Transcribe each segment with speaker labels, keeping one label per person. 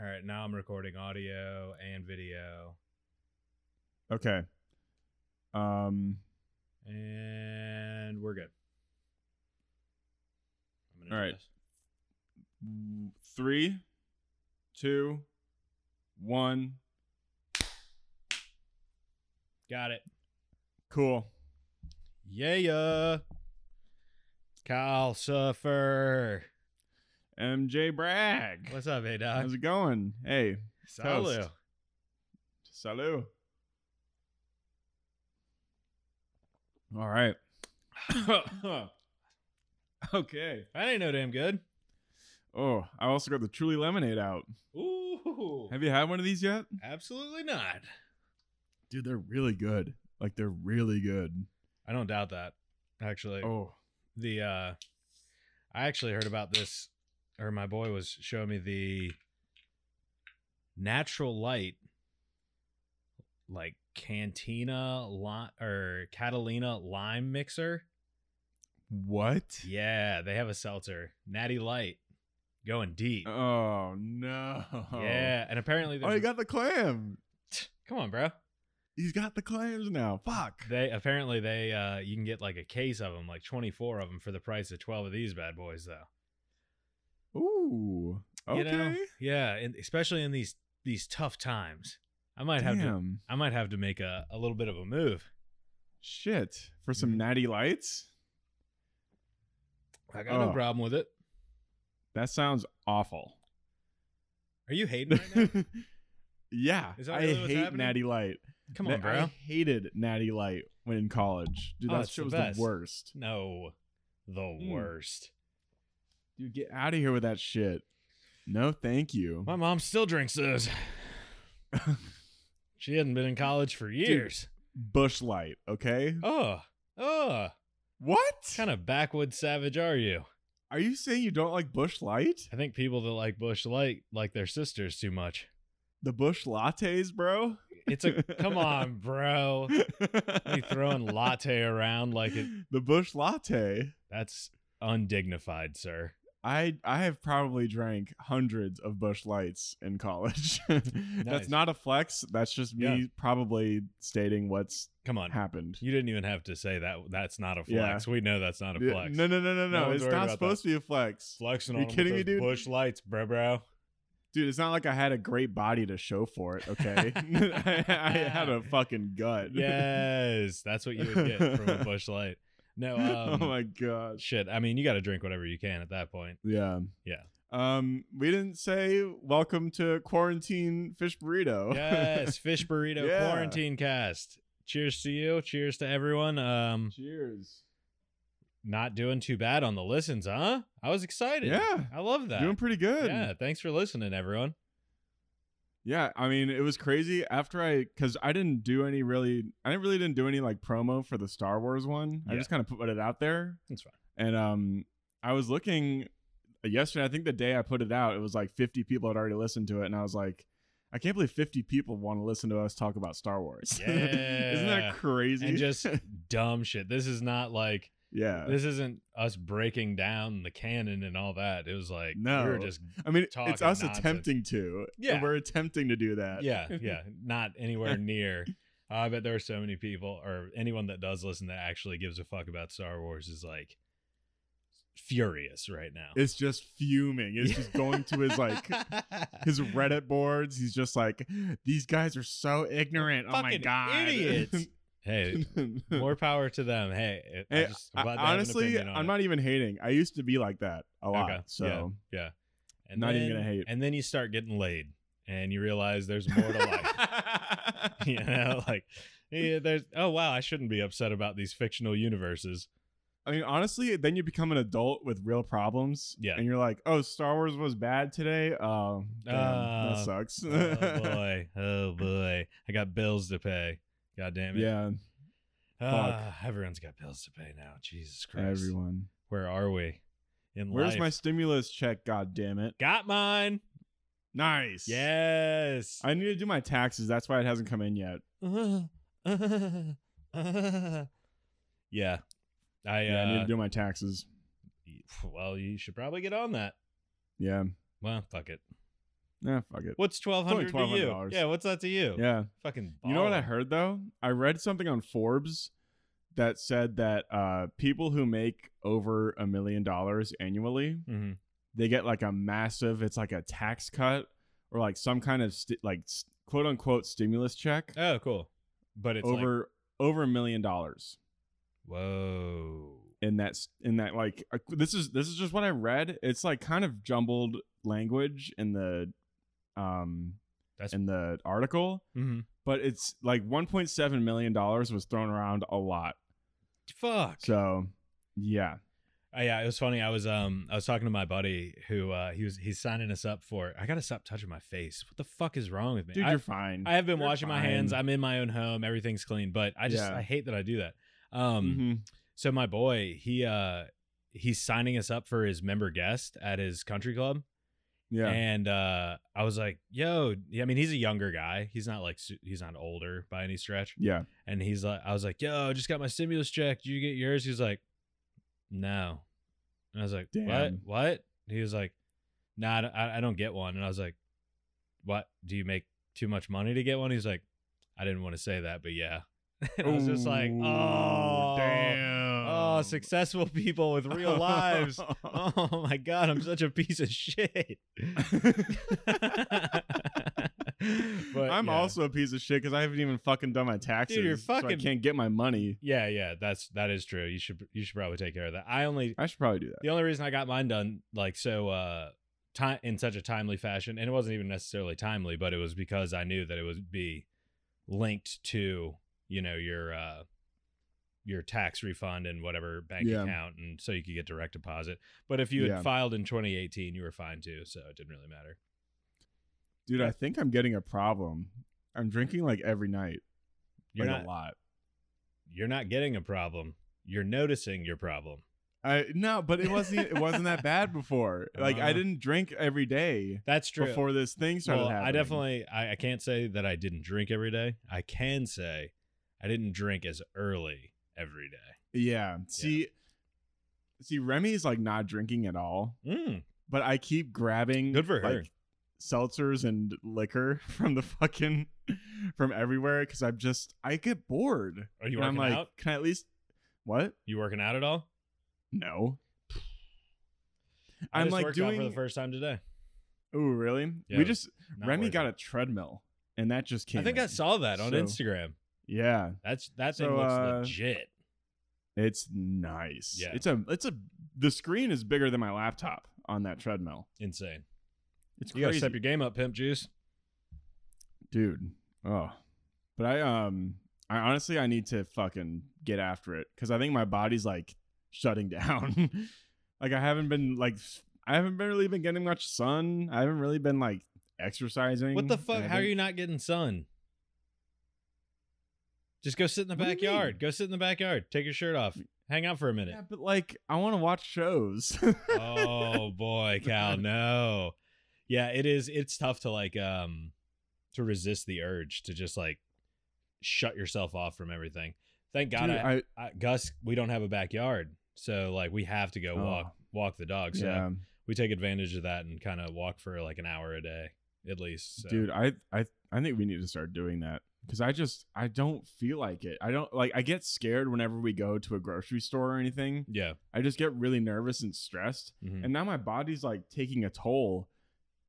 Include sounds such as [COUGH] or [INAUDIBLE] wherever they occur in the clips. Speaker 1: All right, now I'm recording audio and video.
Speaker 2: Okay. Um.
Speaker 1: And we're good.
Speaker 3: I'm gonna
Speaker 2: All
Speaker 3: do
Speaker 2: right.
Speaker 3: this.
Speaker 2: w- Three, two, one.
Speaker 1: Got it.
Speaker 2: Cool.
Speaker 1: Yeah. Kyle Suffer.
Speaker 2: MJ Bragg.
Speaker 1: What's up, hey dog?
Speaker 2: How's it going? Hey,
Speaker 1: Salut.
Speaker 2: toast. salut. All right. [COUGHS] okay.
Speaker 1: That ain't no damn good.
Speaker 2: Oh, I also got the Truly Lemonade out.
Speaker 1: Ooh.
Speaker 2: Have you had one of these yet?
Speaker 1: Absolutely not.
Speaker 2: Dude, they're really good. Like they're really good.
Speaker 1: I don't doubt that. Actually,
Speaker 2: Oh,
Speaker 1: the uh I actually heard about this or my boy was showing me the natural light like cantina li- or catalina lime mixer
Speaker 2: what?
Speaker 1: yeah they have a seltzer natty light going deep
Speaker 2: Oh no.
Speaker 1: yeah and apparently
Speaker 2: Oh, he
Speaker 1: there's
Speaker 2: got the clam.
Speaker 1: come on bro
Speaker 2: He's got the clams now. Fuck.
Speaker 1: they apparently they uh you can get like a case of them like 24 of them for the price of 12 of these bad boys though
Speaker 2: Ooh. Okay.
Speaker 1: You know? Yeah, and especially in these these tough times. I might have to
Speaker 2: Damn.
Speaker 1: I might have to make a, a little bit of a move.
Speaker 2: Shit. For some
Speaker 1: Mhm.
Speaker 2: natty lights?
Speaker 1: I got no
Speaker 2: Oh.
Speaker 1: problem with it.
Speaker 2: That sounds awful.
Speaker 1: Are you hating
Speaker 2: [LAUGHS]
Speaker 1: right now?
Speaker 2: yeah.
Speaker 1: Is that
Speaker 2: I
Speaker 1: really what's
Speaker 2: hate
Speaker 1: happening?
Speaker 2: natty light.
Speaker 1: Come
Speaker 2: Na-
Speaker 1: on, bro.
Speaker 2: I hated natty light when in college. Dude,
Speaker 1: Oh,
Speaker 2: that
Speaker 1: it's the
Speaker 2: shit was
Speaker 1: best.
Speaker 2: the worst.
Speaker 1: No. The
Speaker 2: Hmm.
Speaker 1: worst.
Speaker 2: Dude, get out of here with that shit. No, thank you.
Speaker 1: My mom still drinks
Speaker 2: [LAUGHS]
Speaker 1: those. she hadn't been in college for years.
Speaker 2: Bush light, okay?
Speaker 1: Oh. Oh.
Speaker 2: What?
Speaker 1: Kind of backwoods savage are you?
Speaker 2: Are you saying you don't like Bush light?
Speaker 1: I think people that like Bush Light like their sisters too much.
Speaker 2: The Bush lattes, bro?
Speaker 1: It's a
Speaker 2: [LAUGHS]
Speaker 1: come on, bro. You throwing latte around like it
Speaker 2: the bush latte
Speaker 1: That's undignified, sir.
Speaker 2: i i have probably drank hundreds of bush lights in college [LAUGHS]
Speaker 1: Nice.
Speaker 2: that's not a flex that's just me
Speaker 1: Yeah.
Speaker 2: probably stating what's
Speaker 1: Come on.
Speaker 2: happened
Speaker 1: You didn't even have to say that. That's not a
Speaker 2: Yeah.
Speaker 1: flex. We know that's not a
Speaker 2: Yeah,
Speaker 1: flex.
Speaker 2: no no no no no
Speaker 1: one's
Speaker 2: it's
Speaker 1: worried
Speaker 2: not
Speaker 1: about
Speaker 2: supposed to be a flex
Speaker 1: Flexing
Speaker 2: You
Speaker 1: on 'em with
Speaker 2: kidding me,
Speaker 1: those
Speaker 2: dude?
Speaker 1: bush lights, bro, bro.
Speaker 2: [LAUGHS] dude it's not like i had a great body to show for it
Speaker 1: [LAUGHS]
Speaker 2: okay [LAUGHS] I, I had a fucking gut [LAUGHS]
Speaker 1: Yes, that's what you would get from a bush light. No, um,
Speaker 2: oh my gosh
Speaker 1: shit. I mean, you got to drink whatever you can at that
Speaker 2: [LAUGHS]
Speaker 1: point.
Speaker 2: yeah
Speaker 1: Yeah.
Speaker 2: um we didn't say welcome to quarantine fish burrito
Speaker 1: Yes, fish burrito
Speaker 2: Oh. Yeah.
Speaker 1: quarantine cast. Cheers to you. Cheers to everyone. Um,
Speaker 2: [LAUGHS] cheers
Speaker 1: not doing too bad on the listens, huh? I was excited.
Speaker 2: yeah
Speaker 1: I love that.
Speaker 2: doing pretty good
Speaker 1: Yeah, thanks for listening, everyone.
Speaker 2: Yeah, I mean, it was crazy after I because I didn't do any really, I didn't really didn't do any like promo for the Star Wars one. I
Speaker 1: Yeah.
Speaker 2: just kind of put it out there,
Speaker 1: That's fine.
Speaker 2: and um, I was looking yesterday. I think the day I put it out, it was like 50 people had already listened to it, and I was like, I can't believe 50 people want to listen to us talk about Star Wars. [LAUGHS] isn't
Speaker 1: Yeah.
Speaker 2: that crazy? Uh,
Speaker 1: and
Speaker 2: [LAUGHS]
Speaker 1: just dumb shit. This is not like
Speaker 2: yeah,
Speaker 1: this isn't us breaking down the canon and all that. It was like we were
Speaker 2: No.
Speaker 1: just
Speaker 2: I mean,
Speaker 1: talking
Speaker 2: it's us
Speaker 1: nonsense.
Speaker 2: attempting to.
Speaker 1: Yeah.
Speaker 2: we're attempting to do that.
Speaker 1: yeah, yeah, not
Speaker 2: [LAUGHS]
Speaker 1: anywhere near. Uh, I bet there are so many people or anyone that does listen that actually gives a fuck about Star Wars is like furious right now.
Speaker 2: It's just fuming. It's just going to
Speaker 1: [LAUGHS]
Speaker 2: his like his Reddit boards. He's just like, these guys are so ignorant. oh my
Speaker 1: Fucking
Speaker 2: god, [LAUGHS]
Speaker 1: idiots. Hey, more power to them. Hey, it-
Speaker 2: Hey,
Speaker 1: I just,
Speaker 2: I-
Speaker 1: I'm glad they have an
Speaker 2: honestly,
Speaker 1: opinion on
Speaker 2: I'm
Speaker 1: it.
Speaker 2: not even hating. I used to be like that a lot.
Speaker 1: Okay,
Speaker 2: So
Speaker 1: Yeah.
Speaker 2: Not even gonna hate.
Speaker 1: And then you start getting laid and you realize there's more to
Speaker 2: [LAUGHS]
Speaker 1: life. [LAUGHS] you know, like yeah, there's oh wow, I shouldn't be upset about these fictional
Speaker 2: [LAUGHS]
Speaker 1: universes.
Speaker 2: I mean, honestly, then you become an adult with real problems.
Speaker 1: Yeah.
Speaker 2: And you're like, oh, Star Wars was bad today. Oh, damn,
Speaker 1: Uh,
Speaker 2: that sucks.
Speaker 1: Oh boy. Oh boy. I got bills to pay. God damn it.
Speaker 2: [LAUGHS] yeah,
Speaker 1: Ah, everyone's got bills to pay now. Jesus Christ.
Speaker 2: everyone.
Speaker 1: Where are we? In
Speaker 2: Where's
Speaker 1: life?
Speaker 2: my stimulus check? God damn it.
Speaker 1: Got mine.
Speaker 2: Nice.
Speaker 1: Yes. [LAUGHS]
Speaker 2: I need to do my taxes. That's why it hasn't come in yet.
Speaker 1: yeah. I
Speaker 2: Yeah, I need
Speaker 1: uh,
Speaker 2: to do my taxes.
Speaker 1: well, you should probably get on that.
Speaker 2: Yeah.
Speaker 1: Well, fuck it.
Speaker 2: Nah, fuck it.
Speaker 1: What's twelve hundred to you?
Speaker 2: $1,200.
Speaker 1: Yeah, what's that to you?
Speaker 2: Yeah.
Speaker 1: Fucking.
Speaker 2: You know what I
Speaker 1: baller.
Speaker 2: heard though? I read something on Forbes that said that uh, people who make over a million dollars annually,
Speaker 1: Mhm.
Speaker 2: they get like a massive, it's like a tax cut or like some kind of sti- like s- quote unquote stimulus check
Speaker 1: Oh, cool. But it's Like,
Speaker 2: over over a million dollars.
Speaker 1: whoa.
Speaker 2: In that s- in that like uh, this is this is just what I read. It's like kind of jumbled language in the um
Speaker 1: That's-
Speaker 2: in the article,
Speaker 1: hmm
Speaker 2: but it's like 1.7 million dollars was thrown around a lot.
Speaker 1: Fuck.
Speaker 2: So, yeah.
Speaker 1: Uh, yeah, it was funny. I was um I was talking to my buddy who uh he was he's signing us up for. I gotta stop touching my face. What the fuck is wrong with me?
Speaker 2: Dude,
Speaker 1: I,
Speaker 2: you're fine.
Speaker 1: I have been
Speaker 2: you're
Speaker 1: washing my hands.
Speaker 2: fine.
Speaker 1: I'm in my own home. Everything's clean. But I just
Speaker 2: Yeah.
Speaker 1: I hate that I do that. Um.
Speaker 2: Mhm.
Speaker 1: So my boy, he uh he's signing us up for his member guest at his country club.
Speaker 2: Yeah.
Speaker 1: And uh I was like, "Yo, yeah, I mean, he's a younger guy. He's not like su- he's not older by any stretch."
Speaker 2: yeah.
Speaker 1: And he's like I was like, "Yo, I just got my stimulus check. Did you get yours?" He's like, "No." And I was like,
Speaker 2: Damn.
Speaker 1: "What? What?" He was like, "Nah, I don't- I, I don't get one." And I was like, "What? Do you make too much money to get one?" He's like, "I didn't want to say that, but yeah." [LAUGHS] And I was just like,
Speaker 2: Ooh,
Speaker 1: "Oh,
Speaker 2: damn.
Speaker 1: Oh, successful people with
Speaker 2: [LAUGHS]
Speaker 1: real lives. Oh my god, I'm such a piece of
Speaker 2: [LAUGHS]
Speaker 1: shit. [LAUGHS] But,
Speaker 2: I'm
Speaker 1: yeah.
Speaker 2: also a piece of shit because I haven't even fucking done my taxes.
Speaker 1: you're
Speaker 2: so I
Speaker 1: fucking-
Speaker 2: can't get my money.
Speaker 1: Yeah, yeah, that's that is true. You should you should probably take care of that. I only
Speaker 2: I should probably do that.
Speaker 1: the only reason I got mine done like so uh time in such a timely fashion and it wasn't even necessarily timely, but it was because I knew that it would be linked to, you know, your uh your tax refund and whatever bank
Speaker 2: Yeah.
Speaker 1: account and so you could get direct deposit. But if you had
Speaker 2: Yeah.
Speaker 1: filed in 2018, you were fine too, so it didn't really matter.
Speaker 2: Dude, I think I'm getting a problem. I'm drinking like every night.
Speaker 1: You're
Speaker 2: like
Speaker 1: not
Speaker 2: a lot.
Speaker 1: you're not getting a problem. You're noticing your problem.
Speaker 2: I no, but it wasn't it wasn't that bad
Speaker 1: [LAUGHS]
Speaker 2: before. Like I
Speaker 1: Uh-huh.
Speaker 2: didn't drink every day
Speaker 1: That's true.
Speaker 2: before this thing started
Speaker 1: well,
Speaker 2: happening.
Speaker 1: I definitely I, I can't say that I didn't drink every day. I can say I didn't drink as early every day.
Speaker 2: Yeah. See, see, Remy's like not drinking at all,
Speaker 1: Mm,
Speaker 2: but I keep grabbing
Speaker 1: Good for her.
Speaker 2: like, seltzers and liquor [LAUGHS] from the fucking from everywhere because I'm just I get bored.
Speaker 1: are you
Speaker 2: and I'm
Speaker 1: working
Speaker 2: like,
Speaker 1: out?
Speaker 2: can I at least what?
Speaker 1: You working out at all?
Speaker 2: No.
Speaker 1: I
Speaker 2: I'm
Speaker 1: just
Speaker 2: like
Speaker 1: worked out
Speaker 2: doing.
Speaker 1: for the first time today.
Speaker 2: Ooh, really?
Speaker 1: Yeah,
Speaker 2: we just
Speaker 1: Not
Speaker 2: Remy
Speaker 1: working.
Speaker 2: got a treadmill, and that just came.
Speaker 1: I think
Speaker 2: in.
Speaker 1: I saw that on
Speaker 2: So-
Speaker 1: Instagram.
Speaker 2: Yeah,
Speaker 1: That's that thing
Speaker 2: So,
Speaker 1: looks
Speaker 2: uh,
Speaker 1: legit.
Speaker 2: it's nice.
Speaker 1: Yeah.
Speaker 2: it's a it's a the screen is bigger than my laptop on that treadmill.
Speaker 1: Insane.
Speaker 2: It's
Speaker 1: You gotta
Speaker 2: crazy.
Speaker 1: step your game up, pimp juice.
Speaker 2: dude oh but i um i honestly i need to fucking get after it because i think my body's like shutting [LAUGHS] down like i haven't been like i haven't been really been getting much sun i haven't really been like exercising
Speaker 1: What the
Speaker 2: and
Speaker 1: fuck?
Speaker 2: I
Speaker 1: How are
Speaker 2: think-
Speaker 1: you not getting sun? Just go sit in the
Speaker 2: What do you
Speaker 1: backyard.
Speaker 2: mean?
Speaker 1: Go sit in the backyard. Take your shirt off. Hang out for a minute.
Speaker 2: yeah but like i want to watch shows [LAUGHS]
Speaker 1: oh boy, Cal, no. Yeah, it is it's tough to like um to resist the urge to just like shut yourself off from everything. Thank God
Speaker 2: Dude,
Speaker 1: I, I Gus, we don't have a backyard. So like we have to go
Speaker 2: Oh.
Speaker 1: walk walk the dog. So
Speaker 2: yeah
Speaker 1: we take advantage of that and kind of walk for like an hour a day at least. So.
Speaker 2: dude I, I i think we need to start doing that because i just i don't feel like it i don't like i get scared whenever we go to a grocery store or anything
Speaker 1: Yeah.
Speaker 2: i just get really nervous and stressed
Speaker 1: mhm.
Speaker 2: and now my body's like taking a toll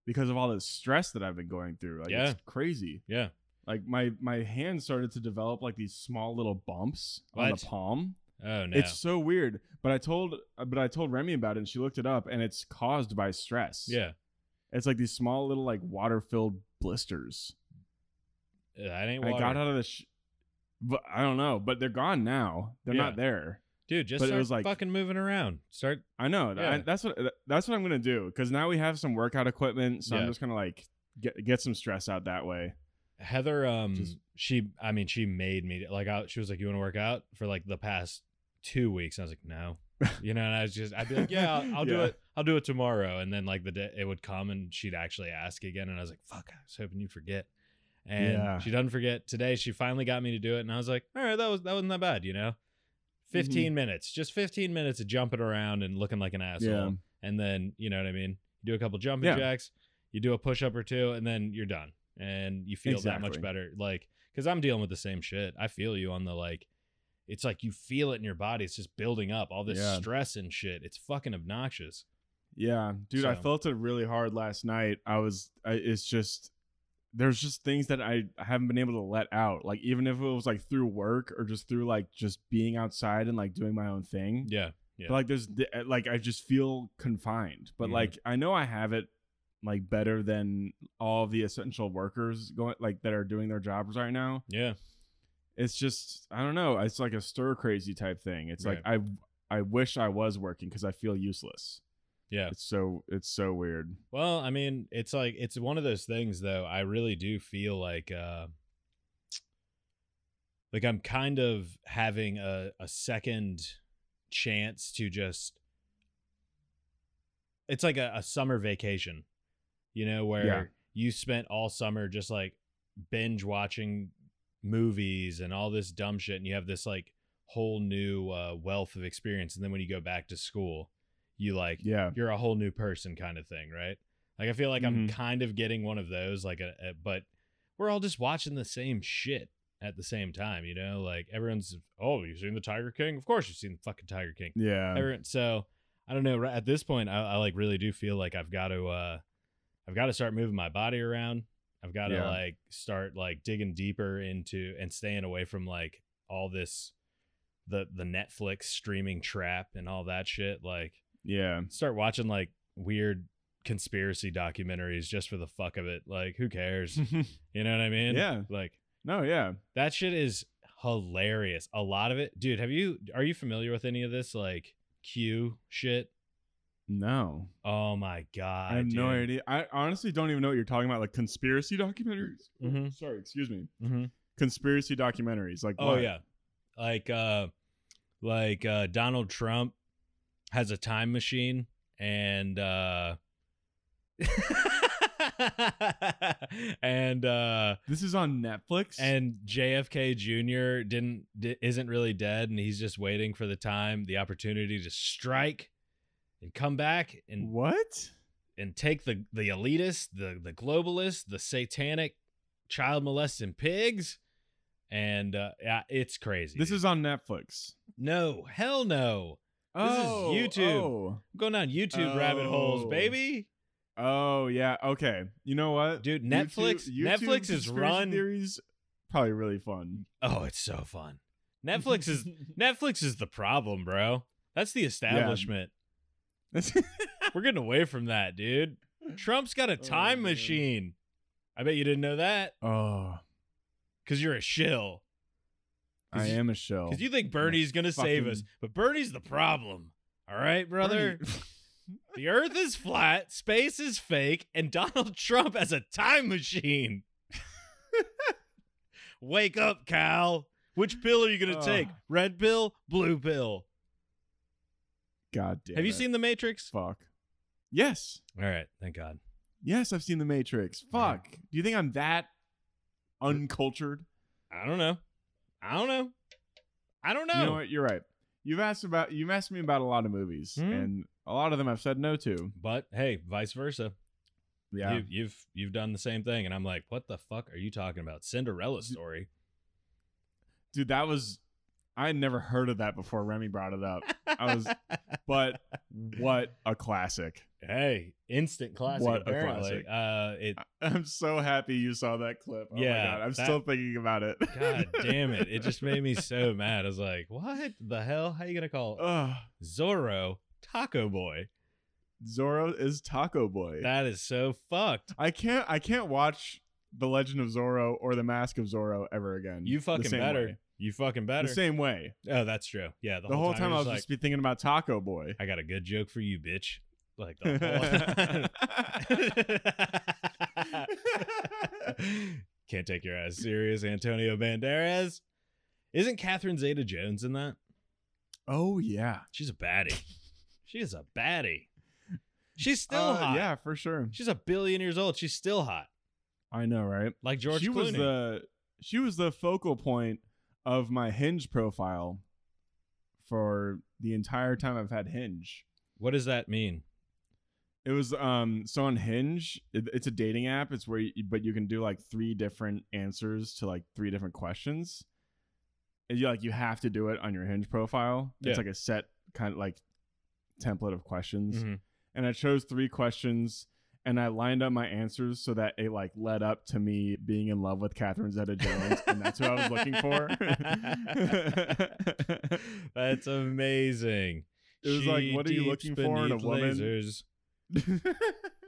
Speaker 2: because of all this stress that I've been going through. Like
Speaker 1: Yeah.
Speaker 2: it's crazy.
Speaker 1: Yeah.
Speaker 2: Like my my hand started to develop like these small little bumps on
Speaker 1: What?
Speaker 2: the palm.
Speaker 1: Oh no.
Speaker 2: It's so weird. But I told uh, but I told Remy about it and she looked it up and it's caused by stress.
Speaker 1: yeah.
Speaker 2: It's like these small little like water filled blisters.
Speaker 1: That ain't
Speaker 2: And I
Speaker 1: water.
Speaker 2: got out of the sh- but I don't know, but they're gone now. They're
Speaker 1: Yeah.
Speaker 2: not there.
Speaker 1: Dude, just
Speaker 2: but it
Speaker 1: start
Speaker 2: was like-
Speaker 1: fucking moving around. Start
Speaker 2: I know. I-
Speaker 1: Yeah.
Speaker 2: that's what that's what I'm gonna do because now we have some workout equipment, so
Speaker 1: Yeah.
Speaker 2: I'm just gonna like get get some stress out that way.
Speaker 1: Heather, um,
Speaker 2: Just-
Speaker 1: she, I mean, she made me like, I, she was like, "You want to work out for like the past two weeks?" And I was like,
Speaker 2: [LAUGHS]
Speaker 1: "No," you know. And I was just, I'd be like, "Yeah, I'll, I'll do
Speaker 2: Yeah.
Speaker 1: it. I'll do it tomorrow." And then like the day it would come, and she'd actually ask again, and I was like, "Fuck, I was hoping you'd forget." And
Speaker 2: Yeah.
Speaker 1: she doesn't forget. Today, she finally got me to do it, and I was like, "All right, that was that wasn't that bad," you know.
Speaker 2: Mm-hmm.
Speaker 1: 15 minutes, just fifteen minutes of jumping around and looking like an asshole, and then you know what I mean. Do a couple jumping
Speaker 2: Yeah.
Speaker 1: jacks. you do a push up or two, and then you're done, and you feel that
Speaker 2: Exactly.
Speaker 1: much better. Like, because I'm dealing with the same shit. I feel you on the like. It's like you feel it in your body. It's just building up all this
Speaker 2: Yeah.
Speaker 1: stress and shit. It's fucking obnoxious.
Speaker 2: Yeah, dude, I
Speaker 1: So-
Speaker 2: felt it really hard last night. I was, I, it's just, there's just things that I I haven't been able to let out. Like even if it was like through work or just through like just being outside and like doing my own thing.
Speaker 1: Yeah. Yeah.
Speaker 2: But, like there's th- like I just feel confined. But
Speaker 1: Mhm.
Speaker 2: like I know I have it like better than all the essential workers going like that are doing their jobs right now.
Speaker 1: Yeah.
Speaker 2: It's just I don't know. It's like a stir crazy type thing. It's like I I wish I was working because I feel useless.
Speaker 1: Yeah.
Speaker 2: It's so it's so weird.
Speaker 1: Well, I mean, it's like it's one of those things though. I really do feel like uh like I'm kind of having a a second chance to just it's like a, a summer vacation, you know, where
Speaker 2: Yeah.
Speaker 1: you spent all summer just like binge watching movies and all this dumb shit and you have this like whole new uh, wealth of experience and then when you go back to school you like
Speaker 2: Yeah.
Speaker 1: you're a whole new person kind of thing, right? Like I feel like I'm
Speaker 2: Mhm.
Speaker 1: kind of getting one of those, like a, a but we're all just watching the same shit at the same time, you know? Like everyone's oh, you've seen the Tiger King? Of course you've seen the fucking Tiger King.
Speaker 2: Yeah.
Speaker 1: Everyone, so I don't know. Right at this point, I, I like really do feel like I've got to uh I've got to start moving my body around. I've got to
Speaker 2: Yeah.
Speaker 1: like start like digging deeper into and staying away from like all this the the Netflix streaming trap and all that shit. Like
Speaker 2: yeah.
Speaker 1: start watching like weird conspiracy documentaries just for the fuck of it. Like, who
Speaker 2: [LAUGHS]
Speaker 1: cares? You know what I mean?
Speaker 2: Yeah.
Speaker 1: Like
Speaker 2: no, yeah.
Speaker 1: that shit is hilarious. A lot of it, dude. Have you are you familiar with any of this like Q shit?
Speaker 2: No.
Speaker 1: Oh my god.
Speaker 2: I have no
Speaker 1: dude.
Speaker 2: idea. I honestly don't even know what you're talking about. Like conspiracy documentaries.
Speaker 1: Mhm.
Speaker 2: Sorry, excuse me.
Speaker 1: Mhm.
Speaker 2: Conspiracy documentaries. Like
Speaker 1: Oh
Speaker 2: what?
Speaker 1: yeah. Like uh like uh Donald Trump has a time machine and uh [LAUGHS] and uh
Speaker 2: This is on Netflix.
Speaker 1: and JFK Jr. didn't di- isn't really dead, and he's just waiting for the time, the opportunity to strike and come back and
Speaker 2: what?
Speaker 1: and take the the elitist, the the globalist, the satanic child molesting pigs, and uh, yeah, it's crazy.
Speaker 2: This
Speaker 1: dude.
Speaker 2: is on Netflix.
Speaker 1: no hell no. This is
Speaker 2: Oh,
Speaker 1: YouTube.
Speaker 2: Oh.
Speaker 1: I'm going down YouTube rabbit holes,
Speaker 2: Oh.
Speaker 1: baby.
Speaker 2: Oh, yeah. Okay. You know what?
Speaker 1: Dude,
Speaker 2: YouTube-
Speaker 1: Netflix-
Speaker 2: YouTube
Speaker 1: Netflix is
Speaker 2: conspiracy
Speaker 1: run-
Speaker 2: theories probably really fun.
Speaker 1: Oh, it's so
Speaker 2: [LAUGHS]
Speaker 1: fun. Netflix is Netflix is the problem, bro. That's the establishment. We're getting away from that, dude. Trump's got a
Speaker 2: Oh,
Speaker 1: time
Speaker 2: man.
Speaker 1: machine. I bet you didn't know that
Speaker 2: [LAUGHS] oh,
Speaker 1: because you're a shill.
Speaker 2: I
Speaker 1: you-
Speaker 2: am a shell.
Speaker 1: Because you think Bernie's going to save us,
Speaker 2: Oh, fucking-
Speaker 1: but Bernie's the problem. All right, brother?
Speaker 2: Bernie-
Speaker 1: The earth is flat, space is fake, and [LAUGHS] Donald Trump has a time machine. [LAUGHS] Wake up, Cal. Which pill are you going to
Speaker 2: Ugh.
Speaker 1: take? Red pill, blue pill?
Speaker 2: [LAUGHS] God damn.
Speaker 1: Have you
Speaker 2: it.
Speaker 1: seen The Matrix?
Speaker 2: Fuck. Yes.
Speaker 1: All right, thank God.
Speaker 2: Yes, I've seen The Matrix.
Speaker 1: Yeah.
Speaker 2: Fuck. Do you think I'm that uncultured?
Speaker 1: I don't know. I don't know. I don't know.
Speaker 2: You know what? You're right. You've asked about you've asked me about a lot of movies,
Speaker 1: Hmm.
Speaker 2: and a lot of them I've said no to.
Speaker 1: But hey, vice versa.
Speaker 2: Yeah.
Speaker 1: You, you've you've done the same thing, and I'm like, what the fuck are you talking about? Cinderella story.
Speaker 2: Dude, that was I had never heard of that before Remy brought it up. I was but what a classic.
Speaker 1: [LAUGHS] hey, instant classic.
Speaker 2: What a
Speaker 1: apparently,
Speaker 2: classic.
Speaker 1: uh,
Speaker 2: [LAUGHS]
Speaker 1: it.
Speaker 2: I'm so happy you saw that clip. Oh
Speaker 1: Yeah,
Speaker 2: my god. I'm
Speaker 1: that-
Speaker 2: still thinking about it.
Speaker 1: God damn it! It just made me so mad. I was like, what the hell? How you gonna call
Speaker 2: [LAUGHS] Ugh.
Speaker 1: Zorro Taco Boy?
Speaker 2: Zorro is Taco Boy.
Speaker 1: That is so fucked.
Speaker 2: I can't I can't watch The Legend of Zorro or The Mask of Zorro ever again.
Speaker 1: You
Speaker 2: The
Speaker 1: fucking
Speaker 2: same
Speaker 1: better.
Speaker 2: way.
Speaker 1: You fucking better.
Speaker 2: The same way.
Speaker 1: oh, that's true. Yeah,
Speaker 2: The, whole, time, I
Speaker 1: you're
Speaker 2: was
Speaker 1: just
Speaker 2: just be thinking about Taco Boy.
Speaker 1: I got a good joke for you, bitch. Like the whole time.
Speaker 2: [LAUGHS]
Speaker 1: [LAUGHS] Can't take your ass serious, Antonio Banderas. Isn't Catherine Zeta Jones in that?
Speaker 2: oh yeah.
Speaker 1: She's a baddie. she is a baddie. She's still
Speaker 2: Uh,
Speaker 1: hot.
Speaker 2: Yeah, for sure.
Speaker 1: She's a billion years old. She's still hot.
Speaker 2: I know, right?
Speaker 1: Like George
Speaker 2: she
Speaker 1: Clooney.
Speaker 2: was the she was the focal point of my Hinge profile for the entire time I've had Hinge.
Speaker 1: what does that mean?
Speaker 2: It was um so on Hinge, it, it's a dating app. It's where you, but you can do like three different answers to like three different questions. And you like you have to do it on your Hinge profile.
Speaker 1: Yeah.
Speaker 2: It's like a set kind of like template of questions.
Speaker 1: Mhm.
Speaker 2: And I chose three questions and I lined up my answers so that it like led up to me being in love with Catherine Zeta Jones and that's who I was looking for.
Speaker 1: [LAUGHS] That's amazing.
Speaker 2: It was like, what are you
Speaker 1: deeps
Speaker 2: looking for in a
Speaker 1: beneath
Speaker 2: woman?
Speaker 1: Lasers.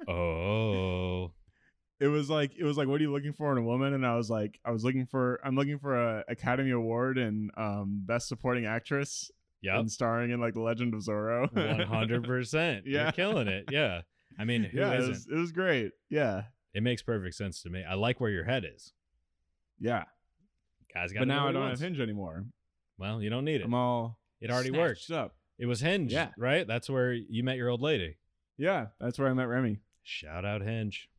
Speaker 1: Oh,
Speaker 2: [LAUGHS] it was like it was like what are you looking for in a woman and i was like i was looking for i'm looking for a academy award and um best supporting actress
Speaker 1: yep,
Speaker 2: [LAUGHS] and starring in like the legend of zorro
Speaker 1: one hundred percent. You're
Speaker 2: Yeah.
Speaker 1: killing it. Yeah, I mean, who
Speaker 2: [LAUGHS] yeah it
Speaker 1: not
Speaker 2: was, it was great yeah
Speaker 1: It makes perfect sense to me. I like where your head is.
Speaker 2: yeah
Speaker 1: Guys, got
Speaker 2: but now i don't
Speaker 1: wants.
Speaker 2: have hinge anymore
Speaker 1: Well, you don't need it.
Speaker 2: i'm all
Speaker 1: It already worked.
Speaker 2: snatched up
Speaker 1: It was Hinge,
Speaker 2: Yeah.
Speaker 1: right? That's where you met your old lady.
Speaker 2: yeah that's where i met remy
Speaker 1: Shout out Hinge.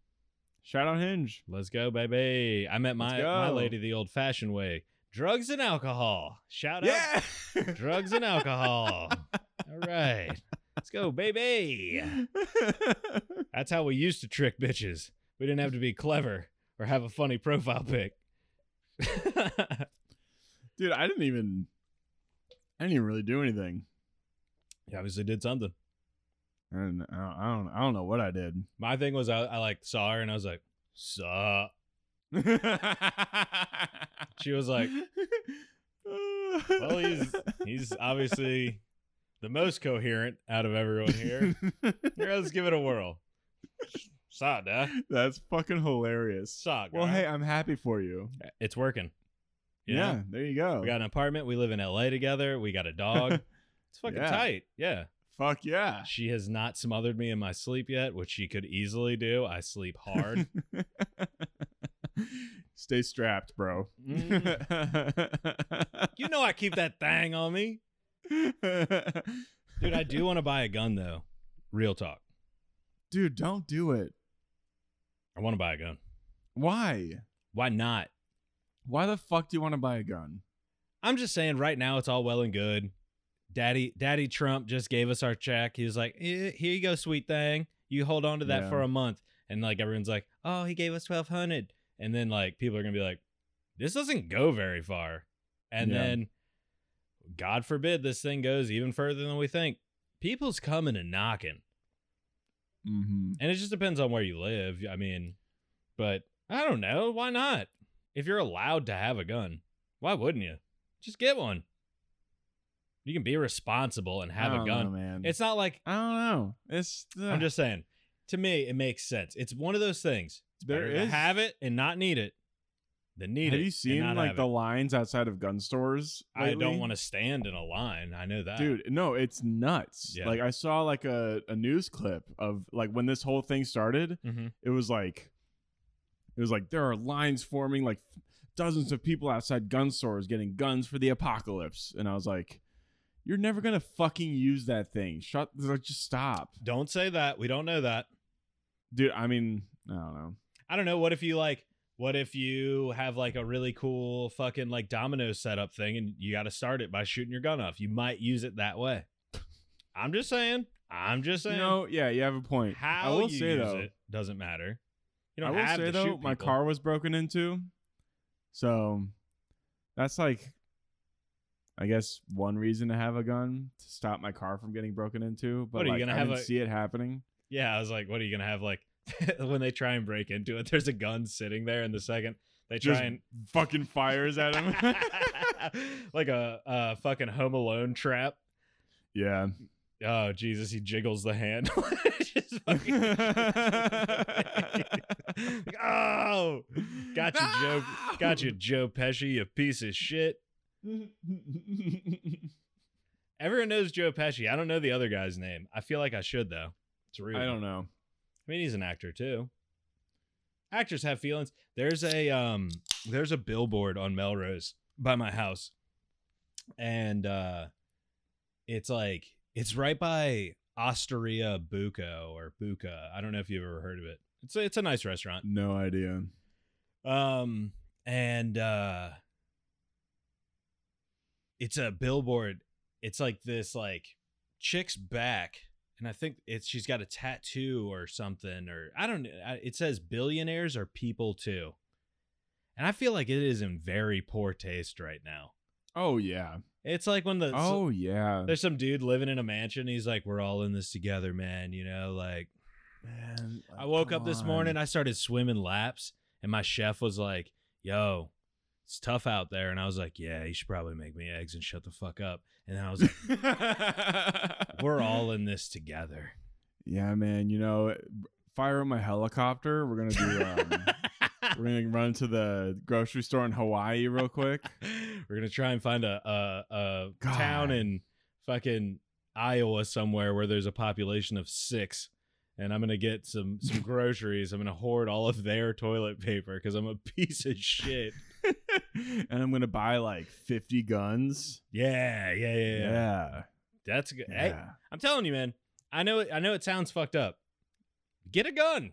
Speaker 2: shout out hinge
Speaker 1: Let's go, baby. I met
Speaker 2: Let's
Speaker 1: my my
Speaker 2: go.
Speaker 1: lady the old-fashioned way. Drugs and alcohol. Shout out
Speaker 2: yeah
Speaker 1: drugs and
Speaker 2: [LAUGHS]
Speaker 1: alcohol. All right. Let's go, baby. That's how we used to trick bitches. We didn't have to be clever or have a funny profile pic. [LAUGHS] yeah,
Speaker 2: [LAUGHS] dude i didn't even i didn't even really do anything
Speaker 1: obviously did something.
Speaker 2: I don't, I don't- I don't, I don't know what I did.
Speaker 1: My thing was I, I like saw her and I was like, sup. She was [LAUGHS] like, well,
Speaker 2: [LAUGHS]
Speaker 1: he's he's obviously the most coherent out of everyone here. Here, let's give it a whirl. [LAUGHS] Sup, duh.
Speaker 2: That's fucking hilarious.
Speaker 1: Sup.
Speaker 2: Well,
Speaker 1: girl.
Speaker 2: hey, I'm happy for you.
Speaker 1: it's working. You
Speaker 2: yeah,
Speaker 1: know?
Speaker 2: there you go.
Speaker 1: we got an apartment. We live in L.A. together. We got a
Speaker 2: [LAUGHS]
Speaker 1: dog. It's fucking
Speaker 2: Yeah.
Speaker 1: tight. Yeah.
Speaker 2: Fuck yeah. [LAUGHS]
Speaker 1: She has not smothered me in my sleep yet, which she could easily do. I sleep hard.
Speaker 2: [LAUGHS] Stay strapped, bro.
Speaker 1: Mm. you know I keep that thing on me. Dude, I do want to buy a gun though. Real talk.
Speaker 2: [LAUGHS] Dude, don't do it.
Speaker 1: I want to buy a gun.
Speaker 2: Why?
Speaker 1: Why not?
Speaker 2: Why the fuck do you want to buy a gun?
Speaker 1: I'm just saying right now it's all well and good. Daddy Daddy Trump just gave us our check. He was like, "Eh, "Here you go, sweet thing. You hold on to that
Speaker 2: Yeah.
Speaker 1: for a month." And like everyone's like, "Oh, he gave us 1200." And then like people are going to be like, "This doesn't go very far." And
Speaker 2: Yeah.
Speaker 1: then God forbid this thing goes even further than we think. People's coming and knocking.
Speaker 2: Mm-hmm.
Speaker 1: And it just depends on where you live. I mean, but I don't know. Why not? If you're allowed to have a gun, why wouldn't you? Just get one. You can be responsible and have a gun.
Speaker 2: man.
Speaker 1: It's not
Speaker 2: [SIGHS]
Speaker 1: like,
Speaker 2: I don't know. It's uh,
Speaker 1: I'm just saying, to me, it makes sense. It's one of those things. It's
Speaker 2: There
Speaker 1: better to
Speaker 2: is-
Speaker 1: have it and not need it than need
Speaker 2: Have
Speaker 1: it.
Speaker 2: you
Speaker 1: and
Speaker 2: seen
Speaker 1: not
Speaker 2: like
Speaker 1: have
Speaker 2: the
Speaker 1: it.
Speaker 2: lines outside of gun stores?
Speaker 1: I don't
Speaker 2: lately?
Speaker 1: want to stand in a line. I know that.
Speaker 2: Dude, no, it's nuts.
Speaker 1: Yeah.
Speaker 2: Like I saw like a, a news clip of like when this whole thing started,
Speaker 1: hmm
Speaker 2: it was like it was like there are lines forming like dozens of people outside gun stores getting guns for the apocalypse. And I was like, You're never gonna fucking use that thing. Shut like, just stop.
Speaker 1: Don't say that. We don't know that.
Speaker 2: Dude, I mean, I don't know.
Speaker 1: I don't know. What if you like? What if you have like a really cool fucking like domino setup thing, and you got to start it by shooting your gun off? You might use it that way. I'm just saying. I'm just
Speaker 2: You
Speaker 1: saying.
Speaker 2: know, yeah, you have a point.
Speaker 1: how
Speaker 2: I will
Speaker 1: you
Speaker 2: say
Speaker 1: use
Speaker 2: though,
Speaker 1: it doesn't matter. You
Speaker 2: I
Speaker 1: don't
Speaker 2: will
Speaker 1: have
Speaker 2: say
Speaker 1: to
Speaker 2: though,
Speaker 1: shoot
Speaker 2: my
Speaker 1: people.
Speaker 2: car was broken into, so that's like, I guess one reason to have a gun to stop my car from getting broken into. But
Speaker 1: What, are you
Speaker 2: like,
Speaker 1: gonna
Speaker 2: I
Speaker 1: have
Speaker 2: didn't
Speaker 1: a-
Speaker 2: see it happening.
Speaker 1: Yeah, I was like, what are you gonna have like [LAUGHS] when they try and break into it? There's a gun sitting there, and the second they try
Speaker 2: Just
Speaker 1: and
Speaker 2: fucking fires at him.
Speaker 1: [LAUGHS]
Speaker 2: [LAUGHS]
Speaker 1: like a, a fucking Home Alone trap.
Speaker 2: yeah.
Speaker 1: Oh Jesus, he jiggles the handle. [LAUGHS] Just fucking- Like, oh, got you, Joe. Got you, Joe Pesci. You piece of shit. Everyone knows Joe Pesci. I don't know the other guy's name. I feel like I should though. It's real.
Speaker 2: [LAUGHS] I don't know.
Speaker 1: I mean, he's an actor too. Actors have feelings. There's a um there's a billboard on Melrose by my house. And uh it's like it's right by Osteria Buco or Buca. I don't know if you've ever heard of it. It's a, it's a nice restaurant.
Speaker 2: No idea.
Speaker 1: Um and uh it's a billboard. It's like this like chick's back and I think it's she's got a tattoo or something, or I don't. I- It says billionaires are people too, and I feel like it is in very poor taste right now.
Speaker 2: Oh yeah.
Speaker 1: It's like when the
Speaker 2: Oh yeah.
Speaker 1: there's some dude living in a mansion. He's like, we're all in this together, man. You know, like
Speaker 2: Man,
Speaker 1: I woke up this morning, I [LAUGHS] started swimming laps, and my chef was like, "Yo." It's tough out there, and I was like, "Yeah, you should probably make me eggs and shut the fuck up." And then I
Speaker 2: [LAUGHS]
Speaker 1: was like, "We're all in this together."
Speaker 2: Yeah, man. You know, fire up my helicopter. We're gonna
Speaker 1: [LAUGHS]
Speaker 2: do. Um, we're gonna run to the grocery store in Hawaii real quick.
Speaker 1: We're gonna try and find a a, a
Speaker 2: God.
Speaker 1: town in fucking Iowa somewhere where there's a population of six, and I'm gonna get some some groceries. I'm gonna hoard all of their toilet paper because I'm a piece of shit.
Speaker 2: and I'm gonna buy like 50 guns.
Speaker 1: Yeah, yeah, yeah. yeah.
Speaker 2: Yeah.
Speaker 1: That's good. Hey,
Speaker 2: yeah.
Speaker 1: I'm telling you, man. I know. I know it sounds fucked up. Get a gun.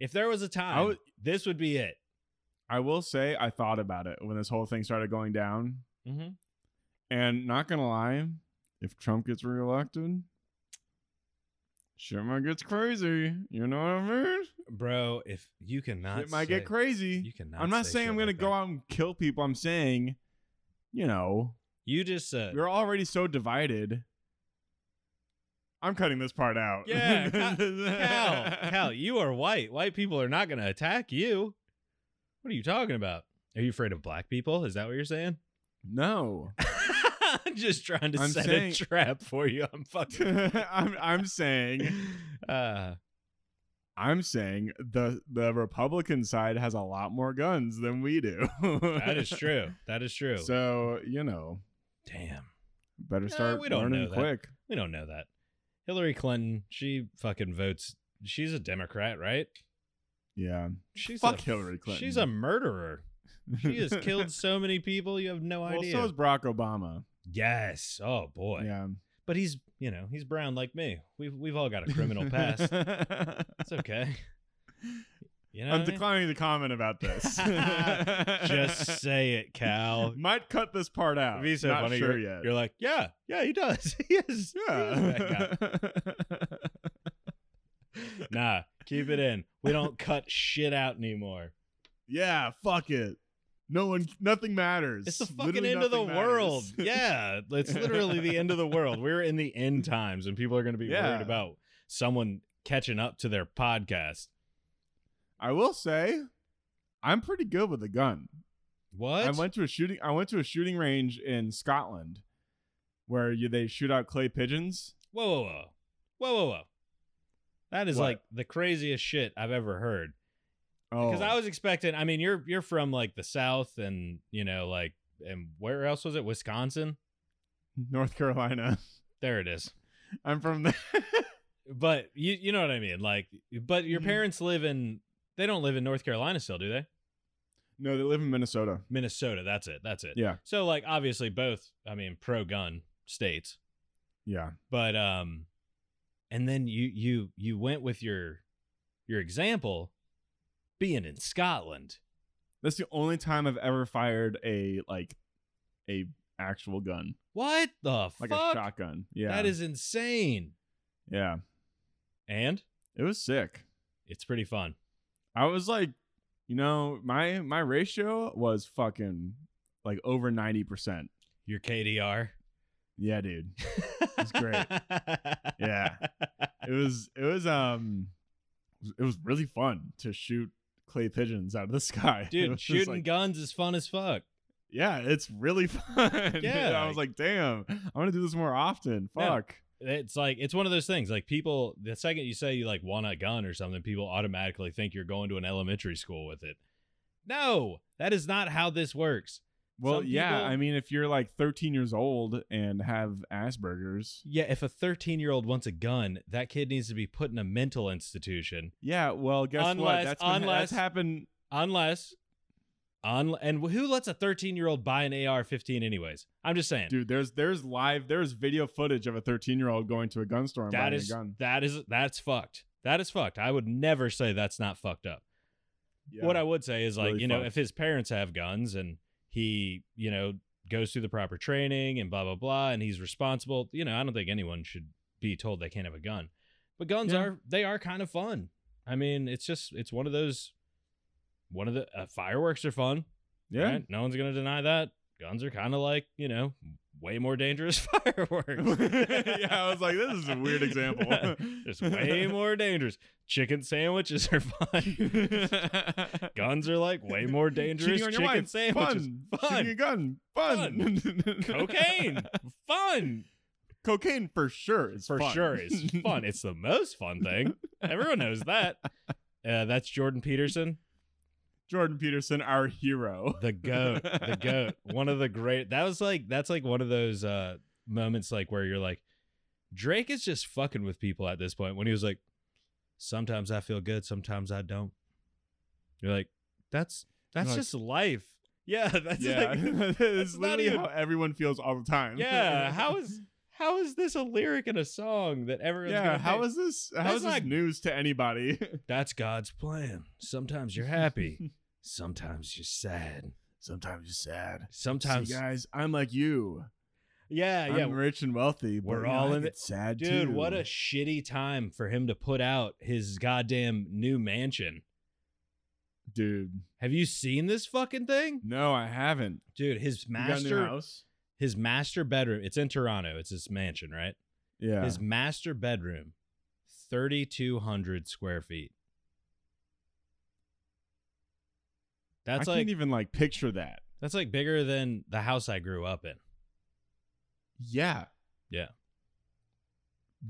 Speaker 1: If there was a time,
Speaker 2: would-
Speaker 1: this would be it.
Speaker 2: I will say I thought about it when this whole thing started going down,
Speaker 1: Mm-hmm.
Speaker 2: and not gonna lie, if Trump gets reelected, shit might get crazy. You know what I mean?
Speaker 1: Bro, if you cannot,
Speaker 2: It might
Speaker 1: say,
Speaker 2: get crazy.
Speaker 1: You cannot.
Speaker 2: I'm not
Speaker 1: say
Speaker 2: saying
Speaker 1: shit
Speaker 2: I'm gonna
Speaker 1: like
Speaker 2: go
Speaker 1: that.
Speaker 2: out and kill people. I'm saying, you know,
Speaker 1: You just uh, said.
Speaker 2: [LAUGHS] we're already so divided. I'm cutting this part out.
Speaker 1: Yeah,
Speaker 2: [LAUGHS]
Speaker 1: Cal, Cal, you are white. White people are not going to attack you. What are you talking about? Are you afraid of black people? Is that what you're saying? [LAUGHS]
Speaker 2: No, [LAUGHS]
Speaker 1: I'm just trying to
Speaker 2: I'm
Speaker 1: set
Speaker 2: saying-
Speaker 1: a trap for you. I'm fucking. [LAUGHS]
Speaker 2: I'm I'm saying
Speaker 1: Uh,
Speaker 2: I'm saying the the Republican side has a lot more guns than we do.
Speaker 1: that
Speaker 2: [LAUGHS]
Speaker 1: is true. That is true.
Speaker 2: So you know,
Speaker 1: Damn.
Speaker 2: better
Speaker 1: Nah,
Speaker 2: start
Speaker 1: we don't know
Speaker 2: learning
Speaker 1: that.
Speaker 2: quick.
Speaker 1: We don't know that. Hillary Clinton, she fucking votes. She's a Democrat, right?
Speaker 2: Yeah,
Speaker 1: She's
Speaker 2: fuck
Speaker 1: a,
Speaker 2: Hillary Clinton.
Speaker 1: She's a murderer. She
Speaker 2: [LAUGHS]
Speaker 1: has killed so many people. You have no
Speaker 2: well,
Speaker 1: idea.
Speaker 2: so is Barack Obama.
Speaker 1: yes. Oh boy.
Speaker 2: Yeah,
Speaker 1: but he's you know he's brown like me. We've we've all got a criminal
Speaker 2: [LAUGHS]
Speaker 1: past. It's okay. You know,
Speaker 2: I'm
Speaker 1: what I mean?
Speaker 2: declining to comment about this.
Speaker 1: [LAUGHS]
Speaker 2: [LAUGHS]
Speaker 1: just say it, Cal.
Speaker 2: might cut this part out.
Speaker 1: It'd be so
Speaker 2: Not
Speaker 1: funny.
Speaker 2: sure
Speaker 1: you're,
Speaker 2: yet.
Speaker 1: you're like, yeah, yeah, he does. [LAUGHS] he
Speaker 2: [LAUGHS]
Speaker 1: is. he is that guy." nah, keep it in. We don't cut shit out anymore.
Speaker 2: yeah, fuck it. No one, nothing matters.
Speaker 1: It's the fucking
Speaker 2: Literally
Speaker 1: end of the
Speaker 2: nothing [LAUGHS]
Speaker 1: world.
Speaker 2: matters.
Speaker 1: Yeah, it's literally the end of the world. We're in the end
Speaker 2: [LAUGHS]
Speaker 1: times, and people are going to be
Speaker 2: Yeah.
Speaker 1: worried about someone catching up to their podcast.
Speaker 2: I will say, I'm pretty good with a gun.
Speaker 1: What?
Speaker 2: I went to a shooting. I went to a shooting range in Scotland, where you, they shoot out clay pigeons.
Speaker 1: Whoa, whoa, whoa. Whoa, whoa, whoa. That is
Speaker 2: What?
Speaker 1: like the craziest shit I've ever heard.
Speaker 2: Oh,
Speaker 1: Because I was expecting, I mean, you're you're from like the South and, you know, like and where else was it? Wisconsin?
Speaker 2: North Carolina. [LAUGHS]
Speaker 1: There it is.
Speaker 2: I'm from there.
Speaker 1: But you you know what I mean? Like but your
Speaker 2: Mhm.
Speaker 1: parents live in they don't live in North Carolina still, do they?
Speaker 2: no, they live in Minnesota.
Speaker 1: Minnesota, that's it. That's it.
Speaker 2: Yeah.
Speaker 1: So like obviously both, I mean, pro gun states.
Speaker 2: Yeah.
Speaker 1: but um and then you you you went with your your example being in Scotland.
Speaker 2: That's the only time I've ever fired a like a actual gun,
Speaker 1: What the
Speaker 2: like
Speaker 1: fuck?
Speaker 2: a shotgun. Yeah,
Speaker 1: That is insane.
Speaker 2: Yeah,
Speaker 1: And
Speaker 2: it was sick.
Speaker 1: it's pretty fun.
Speaker 2: I was like, you know, my my ratio was fucking like over ninety percent.
Speaker 1: Your KDR.
Speaker 2: Yeah, dude. It's great. [LAUGHS] Yeah. it was it was um it was really fun to shoot clay pigeons out of the [LAUGHS] sky.
Speaker 1: [LAUGHS]
Speaker 2: It
Speaker 1: Dude,
Speaker 2: was just
Speaker 1: shooting
Speaker 2: like-
Speaker 1: guns is fun as fuck.
Speaker 2: yeah, it's really [LAUGHS] fun.
Speaker 1: Yeah,
Speaker 2: I was like, damn, I'm gonna do this more often.
Speaker 1: Yeah.
Speaker 2: Fuck.
Speaker 1: It's like it's one of those things. Like people the second you say you like want a gun or something, people automatically think you're going to an elementary school with it. No, that is not how this works.
Speaker 2: Well,
Speaker 1: Some
Speaker 2: yeah,
Speaker 1: people-
Speaker 2: I mean, if you're like 13 years old and have Asperger's,
Speaker 1: Yeah, if a 13 year old wants a gun, that kid needs to be put in a mental institution.
Speaker 2: yeah, well, guess what?
Speaker 1: Unless-
Speaker 2: That's been,
Speaker 1: unless-
Speaker 2: that's happened.
Speaker 1: Unless, un- and who lets a 13 year old buy an AR 15 anyways? I'm just saying.
Speaker 2: Dude, there's there's live there's video footage of a 13 year old going to a gun store and
Speaker 1: that
Speaker 2: buying
Speaker 1: is
Speaker 2: a gun.
Speaker 1: that is that's fucked. That is fucked. I would never say that's not fucked up.
Speaker 2: Yeah.
Speaker 1: What I would say is like,
Speaker 2: really
Speaker 1: you know,
Speaker 2: fucked.
Speaker 1: if his parents have guns and he, you know, goes through the proper training and blah blah blah and he's responsible, you know, I don't think anyone should be told they can't have a gun. But guns
Speaker 2: Yeah.
Speaker 1: are they are kind of fun. I mean, it's just it's one of those one of the uh, fireworks are fun.
Speaker 2: Yeah. [LAUGHS]
Speaker 1: right? No one's gonna deny that. Guns are kind of like you know way more dangerous [LAUGHS] fireworks.
Speaker 2: [LAUGHS] yeah, I was like, this is a
Speaker 1: [LAUGHS]
Speaker 2: weird example.
Speaker 1: It's
Speaker 2: [LAUGHS]
Speaker 1: way more dangerous. Chicken sandwiches are fun. Guns are like way more dangerous.
Speaker 2: [LAUGHS] Cheating on your
Speaker 1: Chicken
Speaker 2: wife,
Speaker 1: sandwiches,
Speaker 2: fun.
Speaker 1: Fun.
Speaker 2: Shooting a gun, fun. [LAUGHS]
Speaker 1: cocaine, fun
Speaker 2: cocaine for sure is
Speaker 1: for
Speaker 2: fun.
Speaker 1: sure
Speaker 2: [LAUGHS]
Speaker 1: is fun. It's the most fun thing. Everyone knows that. Uh, that's Jordan Peterson,
Speaker 2: Jordan Peterson, our hero.
Speaker 1: the
Speaker 2: [LAUGHS]
Speaker 1: goat, the goat. One of the great. That was like that's like one of those uh, moments like where you're like, Drake is just fucking with people at this point. When he was like, sometimes I feel good, sometimes I don't. You're like, that's that's
Speaker 2: You're like-
Speaker 1: just life. Yeah, [LAUGHS] that's
Speaker 2: yeah, [LAUGHS]
Speaker 1: like
Speaker 2: it's
Speaker 1: not
Speaker 2: literally
Speaker 1: even-
Speaker 2: how everyone feels all the time. [LAUGHS]
Speaker 1: Yeah, how is how is this a lyric in a song that everyone's
Speaker 2: yeah?
Speaker 1: gonna
Speaker 2: How
Speaker 1: think?
Speaker 2: is this? How
Speaker 1: That's
Speaker 2: is this
Speaker 1: not-
Speaker 2: news to anybody? [LAUGHS]
Speaker 1: that's God's plan. Sometimes you're happy, sometimes you're sad.
Speaker 2: Sometimes you're sad.
Speaker 1: Sometimes
Speaker 2: See, guys, I'm like you.
Speaker 1: Yeah, yeah.
Speaker 2: I'm rich and wealthy. But
Speaker 1: We're
Speaker 2: you know,
Speaker 1: all
Speaker 2: I
Speaker 1: in
Speaker 2: get
Speaker 1: it.
Speaker 2: Sad,
Speaker 1: Dude,
Speaker 2: too.
Speaker 1: what a shitty time for him to put out his goddamn new mansion.
Speaker 2: dude.
Speaker 1: Have you seen this fucking thing?
Speaker 2: No, I haven't.
Speaker 1: Dude, his
Speaker 2: You got a new
Speaker 1: master
Speaker 2: house.
Speaker 1: his master bedroom, it's in Toronto, it's his mansion, right?
Speaker 2: Yeah.
Speaker 1: His master bedroom, 3200 square feet. That's
Speaker 2: I
Speaker 1: like
Speaker 2: can't even like picture that.
Speaker 1: That's like bigger than the house I grew up in.
Speaker 2: Yeah.
Speaker 1: Yeah.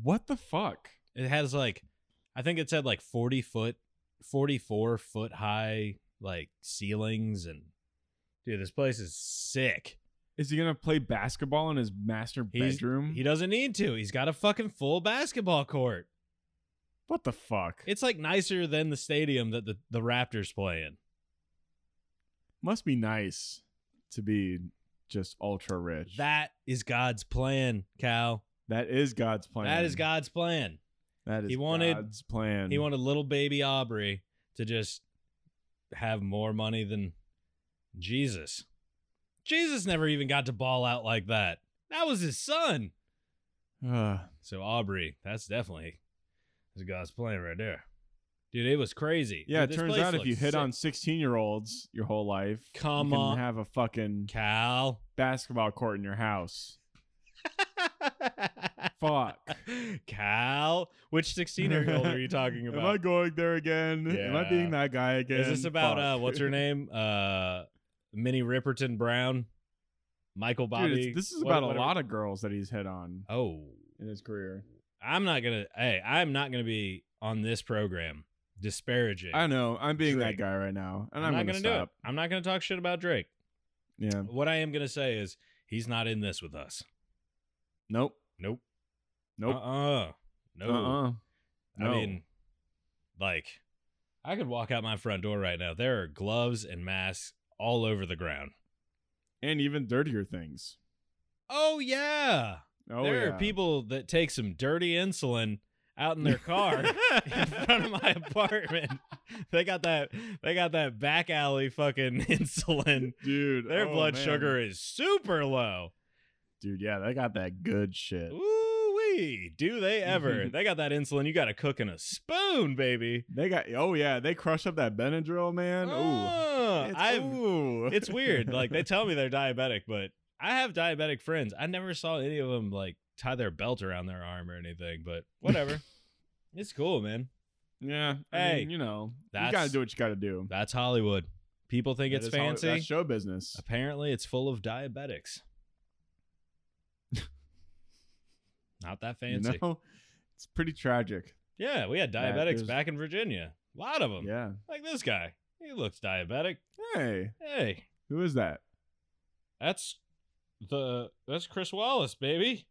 Speaker 2: What the fuck?
Speaker 1: It has like, I think it said like 40 foot, 44 foot high like ceilings. And dude, this place is sick.
Speaker 2: Is he gonna play basketball in his master
Speaker 1: He's-
Speaker 2: bedroom?
Speaker 1: He doesn't need to. He's got a fucking full basketball court.
Speaker 2: what the fuck?
Speaker 1: It's like nicer than the stadium that the, the Raptors play in.
Speaker 2: must be nice to be just ultra rich.
Speaker 1: That is God's plan, Cal.
Speaker 2: that is God's plan.
Speaker 1: That is God's plan.
Speaker 2: That is
Speaker 1: He wanted-
Speaker 2: God's plan. [SIGHS]
Speaker 1: He wanted little baby Aubrey to just have more money than Jesus. Jesus never even got to ball out like that. That was his son.
Speaker 2: Ugh.
Speaker 1: So Aubrey, that's definitely that's God's plan right there. Dude, it was crazy.
Speaker 2: yeah,
Speaker 1: Dude,
Speaker 2: it
Speaker 1: this
Speaker 2: turns
Speaker 1: place
Speaker 2: out if you
Speaker 1: looks
Speaker 2: hit
Speaker 1: sick.
Speaker 2: on sixteen-year-olds your whole life,
Speaker 1: Come
Speaker 2: you can
Speaker 1: on.
Speaker 2: have a fucking
Speaker 1: Cal. [LAUGHS]
Speaker 2: basketball court in your house.
Speaker 1: [LAUGHS]
Speaker 2: Fuck.
Speaker 1: Cal, which 16 year old are you talking
Speaker 2: [LAUGHS] Am I
Speaker 1: about?
Speaker 2: going there again? Am I
Speaker 1: Yeah.
Speaker 2: being that guy again?
Speaker 1: Is this about
Speaker 2: Fuck.
Speaker 1: uh what's
Speaker 2: [LAUGHS]
Speaker 1: her name? Uh Minnie Riperton Brown? Michael
Speaker 2: Dude,
Speaker 1: Bobby.
Speaker 2: it's- this is
Speaker 1: what-
Speaker 2: about a
Speaker 1: whatever-
Speaker 2: lot of girls that he's hit on
Speaker 1: Oh,
Speaker 2: in his career.
Speaker 1: I'm not gonna. Hey, I'm not gonna be on this program disparaging.
Speaker 2: I know. I'm being
Speaker 1: Drake.
Speaker 2: that guy right now, and
Speaker 1: I'm
Speaker 2: I'm,
Speaker 1: not
Speaker 2: gonna,
Speaker 1: do it.
Speaker 2: stop.
Speaker 1: I'm not gonna talk shit about Drake.
Speaker 2: Yeah.
Speaker 1: What I am gonna say is he's not in this with us.
Speaker 2: Nope.
Speaker 1: Nope.
Speaker 2: Nope.
Speaker 1: Uh-uh. No.
Speaker 2: Uh-uh.
Speaker 1: I
Speaker 2: No.
Speaker 1: mean, like, I could walk out my front door right now. There are gloves and masks all over the ground.
Speaker 2: and even dirtier things.
Speaker 1: Oh yeah.
Speaker 2: Oh,
Speaker 1: there
Speaker 2: yeah.
Speaker 1: are people that take some dirty insulin out in their car.
Speaker 2: [LAUGHS]
Speaker 1: in front of my apartment. They got that they got that back alley fucking [LAUGHS] insulin.
Speaker 2: dude.
Speaker 1: Their
Speaker 2: oh,
Speaker 1: blood
Speaker 2: man.
Speaker 1: sugar is super low.
Speaker 2: dude. Yeah, they got that good shit.
Speaker 1: Ooh wee. Do they
Speaker 2: Mm-hmm.
Speaker 1: ever? they got that insulin. You gotta cook in a spoon, baby.
Speaker 2: They got. Oh yeah, they crush up that Benadryl, man. Ooh.
Speaker 1: Oh,
Speaker 2: It's-
Speaker 1: I've
Speaker 2: ooh.
Speaker 1: it's weird. Like they tell me they're diabetic, but I have diabetic friends. I never saw any of them like tie their belt around their arm or anything, but
Speaker 2: [LAUGHS]
Speaker 1: whatever. it's cool, man.
Speaker 2: [LAUGHS] yeah. I
Speaker 1: Hey,
Speaker 2: mean, you know, you gotta
Speaker 1: that's-
Speaker 2: do what you gotta do.
Speaker 1: That's Hollywood. People think
Speaker 2: That
Speaker 1: it's
Speaker 2: is all-
Speaker 1: fancy.
Speaker 2: that's show business.
Speaker 1: Apparently, it's full of
Speaker 2: [LAUGHS]
Speaker 1: diabetics. Not that fancy.
Speaker 2: You know, it's pretty tragic.
Speaker 1: Yeah, we had
Speaker 2: Yeah,
Speaker 1: diabetics
Speaker 2: there's-
Speaker 1: back in Virginia. A lot of them.
Speaker 2: Yeah.
Speaker 1: Like this guy. He looks diabetic.
Speaker 2: Hey,
Speaker 1: Hey,
Speaker 2: who is that?
Speaker 1: that's the that's Chris Wallace, baby,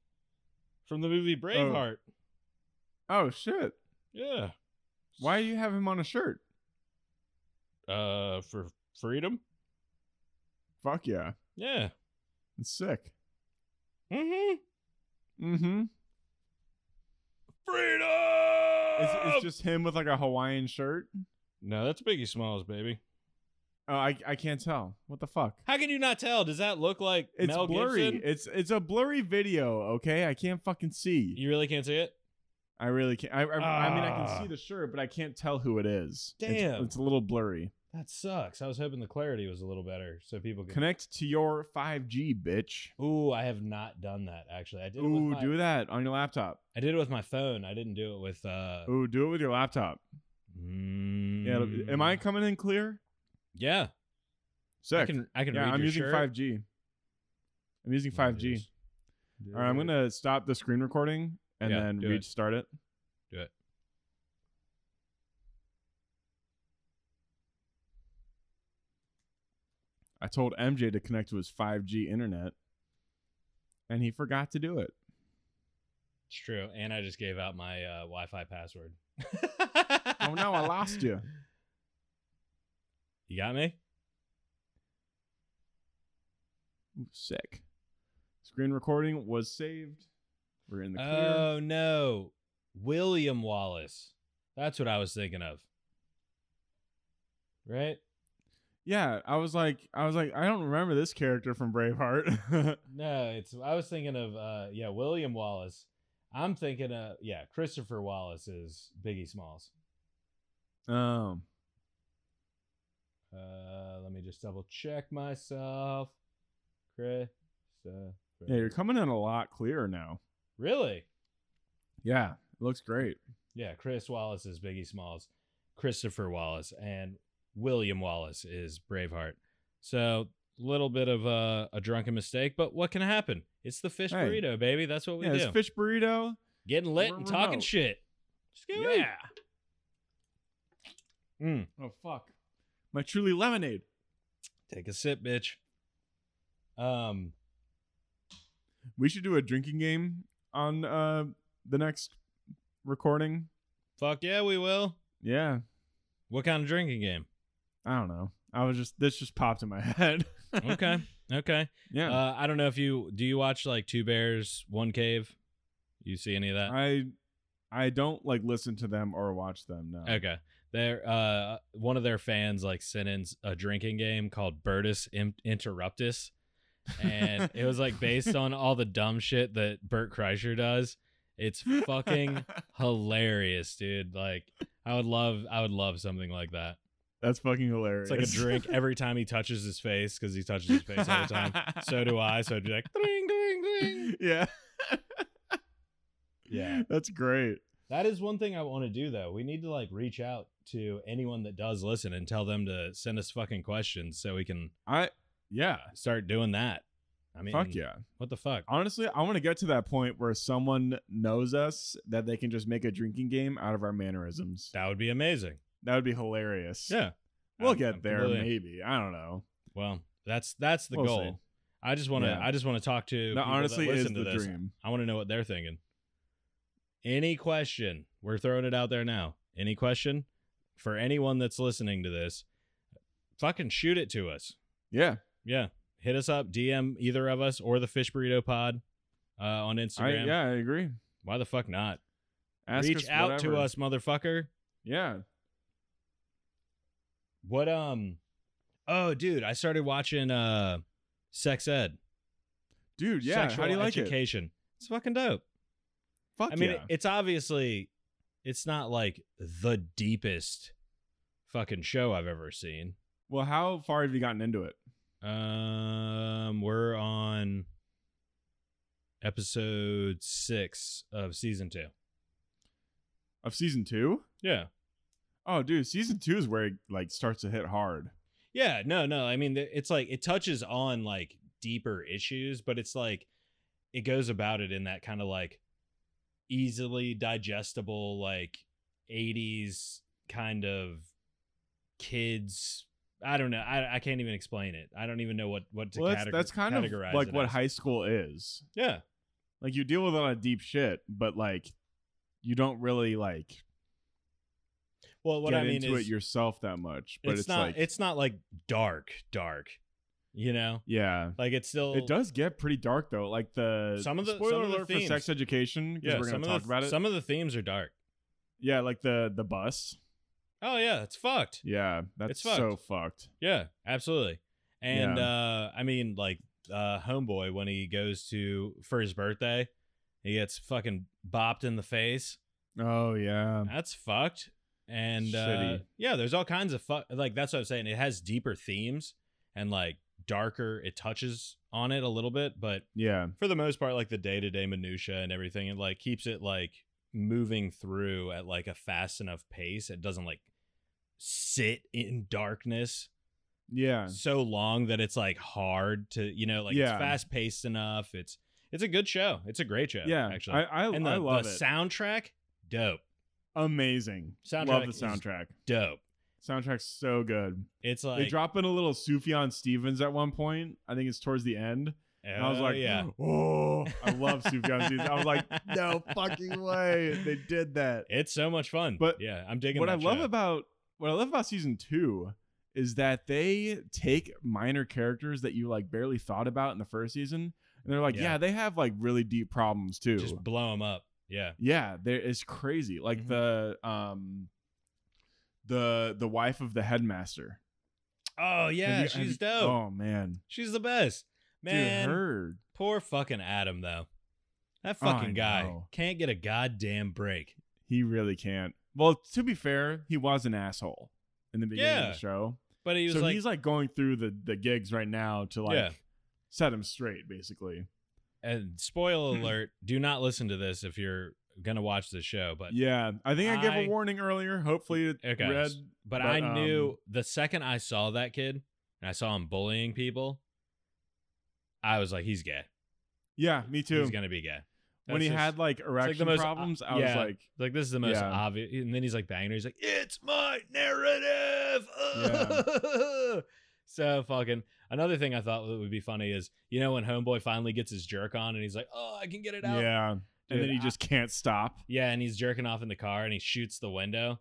Speaker 1: from the movie Braveheart.
Speaker 2: Oh shit!
Speaker 1: Yeah.
Speaker 2: Why do you have him on a shirt?
Speaker 1: Uh, for freedom.
Speaker 2: Fuck yeah,
Speaker 1: Yeah.
Speaker 2: it's sick.
Speaker 1: Mm-hmm.
Speaker 2: Mm-hmm.
Speaker 1: Freedom. Oh!
Speaker 2: It's, it's just him with like a Hawaiian shirt.
Speaker 1: no, that's Biggie Smalls, baby.
Speaker 2: Oh, I I can't tell. What the fuck?
Speaker 1: How can you not tell? Does that look like
Speaker 2: It's
Speaker 1: Mel
Speaker 2: blurry.
Speaker 1: Gibson?
Speaker 2: It's it's a blurry video. Okay, I can't fucking see.
Speaker 1: You really can't see it.
Speaker 2: I really can't. I, I, I mean, I
Speaker 1: Ah.
Speaker 2: can see the shirt, but I can't tell who it is. It's-
Speaker 1: Damn.
Speaker 2: it's, a little blurry.
Speaker 1: That sucks. I was hoping the clarity was a little better so people could.
Speaker 2: Connect to your 5G, bitch.
Speaker 1: Ooh, I have not done that actually. I did. it with
Speaker 2: Ooh,
Speaker 1: my,
Speaker 2: do that on your laptop.
Speaker 1: I did it with my phone. I didn't do it with. uh
Speaker 2: Ooh, do it with your laptop. Yeah, it'll- am I
Speaker 1: mm,
Speaker 2: coming in clear?
Speaker 1: Yeah,
Speaker 2: Sick.
Speaker 1: I can. I can.
Speaker 2: yeah,
Speaker 1: read
Speaker 2: I'm
Speaker 1: your
Speaker 2: using
Speaker 1: shirt.
Speaker 2: 5G. I'm using
Speaker 1: Oh,
Speaker 2: 5G.
Speaker 1: dude.
Speaker 2: All right, I'm gonna stop the screen recording and
Speaker 1: Yeah,
Speaker 2: then
Speaker 1: do it.
Speaker 2: restart it.
Speaker 1: Do it.
Speaker 2: I told MJ to connect to his 5G internet, and he forgot to do it.
Speaker 1: It's true, and I just gave out my uh, Wi-Fi password.
Speaker 2: [LAUGHS] Oh no, I
Speaker 1: [LAUGHS]
Speaker 2: lost you.
Speaker 1: You got me.
Speaker 2: Ooh, sick. Screen recording was saved. We're in the clear.
Speaker 1: Oh no, William Wallace. That's what I was thinking of. Right?
Speaker 2: yeah, I was like, I was like, I don't remember this character from Braveheart. [LAUGHS]
Speaker 1: No, it's. I was thinking of. Uh, yeah, William Wallace. I'm thinking of. Yeah, Christopher Wallace is Biggie Smalls.
Speaker 2: um,
Speaker 1: Uh, let me just double check myself. Chris. Uh,
Speaker 2: yeah, you're coming in a lot clearer now.
Speaker 1: really?
Speaker 2: Yeah, it looks great.
Speaker 1: Yeah, Chris Wallace is Biggie Smalls. Christopher Wallace and William Wallace is Braveheart. So little bit of a, a drunken mistake, but what can happen? It's the fish
Speaker 2: Hey.
Speaker 1: burrito, baby. That's what we
Speaker 2: yeah,
Speaker 1: do.
Speaker 2: it's fish burrito.
Speaker 1: Getting lit
Speaker 2: We're
Speaker 1: and talking
Speaker 2: remote.
Speaker 1: shit. Scooby.
Speaker 2: Yeah.
Speaker 1: Mm.
Speaker 2: Oh fuck, my truly lemonade.
Speaker 1: Take a sip, bitch. Um,
Speaker 2: We should do a drinking game on uh the next recording.
Speaker 1: fuck yeah, we will.
Speaker 2: Yeah,
Speaker 1: What kind of drinking game?
Speaker 2: I don't know. I was just this just popped in my [LAUGHS] head.
Speaker 1: Okay. okay.
Speaker 2: [LAUGHS] yeah.
Speaker 1: Uh, I don't know if you do you watch like Two Bears, One Cave? You see any of that?
Speaker 2: I I don't like listen to them or watch them. No.
Speaker 1: Okay. Their uh one of their fans like sent in s- a drinking game called Bertus Im- Interruptus and it was like based on all the dumb shit that Bert Kreischer does. It's fucking hilarious, dude. Like I would love I would love something like that.
Speaker 2: [LAUGHS] That's fucking
Speaker 1: It's
Speaker 2: hilarious. [LAUGHS]
Speaker 1: like a drink every time he touches his face cuz he touches his face all the time. So do I, so it'd be like ding ding ding.
Speaker 2: [LAUGHS] yeah.
Speaker 1: Yeah.
Speaker 2: That's great.
Speaker 1: That is one thing I want to do though. We need to like reach out to anyone that does listen and tell them to send us fucking questions so we can
Speaker 2: I yeah.
Speaker 1: start doing that. I mean,
Speaker 2: Fuck yeah.
Speaker 1: What the fuck?
Speaker 2: Honestly, I want to get to that point where someone knows us that they can just make a drinking game out of our mannerisms.
Speaker 1: That would be amazing.
Speaker 2: That would be hilarious.
Speaker 1: Yeah.
Speaker 2: We'll
Speaker 1: I'm-
Speaker 2: get
Speaker 1: I'm
Speaker 2: there
Speaker 1: completely-
Speaker 2: maybe. I don't know.
Speaker 1: Well, that's that's the
Speaker 2: We'll
Speaker 1: goal.
Speaker 2: see.
Speaker 1: I just want to
Speaker 2: Yeah.
Speaker 1: I just want to talk to
Speaker 2: That
Speaker 1: people that
Speaker 2: honestly is
Speaker 1: listen to
Speaker 2: the
Speaker 1: this.
Speaker 2: dream.
Speaker 1: I want to know what they're thinking. Any question? We're throwing it out there now. Any question for anyone that's listening to this? Fucking shoot it to us.
Speaker 2: Yeah.
Speaker 1: Yeah. Hit us up, DM either of us or the Fish Burrito Pod uh, on
Speaker 2: I,
Speaker 1: Instagram.
Speaker 2: yeah, I agree.
Speaker 1: Why the fuck not?
Speaker 2: Ask
Speaker 1: Reach
Speaker 2: us
Speaker 1: out to
Speaker 2: whatever.
Speaker 1: us, motherfucker.
Speaker 2: Yeah.
Speaker 1: What um Oh dude, I started watching uh Sex Ed.
Speaker 2: Dude, yeah.
Speaker 1: Sexual
Speaker 2: How do you like it?
Speaker 1: education. It's fucking dope.
Speaker 2: Fuck
Speaker 1: I mean,
Speaker 2: yeah.
Speaker 1: it's obviously it's not like the deepest fucking show I've ever seen.
Speaker 2: well, how far have you gotten into it?
Speaker 1: Um we're on episode 6 of season 2.
Speaker 2: Of season two?
Speaker 1: Yeah.
Speaker 2: Oh, dude, season two is where it like starts to hit hard.
Speaker 1: Yeah, no, no. I mean, th- it's like it touches on like deeper issues, but it's like it goes about it in that kind of like easily digestible, like 80s kind of kids. I don't know. I, I can't even explain it. I don't even know what what to
Speaker 2: well, that's,
Speaker 1: categ-
Speaker 2: that's kind of
Speaker 1: categorize
Speaker 2: like
Speaker 1: it
Speaker 2: what
Speaker 1: as.
Speaker 2: high school is.
Speaker 1: Yeah,
Speaker 2: Like you deal with a lot of deep shit, but like you don't really like
Speaker 1: well, what
Speaker 2: get
Speaker 1: I mean
Speaker 2: into
Speaker 1: is
Speaker 2: it yourself that much. But
Speaker 1: it's,
Speaker 2: it's,
Speaker 1: not
Speaker 2: like
Speaker 1: it's not like dark, dark. You know,
Speaker 2: yeah.
Speaker 1: like it's still
Speaker 2: It does get pretty dark though. Like the
Speaker 1: Some of the-
Speaker 2: spoiler
Speaker 1: some of the
Speaker 2: alert
Speaker 1: themes.
Speaker 2: for sex education because
Speaker 1: Yeah,
Speaker 2: we're gonna
Speaker 1: some of
Speaker 2: talk
Speaker 1: the
Speaker 2: about it.
Speaker 1: some of the themes are dark.
Speaker 2: yeah, like the the bus.
Speaker 1: Oh yeah, it's fucked.
Speaker 2: Yeah, that's
Speaker 1: It's fucked.
Speaker 2: so fucked.
Speaker 1: Yeah, absolutely. And uh I mean like uh homeboy when he goes to for his birthday, he gets fucking bopped in the face.
Speaker 2: Oh yeah,
Speaker 1: That's fucked. And uh,
Speaker 2: Shitty.
Speaker 1: yeah, there's all kinds of fuck like that's what I'm saying. It has deeper themes and like darker it touches on it a little bit, but
Speaker 2: yeah,
Speaker 1: for the most part like the day-to-day minutia and everything it like keeps it like moving through at like a fast enough pace it doesn't like sit in darkness
Speaker 2: yeah.
Speaker 1: so long that it's like hard to you know like
Speaker 2: Yeah.
Speaker 1: it's fast paced enough it's it's a good show it's a great show
Speaker 2: Yeah,
Speaker 1: actually
Speaker 2: I I,
Speaker 1: and the,
Speaker 2: I love
Speaker 1: the
Speaker 2: it.
Speaker 1: soundtrack dope
Speaker 2: Amazing.
Speaker 1: Soundtrack
Speaker 2: love the
Speaker 1: is-
Speaker 2: soundtrack.
Speaker 1: dope
Speaker 2: Soundtrack's so good.
Speaker 1: it's like
Speaker 2: they drop in a little Sufjan Stevens at one point. I think it's towards the end. And I was
Speaker 1: oh,
Speaker 2: like,
Speaker 1: yeah
Speaker 2: [GASPS] oh, I love Sufjan Stevens. I
Speaker 1: [LAUGHS]
Speaker 2: was like, no fucking way. They did that.
Speaker 1: it's so much fun
Speaker 2: But
Speaker 1: yeah i'm digging
Speaker 2: What
Speaker 1: that
Speaker 2: I love
Speaker 1: show.
Speaker 2: about what I love about season two is that they take minor characters that you like barely thought about in the first season, and they're like,
Speaker 1: Yeah.
Speaker 2: yeah, they have like really deep problems too.
Speaker 1: just blow them up yeah
Speaker 2: Yeah, there it's crazy. Like
Speaker 1: Mhm.
Speaker 2: the um the the wife of the headmaster.
Speaker 1: oh
Speaker 2: Have
Speaker 1: yeah
Speaker 2: you- have
Speaker 1: she's
Speaker 2: you-
Speaker 1: dope
Speaker 2: Oh man.
Speaker 1: she's the best man
Speaker 2: Dude, her
Speaker 1: Poor fucking Adam though. That
Speaker 2: Oh, I
Speaker 1: fucking guy
Speaker 2: know.
Speaker 1: can't get a goddamn break.
Speaker 2: he really can't. Well, to be fair, he was an asshole in the beginning
Speaker 1: Yeah.
Speaker 2: of the show.
Speaker 1: But he was
Speaker 2: so
Speaker 1: like,
Speaker 2: he's like going through the the gigs right now to like
Speaker 1: Yeah.
Speaker 2: set him straight basically.
Speaker 1: and
Speaker 2: Mm-hmm.
Speaker 1: spoil alert, do not listen to this if you're gonna watch the show. But
Speaker 2: yeah, I think I, gave
Speaker 1: I-
Speaker 2: a warning earlier. Hopefully it
Speaker 1: Okay.
Speaker 2: read
Speaker 1: but,
Speaker 2: but,
Speaker 1: I
Speaker 2: um,
Speaker 1: knew the second I saw that kid and I saw him bullying people, I was like, he's gay.
Speaker 2: Yeah, me too.
Speaker 1: He's gonna be gay.
Speaker 2: when
Speaker 1: That's
Speaker 2: he
Speaker 1: just-
Speaker 2: had like erection
Speaker 1: most- uh,
Speaker 2: problems, I
Speaker 1: yeah.
Speaker 2: was like
Speaker 1: like this is the most
Speaker 2: Yeah.
Speaker 1: obvious, and then he's like banging. her. He's like, "It's my narrative." [LAUGHS] so fucking. Another thing I thought that would be funny is you know when Homeboy finally gets his jerk on and he's like, "Oh, I can get it out."
Speaker 2: Yeah.
Speaker 1: Dude,
Speaker 2: and then he
Speaker 1: I-
Speaker 2: just can't stop.
Speaker 1: Yeah, and he's jerking off in the car and he shoots the window.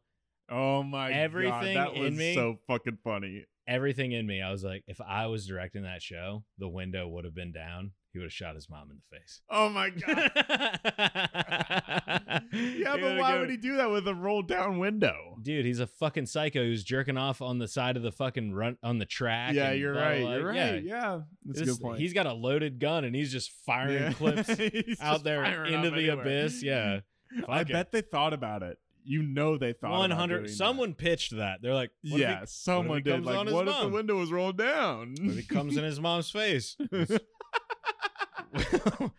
Speaker 2: Oh my
Speaker 1: Everything
Speaker 2: god, that was
Speaker 1: in me-
Speaker 2: so fucking funny.
Speaker 1: Everything in me, I was like, if I was directing that show, the window would have been down. He would have shot his mom in the
Speaker 2: [LAUGHS]
Speaker 1: face.
Speaker 2: Oh
Speaker 1: [LAUGHS]
Speaker 2: my god. yeah, but why would he do that with a rolled down window?
Speaker 1: Dude, he's a fucking psycho who's jerking off on the side of the fucking run on the track.
Speaker 2: Yeah,
Speaker 1: and
Speaker 2: you're
Speaker 1: blah, blah,
Speaker 2: right.
Speaker 1: blah.
Speaker 2: You're right.
Speaker 1: Yeah.
Speaker 2: Yeah. That's a
Speaker 1: This-
Speaker 2: good point.
Speaker 1: He's got a loaded gun and he's just firing
Speaker 2: Yeah.
Speaker 1: clips
Speaker 2: [LAUGHS] He's
Speaker 1: out
Speaker 2: just
Speaker 1: there
Speaker 2: firing
Speaker 1: into
Speaker 2: them
Speaker 1: the
Speaker 2: anywhere.
Speaker 1: abyss. Yeah.
Speaker 2: I
Speaker 1: Fuck it.
Speaker 2: bet they thought about it. You know they [LAUGHS] thought
Speaker 1: One
Speaker 2: about doing
Speaker 1: hundred
Speaker 2: that.
Speaker 1: someone pitched that. They're like, what if he-
Speaker 2: yeah, someone
Speaker 1: comes
Speaker 2: did.
Speaker 1: on
Speaker 2: Like,
Speaker 1: his
Speaker 2: what if
Speaker 1: mom?
Speaker 2: the window was rolled down? [LAUGHS]
Speaker 1: what if he comes in his mom's face. [LAUGHS]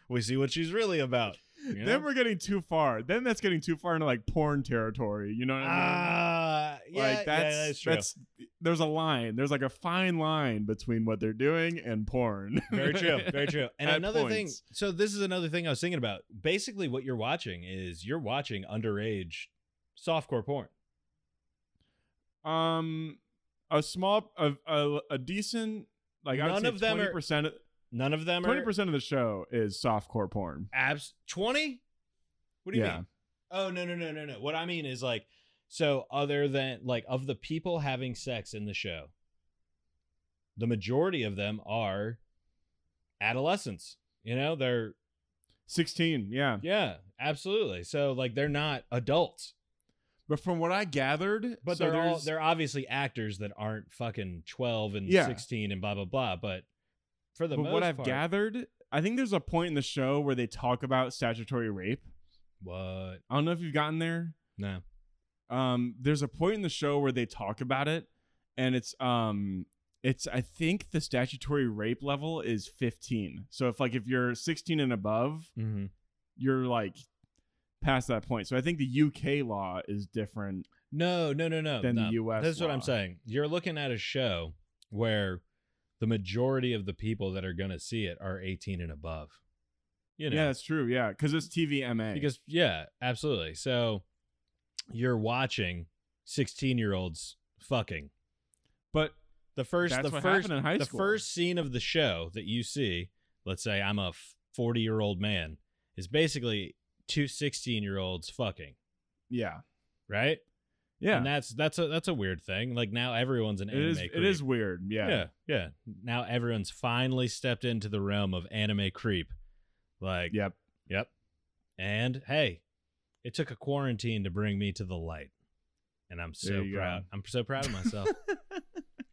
Speaker 1: we see what she's really about. you know?
Speaker 2: Then we're getting too far. Then that's getting too far into like porn territory. You know what I mean?
Speaker 1: [LAUGHS] Ah, yeah, yeah,
Speaker 2: like that's
Speaker 1: that's true.
Speaker 2: that's there's a line. There's like a fine line between what they're doing and porn.
Speaker 1: Very true. Very [LAUGHS] true. And
Speaker 2: At
Speaker 1: another thing,
Speaker 2: points.
Speaker 1: so this is another thing I was thinking about. Basically, what you're watching is you're watching underage softcore porn.
Speaker 2: [LAUGHS] um a small a a, a decent like I would
Speaker 1: None
Speaker 2: say
Speaker 1: of them are-
Speaker 2: 20%
Speaker 1: None of them
Speaker 2: Twenty
Speaker 1: are
Speaker 2: percent of the show is softcore porn.
Speaker 1: abs. Twenty? What do you
Speaker 2: Yeah.
Speaker 1: mean? Oh no no no no no. What I mean is like, so other than like of the people having sex in the show, the majority of them are adolescents. You know, they're
Speaker 2: Sixteen, yeah.
Speaker 1: yeah, absolutely. So like they're not adults.
Speaker 2: But from what I gathered,
Speaker 1: But
Speaker 2: so
Speaker 1: they're all
Speaker 2: there's-
Speaker 1: they're obviously actors that aren't fucking twelve and
Speaker 2: Yeah.
Speaker 1: sixteen and blah blah blah. But for the
Speaker 2: but
Speaker 1: most
Speaker 2: what I've
Speaker 1: part,
Speaker 2: gathered, I think there's a point in the show where they talk about statutory rape.
Speaker 1: what
Speaker 2: I don't know if you've gotten there.
Speaker 1: no
Speaker 2: Um, there's a point in the show where they talk about it, and it's um, it's I think the statutory rape level is 15. So if like if you're 16 and above,
Speaker 1: mm-hmm.
Speaker 2: you're like past that point. So I think the UK law is different.
Speaker 1: no no no no
Speaker 2: Than the
Speaker 1: no.
Speaker 2: US
Speaker 1: That's what I'm
Speaker 2: law.
Speaker 1: saying. You're looking at a show where the majority of the people that are gonna see it are eighteen and above. You know,
Speaker 2: Yeah, that's true. Yeah, because it's TVMA.
Speaker 1: because yeah, absolutely. So you're watching sixteen year olds fucking
Speaker 2: but
Speaker 1: the first
Speaker 2: That's
Speaker 1: the
Speaker 2: what
Speaker 1: first
Speaker 2: happened in high
Speaker 1: the
Speaker 2: school.
Speaker 1: first scene of the show that you see let's say i'm a 40 year old man is basically two 16 year olds fucking
Speaker 2: yeah,
Speaker 1: right
Speaker 2: yeah,
Speaker 1: and that's that's a that's a weird thing like now everyone's an
Speaker 2: it
Speaker 1: anime
Speaker 2: is. It
Speaker 1: creep.
Speaker 2: is weird. Yeah.
Speaker 1: yeah yeah now everyone's finally stepped into the realm of anime creep like
Speaker 2: Yep.
Speaker 1: yep and hey it took a quarantine to bring me to the light and I'm
Speaker 2: There
Speaker 1: so
Speaker 2: you go.
Speaker 1: proud. I'm so proud of
Speaker 2: [LAUGHS]
Speaker 1: myself.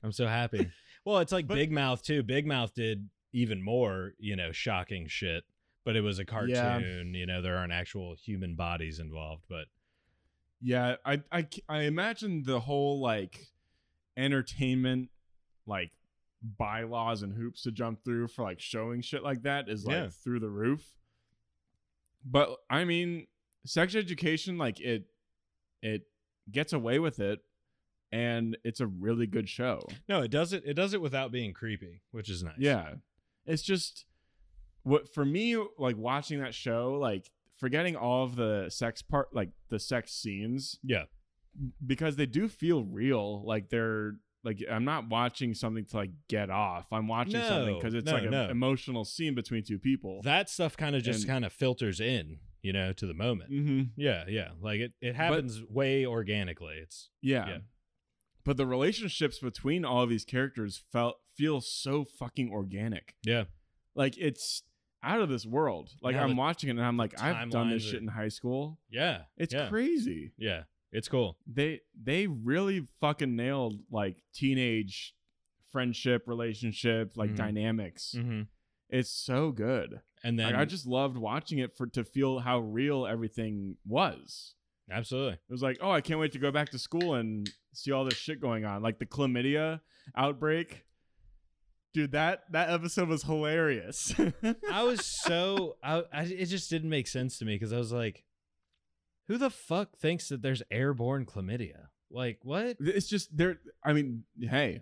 Speaker 1: I'm so happy. Well, it's like
Speaker 2: But-
Speaker 1: Big Mouth too. Big Mouth did even more, you know, shocking shit. But it was a cartoon. You know, there aren't actual human bodies involved. But
Speaker 2: Yeah, I, I c- I imagine the whole like entertainment like bylaws and hoops to jump through for like showing shit like that is like
Speaker 1: Yeah.
Speaker 2: through the roof. But I mean, sex education like it it gets away with it and it's a really good show.
Speaker 1: no, it does it. It does it without being creepy, which is nice.
Speaker 2: Yeah. It's just what for me like watching that show like forgetting all of the sex part like the sex scenes
Speaker 1: yeah.
Speaker 2: because they do feel real like they're like i'm not watching something to like get off i'm watching
Speaker 1: No,
Speaker 2: something because it's
Speaker 1: no,
Speaker 2: like an
Speaker 1: no.
Speaker 2: emotional scene between two people
Speaker 1: That stuff kind of just
Speaker 2: And-
Speaker 1: kind of filters in, you know, to the moment.
Speaker 2: mm-hmm.
Speaker 1: Yeah, yeah. Like it, it happens way organically. It's
Speaker 2: yeah.
Speaker 1: Yeah.
Speaker 2: but the relationships between all of these characters felt feel so fucking organic
Speaker 1: yeah.
Speaker 2: like it's out of this world like
Speaker 1: Now
Speaker 2: i'm
Speaker 1: the
Speaker 2: watching it and i'm like i've done this
Speaker 1: timelines
Speaker 2: shit
Speaker 1: are-
Speaker 2: in high school
Speaker 1: Yeah.
Speaker 2: it's
Speaker 1: yeah.
Speaker 2: crazy
Speaker 1: Yeah. It's cool.
Speaker 2: they they really fucking nailed like teenage friendship relationship like
Speaker 1: Mhm.
Speaker 2: dynamics
Speaker 1: Mm-hmm.
Speaker 2: it's so good
Speaker 1: And then
Speaker 2: Like, I just loved watching it for to feel how real everything was. [LAUGHS]
Speaker 1: absolutely.
Speaker 2: It was like, oh, I can't wait to go back to school and see all this shit going on, like the chlamydia outbreak. Dude, that that episode was hilarious. [LAUGHS]
Speaker 1: I was so I, I it just didn't make sense to me because I was like, who the fuck thinks that there's airborne chlamydia? Like what?
Speaker 2: it's just there. I mean, hey,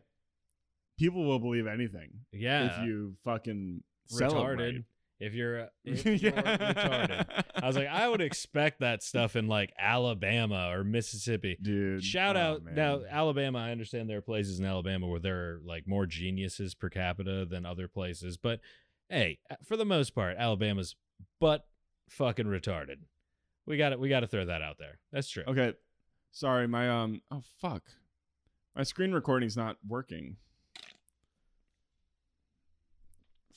Speaker 2: people will believe anything
Speaker 1: Yeah,
Speaker 2: if you fucking
Speaker 1: retarded.
Speaker 2: celebrate.
Speaker 1: If
Speaker 2: [LAUGHS]
Speaker 1: you're, uh, if you're retarded, I was like, I would expect that stuff in like Alabama or Mississippi.
Speaker 2: dude.
Speaker 1: Shout
Speaker 2: oh,
Speaker 1: out
Speaker 2: man.
Speaker 1: now Alabama. I understand there are places in Alabama where there are like more geniuses per capita than other places, but hey, for the most part, Alabama's butt fucking retarded. We got it. We got to throw that out there. That's true.
Speaker 2: Okay, sorry, my um. Oh fuck, my screen recording's not working.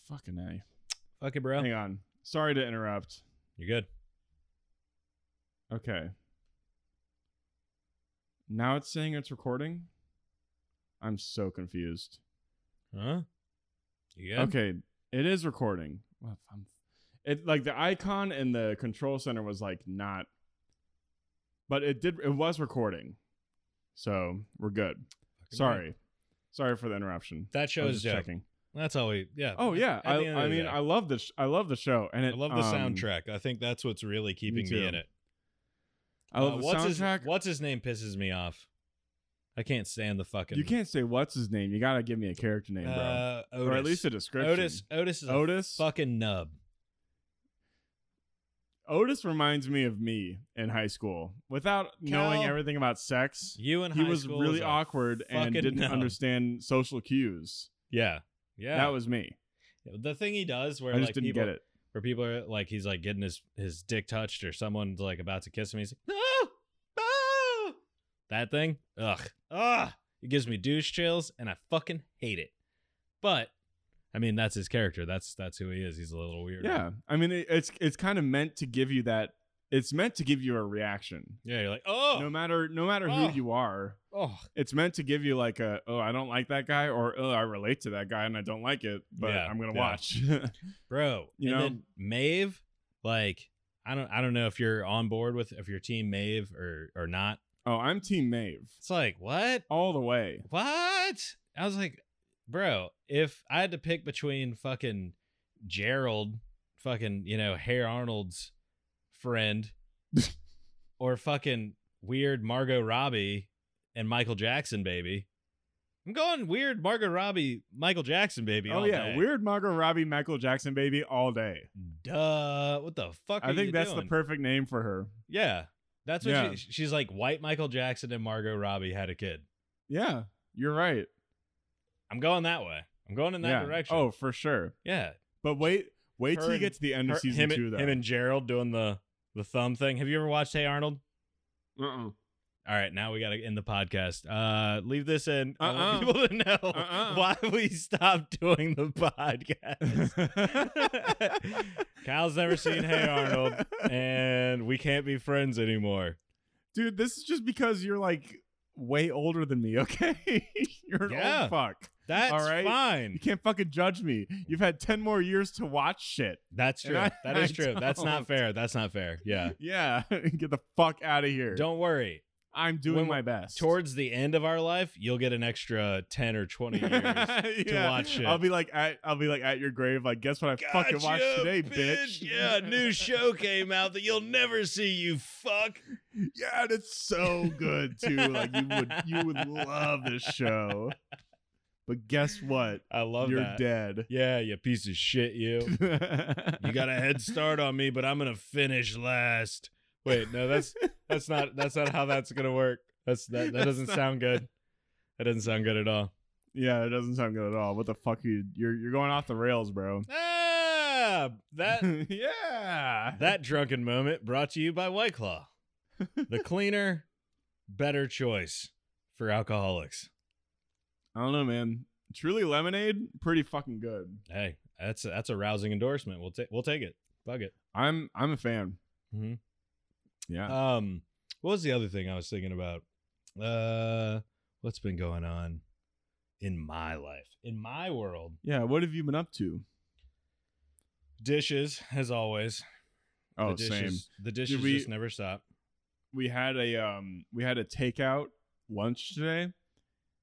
Speaker 2: Fucking a.
Speaker 1: Fuck it, bro.
Speaker 2: Hang on. Sorry to interrupt.
Speaker 1: You're good.
Speaker 2: Okay. Now it's saying it's recording. I'm so confused.
Speaker 1: Huh? You good?
Speaker 2: Okay, it is recording. Well, I'm- It like the icon and the control center was like not, but it did. It was recording, so we're good.
Speaker 1: Fucking
Speaker 2: Sorry,
Speaker 1: right.
Speaker 2: sorry for the interruption.
Speaker 1: That
Speaker 2: I
Speaker 1: show
Speaker 2: was
Speaker 1: is
Speaker 2: just
Speaker 1: dope.
Speaker 2: checking.
Speaker 1: That's all we. Yeah.
Speaker 2: Oh yeah,
Speaker 1: At
Speaker 2: I,
Speaker 1: the end of
Speaker 2: I
Speaker 1: the
Speaker 2: mean
Speaker 1: day.
Speaker 2: I love the sh- I love the show and
Speaker 1: I
Speaker 2: it,
Speaker 1: love the
Speaker 2: um,
Speaker 1: soundtrack. I think that's what's really keeping me,
Speaker 2: too.
Speaker 1: in it.
Speaker 2: I love
Speaker 1: Uh,
Speaker 2: the
Speaker 1: what's
Speaker 2: soundtrack.
Speaker 1: His, what's his name pisses me off. I can't stand the fucking.
Speaker 2: you can't say what's his name. You gotta give me a character name, bro,
Speaker 1: Uh, Otis.
Speaker 2: or at least a description.
Speaker 1: Otis. Otis is a
Speaker 2: Otis.
Speaker 1: fucking nub.
Speaker 2: Otis reminds me of me in high school. Without knowing
Speaker 1: Cal,
Speaker 2: everything about sex,
Speaker 1: You in
Speaker 2: he
Speaker 1: high
Speaker 2: was
Speaker 1: school
Speaker 2: really
Speaker 1: a
Speaker 2: awkward and
Speaker 1: fucking
Speaker 2: didn't
Speaker 1: nub.
Speaker 2: understand social cues.
Speaker 1: Yeah. Yeah.
Speaker 2: That was me.
Speaker 1: the thing he does where
Speaker 2: I just
Speaker 1: like
Speaker 2: didn't
Speaker 1: people
Speaker 2: get it.
Speaker 1: where people are like he's like getting his his dick touched or someone's like about to kiss him. He's like, no, no, that thing. Ugh, ugh. It gives me douche chills, and I fucking hate it. But I mean, that's his character. That's that's who he is. He's a little weird.
Speaker 2: Yeah, I mean it, it's it's kind of meant to give you that. It's meant to give you a reaction,
Speaker 1: yeah. You're like, oh,
Speaker 2: no matter no matter
Speaker 1: Oh.
Speaker 2: who you are.
Speaker 1: oh,
Speaker 2: It's meant to give you like a oh I don't like that guy or oh I relate to that guy and I don't like it but
Speaker 1: Yeah,
Speaker 2: I'm gonna
Speaker 1: yeah.
Speaker 2: watch. [LAUGHS]
Speaker 1: bro.
Speaker 2: You
Speaker 1: and
Speaker 2: know?
Speaker 1: then Maeve, like, I don't I don't know if you're on board with if you're team Maeve or or not.
Speaker 2: oh I'm Team Mave
Speaker 1: It's like what.
Speaker 2: all the way.
Speaker 1: what? I was like, bro, if I had to pick between fucking Gerald, fucking, you know, Hair Arnold's
Speaker 2: [LAUGHS]
Speaker 1: friend, or fucking weird Margot Robbie and Michael Jackson, baby, I'm going weird Margot Robbie, Michael Jackson, baby.
Speaker 2: Oh
Speaker 1: all
Speaker 2: yeah,
Speaker 1: day.
Speaker 2: weird Margot Robbie, Michael Jackson, baby, all day.
Speaker 1: Duh. What the fuck?
Speaker 2: I
Speaker 1: are
Speaker 2: think
Speaker 1: you
Speaker 2: that's
Speaker 1: doing?
Speaker 2: the perfect name for her.
Speaker 1: Yeah. That's what
Speaker 2: Yeah.
Speaker 1: she, she's like. White Michael Jackson and Margot Robbie had a kid.
Speaker 2: Yeah, you're right.
Speaker 1: I'm going that way. I'm going in that
Speaker 2: yeah.
Speaker 1: direction.
Speaker 2: Oh, for sure.
Speaker 1: yeah.
Speaker 2: But wait, wait till
Speaker 1: Her
Speaker 2: you get
Speaker 1: and-
Speaker 2: to the end of
Speaker 1: Her-
Speaker 2: season
Speaker 1: him, and-
Speaker 2: two, though.
Speaker 1: him and Gerald doing the the thumb thing. Have you ever watched Hey Arnold? [LAUGHS]
Speaker 2: uh-uh.
Speaker 1: All right, now we got to end the podcast. Uh, leave this in. I want
Speaker 2: Uh-uh.
Speaker 1: people to know
Speaker 2: Uh-uh.
Speaker 1: why we stopped doing the
Speaker 2: [LAUGHS]
Speaker 1: podcast. Kyle's never seen Hey Arnold, and we can't be friends anymore.
Speaker 2: Dude, this is just because you're like way older than me, [LAUGHS] okay? You're an
Speaker 1: Yeah.
Speaker 2: old fuck.
Speaker 1: That's
Speaker 2: All right.
Speaker 1: fine.
Speaker 2: You can't fucking judge me. You've had 10 more years to watch shit.
Speaker 1: That's
Speaker 2: And
Speaker 1: true.
Speaker 2: I-
Speaker 1: that is
Speaker 2: [LAUGHS] I
Speaker 1: true. That's not
Speaker 2: don't.
Speaker 1: fair. That's not fair. Yeah.
Speaker 2: Yeah. [LAUGHS] Get the fuck out of here.
Speaker 1: Don't worry.
Speaker 2: I'm
Speaker 1: When-
Speaker 2: doing my best.
Speaker 1: Towards the end of our life, you'll get an extra 10 or 20 years.
Speaker 2: Yeah.
Speaker 1: watch it.
Speaker 2: I'll be like at I'll be like at your grave, like, guess what I [LAUGHS] fucking watched
Speaker 1: Gotcha,
Speaker 2: today, bitch.
Speaker 1: Yeah, a new show came out that you'll never see, you fuck.
Speaker 2: [LAUGHS] Yeah, and it's so good too. Like you would you would love this show. But guess what?
Speaker 1: I love
Speaker 2: You're
Speaker 1: that.
Speaker 2: dead.
Speaker 1: Yeah, you piece of shit, you. You got a head start on me, but I'm gonna finish last. Wait, no, that's that's not that's not how that's gonna work. That's that, that
Speaker 2: That's
Speaker 1: doesn't
Speaker 2: not-
Speaker 1: sound good. That doesn't sound good at all.
Speaker 2: [LAUGHS] Yeah, it doesn't sound good at all. What the fuck are you you're you're going off the rails, bro.
Speaker 1: Ah, that
Speaker 2: [LAUGHS] yeah.
Speaker 1: that drunken moment brought to you by White Claw,
Speaker 2: [LAUGHS]
Speaker 1: the cleaner, better choice for alcoholics.
Speaker 2: I don't know, man. Truly lemonade, pretty fucking good.
Speaker 1: Hey, that's a, that's a rousing endorsement. We'll take we'll take it. Fuck it.
Speaker 2: I'm I'm a fan.
Speaker 1: Mhm.
Speaker 2: Yeah.
Speaker 1: Um, what was the other thing I was thinking about? Uh, what's been going on in my life, in my world?
Speaker 2: yeah. What have you been up to?
Speaker 1: Dishes, as always.
Speaker 2: Oh,
Speaker 1: the
Speaker 2: same.
Speaker 1: dishes, The dishes
Speaker 2: we-
Speaker 1: just never stop.
Speaker 2: We had a um we had a takeout lunch today,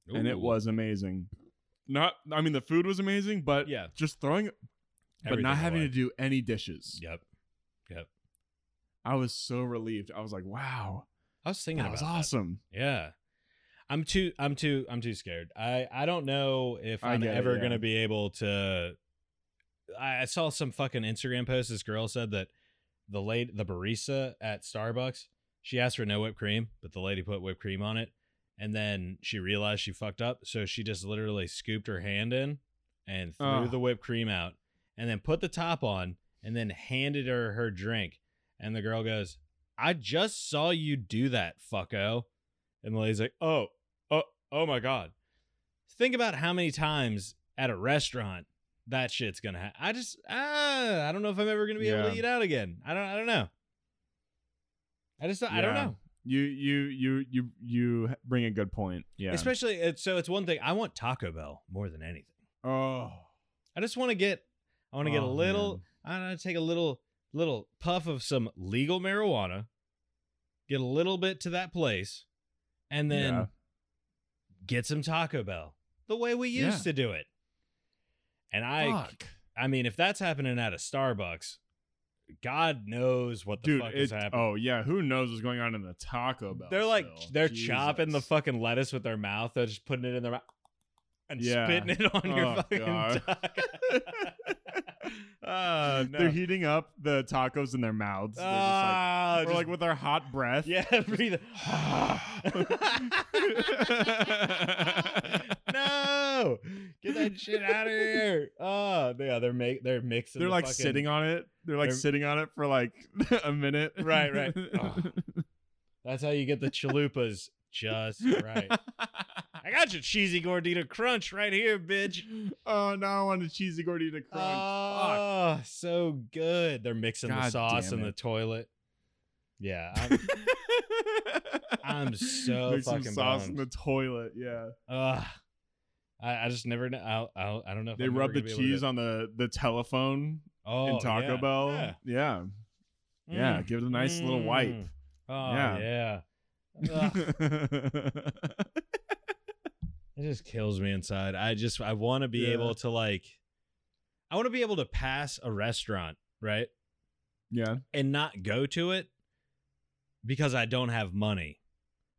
Speaker 2: and
Speaker 1: Ooh.
Speaker 2: it was amazing. Not I mean the food was amazing, but
Speaker 1: Yeah.
Speaker 2: just throwing but
Speaker 1: Everything
Speaker 2: not having
Speaker 1: away.
Speaker 2: to do any dishes.
Speaker 1: Yep.
Speaker 2: I was so relieved. I was like, wow,
Speaker 1: I was thinking
Speaker 2: that was
Speaker 1: about
Speaker 2: awesome.
Speaker 1: that. Yeah. I'm too. I'm too. I'm too scared. I. I don't know if
Speaker 2: I
Speaker 1: I'm
Speaker 2: get it,
Speaker 1: ever
Speaker 2: yeah.
Speaker 1: gonna be able to. I, I saw some fucking Instagram post. This girl said that the late the barista at Starbucks she asked for no whipped cream, but the lady put whipped cream on it, and then she realized she fucked up, so she just literally scooped her hand in and threw
Speaker 2: Ugh.
Speaker 1: the whipped cream out, and then put the top on, and then handed her her drink, and the girl goes, "I just saw you do that, fucko," and the lady's like, "Oh, oh, oh my god." Think about how many times at a restaurant that shit's gonna happen. I just ah, I don't know if I'm ever gonna be able to
Speaker 2: Yeah.
Speaker 1: eat out again. I don't I don't know. I just don't I don't
Speaker 2: Yeah.
Speaker 1: know.
Speaker 2: You you you you you bring a good point. Yeah.
Speaker 1: Especially it's, so it's one thing I want Taco Bell more than anything.
Speaker 2: oh,
Speaker 1: I just want to get I want to get a
Speaker 2: Oh,
Speaker 1: little
Speaker 2: man.
Speaker 1: I don't know, take a little little puff of some legal marijuana, get a little bit to that place, and then
Speaker 2: Yeah.
Speaker 1: get some Taco Bell the way we
Speaker 2: Yeah.
Speaker 1: used to do it. And I
Speaker 2: fuck.
Speaker 1: I mean, if that's happening at a Starbucks, God knows what the
Speaker 2: dude.
Speaker 1: fuck
Speaker 2: it-
Speaker 1: is happening.
Speaker 2: oh yeah, who knows what's going on in the Taco Bell?
Speaker 1: they're like
Speaker 2: still.
Speaker 1: they're chopping the
Speaker 2: Jesus.
Speaker 1: fucking lettuce with their mouth. They're just putting it in their mouth and
Speaker 2: Yeah.
Speaker 1: spitting it on your
Speaker 2: Oh,
Speaker 1: fucking
Speaker 2: God. [LAUGHS]
Speaker 1: [LAUGHS] taco. oh no!
Speaker 2: They're heating up the tacos in their mouths. They're just
Speaker 1: Ah,
Speaker 2: like, or
Speaker 1: just-
Speaker 2: like with their hot breath.
Speaker 1: yeah, [LAUGHS] breathe. [LAUGHS] no, get that shit out of here. Oh, yeah, they're make they're mixing.
Speaker 2: They're
Speaker 1: the
Speaker 2: like
Speaker 1: fucking-
Speaker 2: sitting on it. They're like
Speaker 1: they're-
Speaker 2: sitting on it for like [LAUGHS] a minute.
Speaker 1: Right,
Speaker 2: [LAUGHS]
Speaker 1: right. Oh. That's how you get the chalupas just [LAUGHS] right. I got your cheesy gordita crunch right here, bitch.
Speaker 2: oh, now I want a cheesy gordita crunch. Fuck.
Speaker 1: Oh, so good. They're mixing the
Speaker 2: God
Speaker 1: sauce
Speaker 2: damn
Speaker 1: in the
Speaker 2: it.
Speaker 1: toilet. Yeah. [LAUGHS]
Speaker 2: [LAUGHS]
Speaker 1: I'm, I'm so
Speaker 2: Make some
Speaker 1: fucking
Speaker 2: sauce
Speaker 1: bummed.
Speaker 2: in the toilet. Yeah,
Speaker 1: ugh. I, I just never know. I'll, I'll, I don't know. If
Speaker 2: they
Speaker 1: I'm
Speaker 2: rub
Speaker 1: ever
Speaker 2: the
Speaker 1: gonna be able to
Speaker 2: cheese
Speaker 1: do-
Speaker 2: on the the telephone
Speaker 1: oh,
Speaker 2: in Taco
Speaker 1: yeah,
Speaker 2: Bell.
Speaker 1: Yeah.
Speaker 2: Yeah, yeah,
Speaker 1: Mm,
Speaker 2: give it a nice little wipe.
Speaker 1: mm. Oh
Speaker 2: Yeah.
Speaker 1: yeah. Ugh,
Speaker 2: [LAUGHS]
Speaker 1: Mm. it just kills me inside. I just I want to be
Speaker 2: Yeah.
Speaker 1: able to like, I want to be able to pass a restaurant right
Speaker 2: [LAUGHS] yeah,
Speaker 1: and not go to it because I don't have money,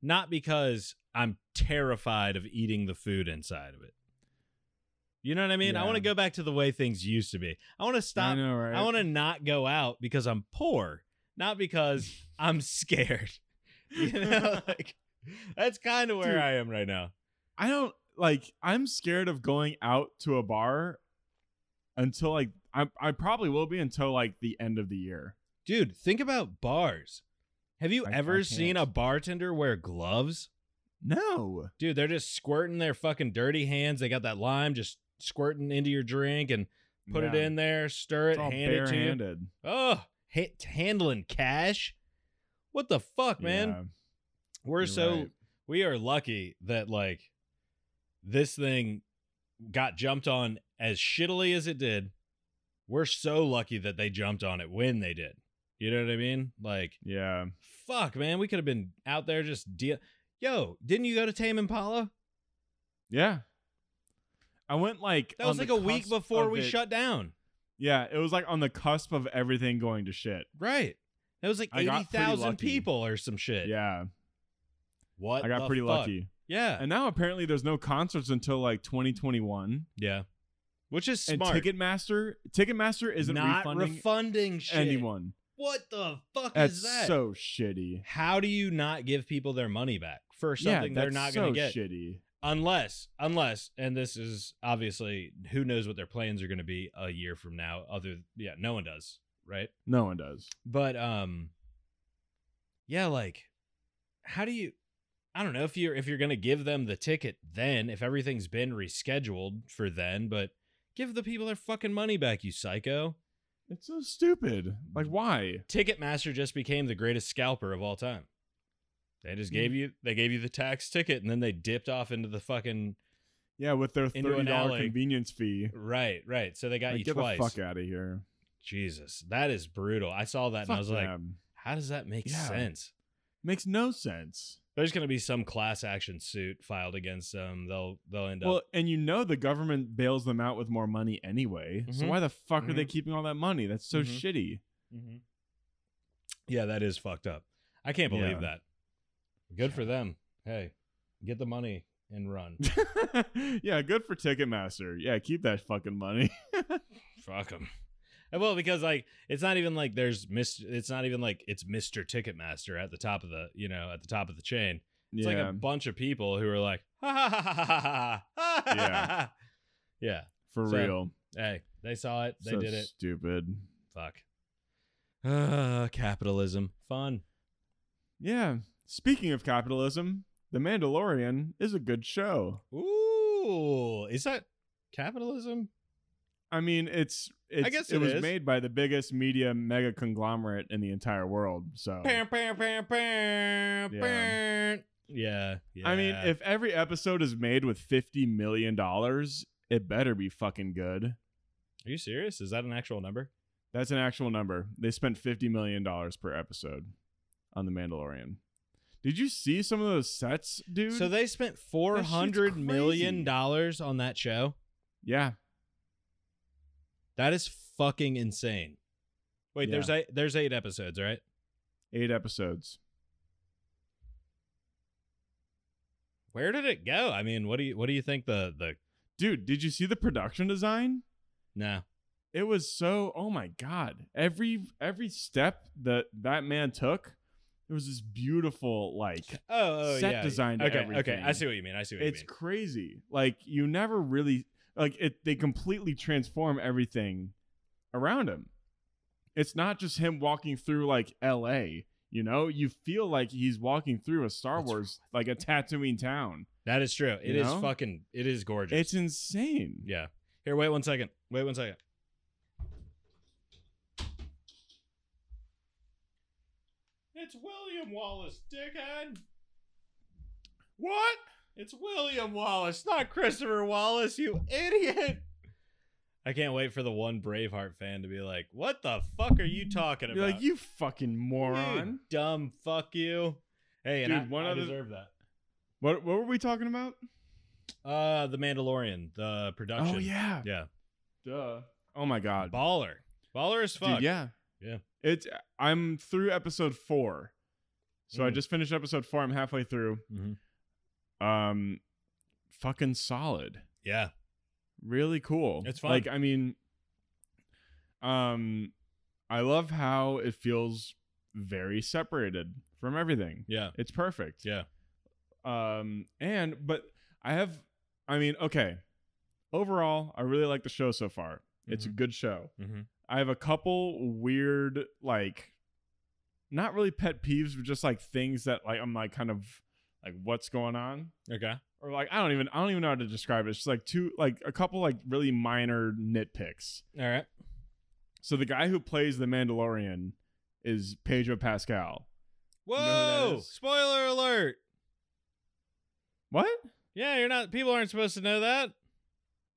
Speaker 1: not because I'm terrified of eating the food inside of it. You know what I mean? I
Speaker 2: Yeah.
Speaker 1: want to go back to the way things used to be. I want to
Speaker 2: I
Speaker 1: stop.
Speaker 2: know, right?
Speaker 1: I want to not go out because I'm poor, not because
Speaker 2: [LAUGHS]
Speaker 1: I'm scared. [LAUGHS] You know, like that's kind of where
Speaker 2: Dude.
Speaker 1: I am right now.
Speaker 2: I don't like. I'm scared of going out to a bar until like I I probably will be until like the end of the year.
Speaker 1: Dude, think about bars. Have you
Speaker 2: I- I
Speaker 1: ever seen a
Speaker 2: can't.
Speaker 1: bartender wear gloves?
Speaker 2: No,
Speaker 1: Dude, they're just squirting their fucking dirty hands. They got that lime just squirting into your drink and put it
Speaker 2: Yeah.
Speaker 1: in there, stir it,
Speaker 2: It's all
Speaker 1: hand it to you.
Speaker 2: barehanded.
Speaker 1: Oh, ha- handling cash. What the fuck, man?
Speaker 2: Yeah,
Speaker 1: We're
Speaker 2: you're
Speaker 1: so
Speaker 2: right.
Speaker 1: we are lucky that like this thing got jumped on as shittily as it did. We're so lucky that they jumped on it when they did. You know what I mean? Like,
Speaker 2: Yeah.
Speaker 1: fuck, man, we could have been out there just deal. Yo, didn't you go to Tame Impala?
Speaker 2: Yeah. I went like
Speaker 1: That was like
Speaker 2: on the
Speaker 1: a week
Speaker 2: cusp
Speaker 1: before
Speaker 2: of
Speaker 1: we
Speaker 2: it-
Speaker 1: shut down.
Speaker 2: Yeah, it was like on the cusp of everything going to shit.
Speaker 1: Right. That was like
Speaker 2: I got pretty
Speaker 1: 80,000
Speaker 2: lucky.
Speaker 1: people or some shit.
Speaker 2: Yeah,
Speaker 1: What?
Speaker 2: I got
Speaker 1: the
Speaker 2: pretty
Speaker 1: fuck?
Speaker 2: lucky.
Speaker 1: Yeah.
Speaker 2: And now apparently there's no concerts until like 2021.
Speaker 1: yeah. Which is
Speaker 2: And
Speaker 1: smart.
Speaker 2: Ticketmaster, Ticketmaster isn't
Speaker 1: Not
Speaker 2: refunding
Speaker 1: shit.
Speaker 2: anyone.
Speaker 1: What the fuck
Speaker 2: That's
Speaker 1: is that?
Speaker 2: so shitty.
Speaker 1: How do you not give people their money back for something
Speaker 2: yeah,
Speaker 1: they're
Speaker 2: that's
Speaker 1: not
Speaker 2: so
Speaker 1: going to get?
Speaker 2: shitty.
Speaker 1: Unless, unless, and this is obviously who knows what their plans are going to be a year from now. Other, yeah, no one does, right?
Speaker 2: No one does.
Speaker 1: But um, yeah, like, how do you? I don't know if you're if you're going to give them the ticket then if everything's been rescheduled for then, but give the people their fucking money back, you psycho.
Speaker 2: It's so stupid. Like
Speaker 1: Mm.
Speaker 2: why?
Speaker 1: Ticketmaster just became the greatest scalper of all time. They just
Speaker 2: Hmm.
Speaker 1: gave you they gave you the tax ticket and then they dipped off into the fucking
Speaker 2: Yeah, with their
Speaker 1: Into
Speaker 2: thirty
Speaker 1: an
Speaker 2: dollar
Speaker 1: alley.
Speaker 2: convenience fee.
Speaker 1: right, right. So they got
Speaker 2: Like,
Speaker 1: you
Speaker 2: get
Speaker 1: twice.
Speaker 2: the fuck out of here.
Speaker 1: Jesus, that is brutal. I saw that and
Speaker 2: Fuck
Speaker 1: I was like,
Speaker 2: them.
Speaker 1: how does that make
Speaker 2: Yeah.
Speaker 1: sense?
Speaker 2: makes no sense.
Speaker 1: There's gonna be some class action suit filed against them. They'll they'll end
Speaker 2: Well,
Speaker 1: up
Speaker 2: and you know the government bails them out with more money anyway. So
Speaker 1: Mhm.
Speaker 2: why the fuck are
Speaker 1: Mhm.
Speaker 2: they keeping all that money? That's so
Speaker 1: Mhm.
Speaker 2: shitty. Mm-hmm.
Speaker 1: Yeah, that is fucked up. I can't believe
Speaker 2: Yeah.
Speaker 1: that. Good for them. Hey, get the money and run.
Speaker 2: [LAUGHS] yeah, good for Ticketmaster. Yeah, keep that fucking money.
Speaker 1: Fuck them. Well, because like it's not even like there's Mr. It's not even like it's Mr. Ticketmaster at the top of the you know at the top of the chain. It's
Speaker 2: yeah.
Speaker 1: like a bunch of people who are like ha ha ha ha ha ha ha.
Speaker 2: Yeah.
Speaker 1: yeah.
Speaker 2: for
Speaker 1: so-
Speaker 2: real.
Speaker 1: Hey, they saw it. They
Speaker 2: So
Speaker 1: did it.
Speaker 2: Stupid.
Speaker 1: Fuck. Ah, capitalism. Fun.
Speaker 2: Yeah. Speaking of capitalism, The Mandalorian is a good show.
Speaker 1: Ooh, is that capitalism?
Speaker 2: I mean, it's, it's
Speaker 1: guess
Speaker 2: it,
Speaker 1: it
Speaker 2: was
Speaker 1: is.
Speaker 2: made by the biggest media mega conglomerate in the entire world. So
Speaker 1: Bam, bam, bam, bam,
Speaker 2: Yeah.
Speaker 1: bam. Yeah. yeah.
Speaker 2: I mean, if every episode is made with fifty million dollars, it better be fucking good.
Speaker 1: are you serious? Is that an actual number?
Speaker 2: That's an actual number. They spent fifty million dollars per episode on The Mandalorian. Did you see some of those sets, dude?
Speaker 1: So they spent four hundred million
Speaker 2: crazy.
Speaker 1: dollars on that show.
Speaker 2: yeah,
Speaker 1: That is fucking insane. Wait,
Speaker 2: Yeah.
Speaker 1: there's eight, there's eight episodes, right?
Speaker 2: eight episodes.
Speaker 1: Where did it go? I mean, what do you what do you think the the
Speaker 2: Dude, did you see the production design?
Speaker 1: no?
Speaker 2: It was so oh my god. Every every step that that man took, it was this beautiful like
Speaker 1: Oh, oh
Speaker 2: Set
Speaker 1: yeah.
Speaker 2: design to
Speaker 1: Okay, okay,
Speaker 2: everything.
Speaker 1: I see what you mean. I see what
Speaker 2: it's
Speaker 1: you mean.
Speaker 2: crazy like you never really like it they completely transform everything around him it's not just him walking through like la you know you feel like he's walking through a star
Speaker 1: What's
Speaker 2: wars like a tatooine town
Speaker 1: That is true. It
Speaker 2: You
Speaker 1: is
Speaker 2: know?
Speaker 1: fucking. It is gorgeous.
Speaker 2: it's insane
Speaker 1: yeah. Here, wait one second. Wait one second. It's William Wallace, dickhead.
Speaker 2: what
Speaker 1: It's William Wallace, not Christopher Wallace, you idiot. I can't wait for the one Braveheart fan to be like, "What the fuck are you talking
Speaker 2: you're
Speaker 1: about?
Speaker 2: like you fucking
Speaker 1: You
Speaker 2: moron
Speaker 1: dumb fuck you." Hey, and
Speaker 2: Dude,
Speaker 1: I,
Speaker 2: one
Speaker 1: I
Speaker 2: other-
Speaker 1: deserve that.
Speaker 2: what what were we talking about
Speaker 1: Uh, The Mandalorian, the production.
Speaker 2: oh yeah
Speaker 1: yeah,
Speaker 2: duh oh my god
Speaker 1: baller, baller as fuck.
Speaker 2: Dude, yeah.
Speaker 1: Yeah.
Speaker 2: It's I'm through episode four. So I
Speaker 1: Mm.
Speaker 2: just finished episode four. I'm halfway through.
Speaker 1: Mhm.
Speaker 2: Um fucking solid.
Speaker 1: yeah,
Speaker 2: Really cool.
Speaker 1: It's fun.
Speaker 2: Like, I mean, um I love how it feels very separated from everything.
Speaker 1: yeah,
Speaker 2: It's perfect.
Speaker 1: yeah.
Speaker 2: Um and but I have I mean, okay. Overall, I really like the show so far. It's a Mm-hmm. good show.
Speaker 1: Mhm.
Speaker 2: I have a couple weird, like, not really pet peeves, but just like things that like I'm like kind of like what's going on,
Speaker 1: Okay.
Speaker 2: or like I don't even I don't even know how to describe it. It's just like two like a couple like really minor nitpicks.
Speaker 1: All right.
Speaker 2: So the guy who plays the Mandalorian is Pedro Pascal. know who that
Speaker 1: Whoa!
Speaker 2: is?
Speaker 1: Spoiler alert.
Speaker 2: What?
Speaker 1: Yeah, you're not. People aren't supposed to know that.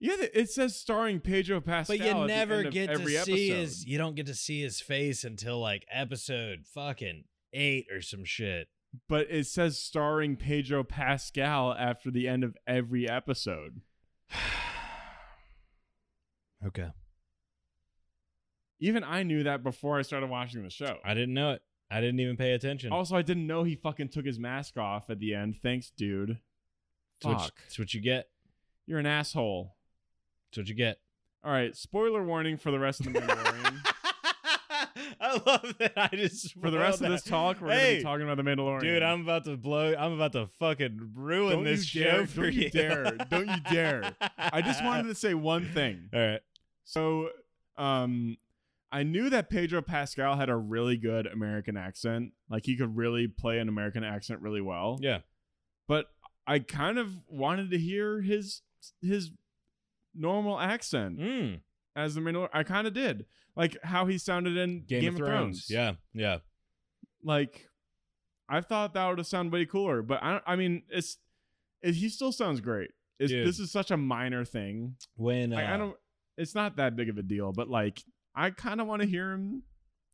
Speaker 2: Yeah, th- it says starring Pedro Pascal.
Speaker 1: But you
Speaker 2: at the
Speaker 1: never
Speaker 2: end of
Speaker 1: get to
Speaker 2: every
Speaker 1: see
Speaker 2: episode.
Speaker 1: his. You don't get to see his face until like episode fucking eight or some shit.
Speaker 2: But it says starring Pedro Pascal after the end of every episode.
Speaker 1: okay,
Speaker 2: Even I knew that before I started watching the show.
Speaker 1: I didn't know it. I didn't even pay attention.
Speaker 2: also, I didn't know he fucking took his mask off at the end. Thanks, dude.
Speaker 1: It's what you-
Speaker 2: Fuck.
Speaker 1: it's what you get.
Speaker 2: You're an asshole.
Speaker 1: It's what you get.
Speaker 2: All right, spoiler warning for the
Speaker 1: [LAUGHS]
Speaker 2: rest of the Mandalorian.
Speaker 1: I love that. I just
Speaker 2: for the rest of
Speaker 1: that.
Speaker 2: this talk, we're
Speaker 1: Hey,
Speaker 2: gonna be talking about the Mandalorian.
Speaker 1: Dude, I'm about to blow. I'm about to fucking ruin
Speaker 2: Don't
Speaker 1: this
Speaker 2: you
Speaker 1: show
Speaker 2: dare-
Speaker 1: for
Speaker 2: don't you
Speaker 1: you.
Speaker 2: dare. Don't you dare. I just wanted to say one
Speaker 1: [LAUGHS]
Speaker 2: thing.
Speaker 1: All right.
Speaker 2: So, um, I knew that Pedro Pascal had a really good American accent. Like he could really play an American accent really well.
Speaker 1: Yeah.
Speaker 2: But I kind of wanted to hear his his normal accent
Speaker 1: Mm.
Speaker 2: as the Mandalorian. I kind of did. Like how he sounded in Game, of, Thrones.
Speaker 1: Yeah. Yeah.
Speaker 2: Like I thought that would have sounded way cooler, but I don't, I mean, it's it, he still sounds great. It's,
Speaker 1: Dude.
Speaker 2: this is such a minor thing.
Speaker 1: When uh,
Speaker 2: Like, I don't. It's not that big of a deal, but like I kind of want to hear him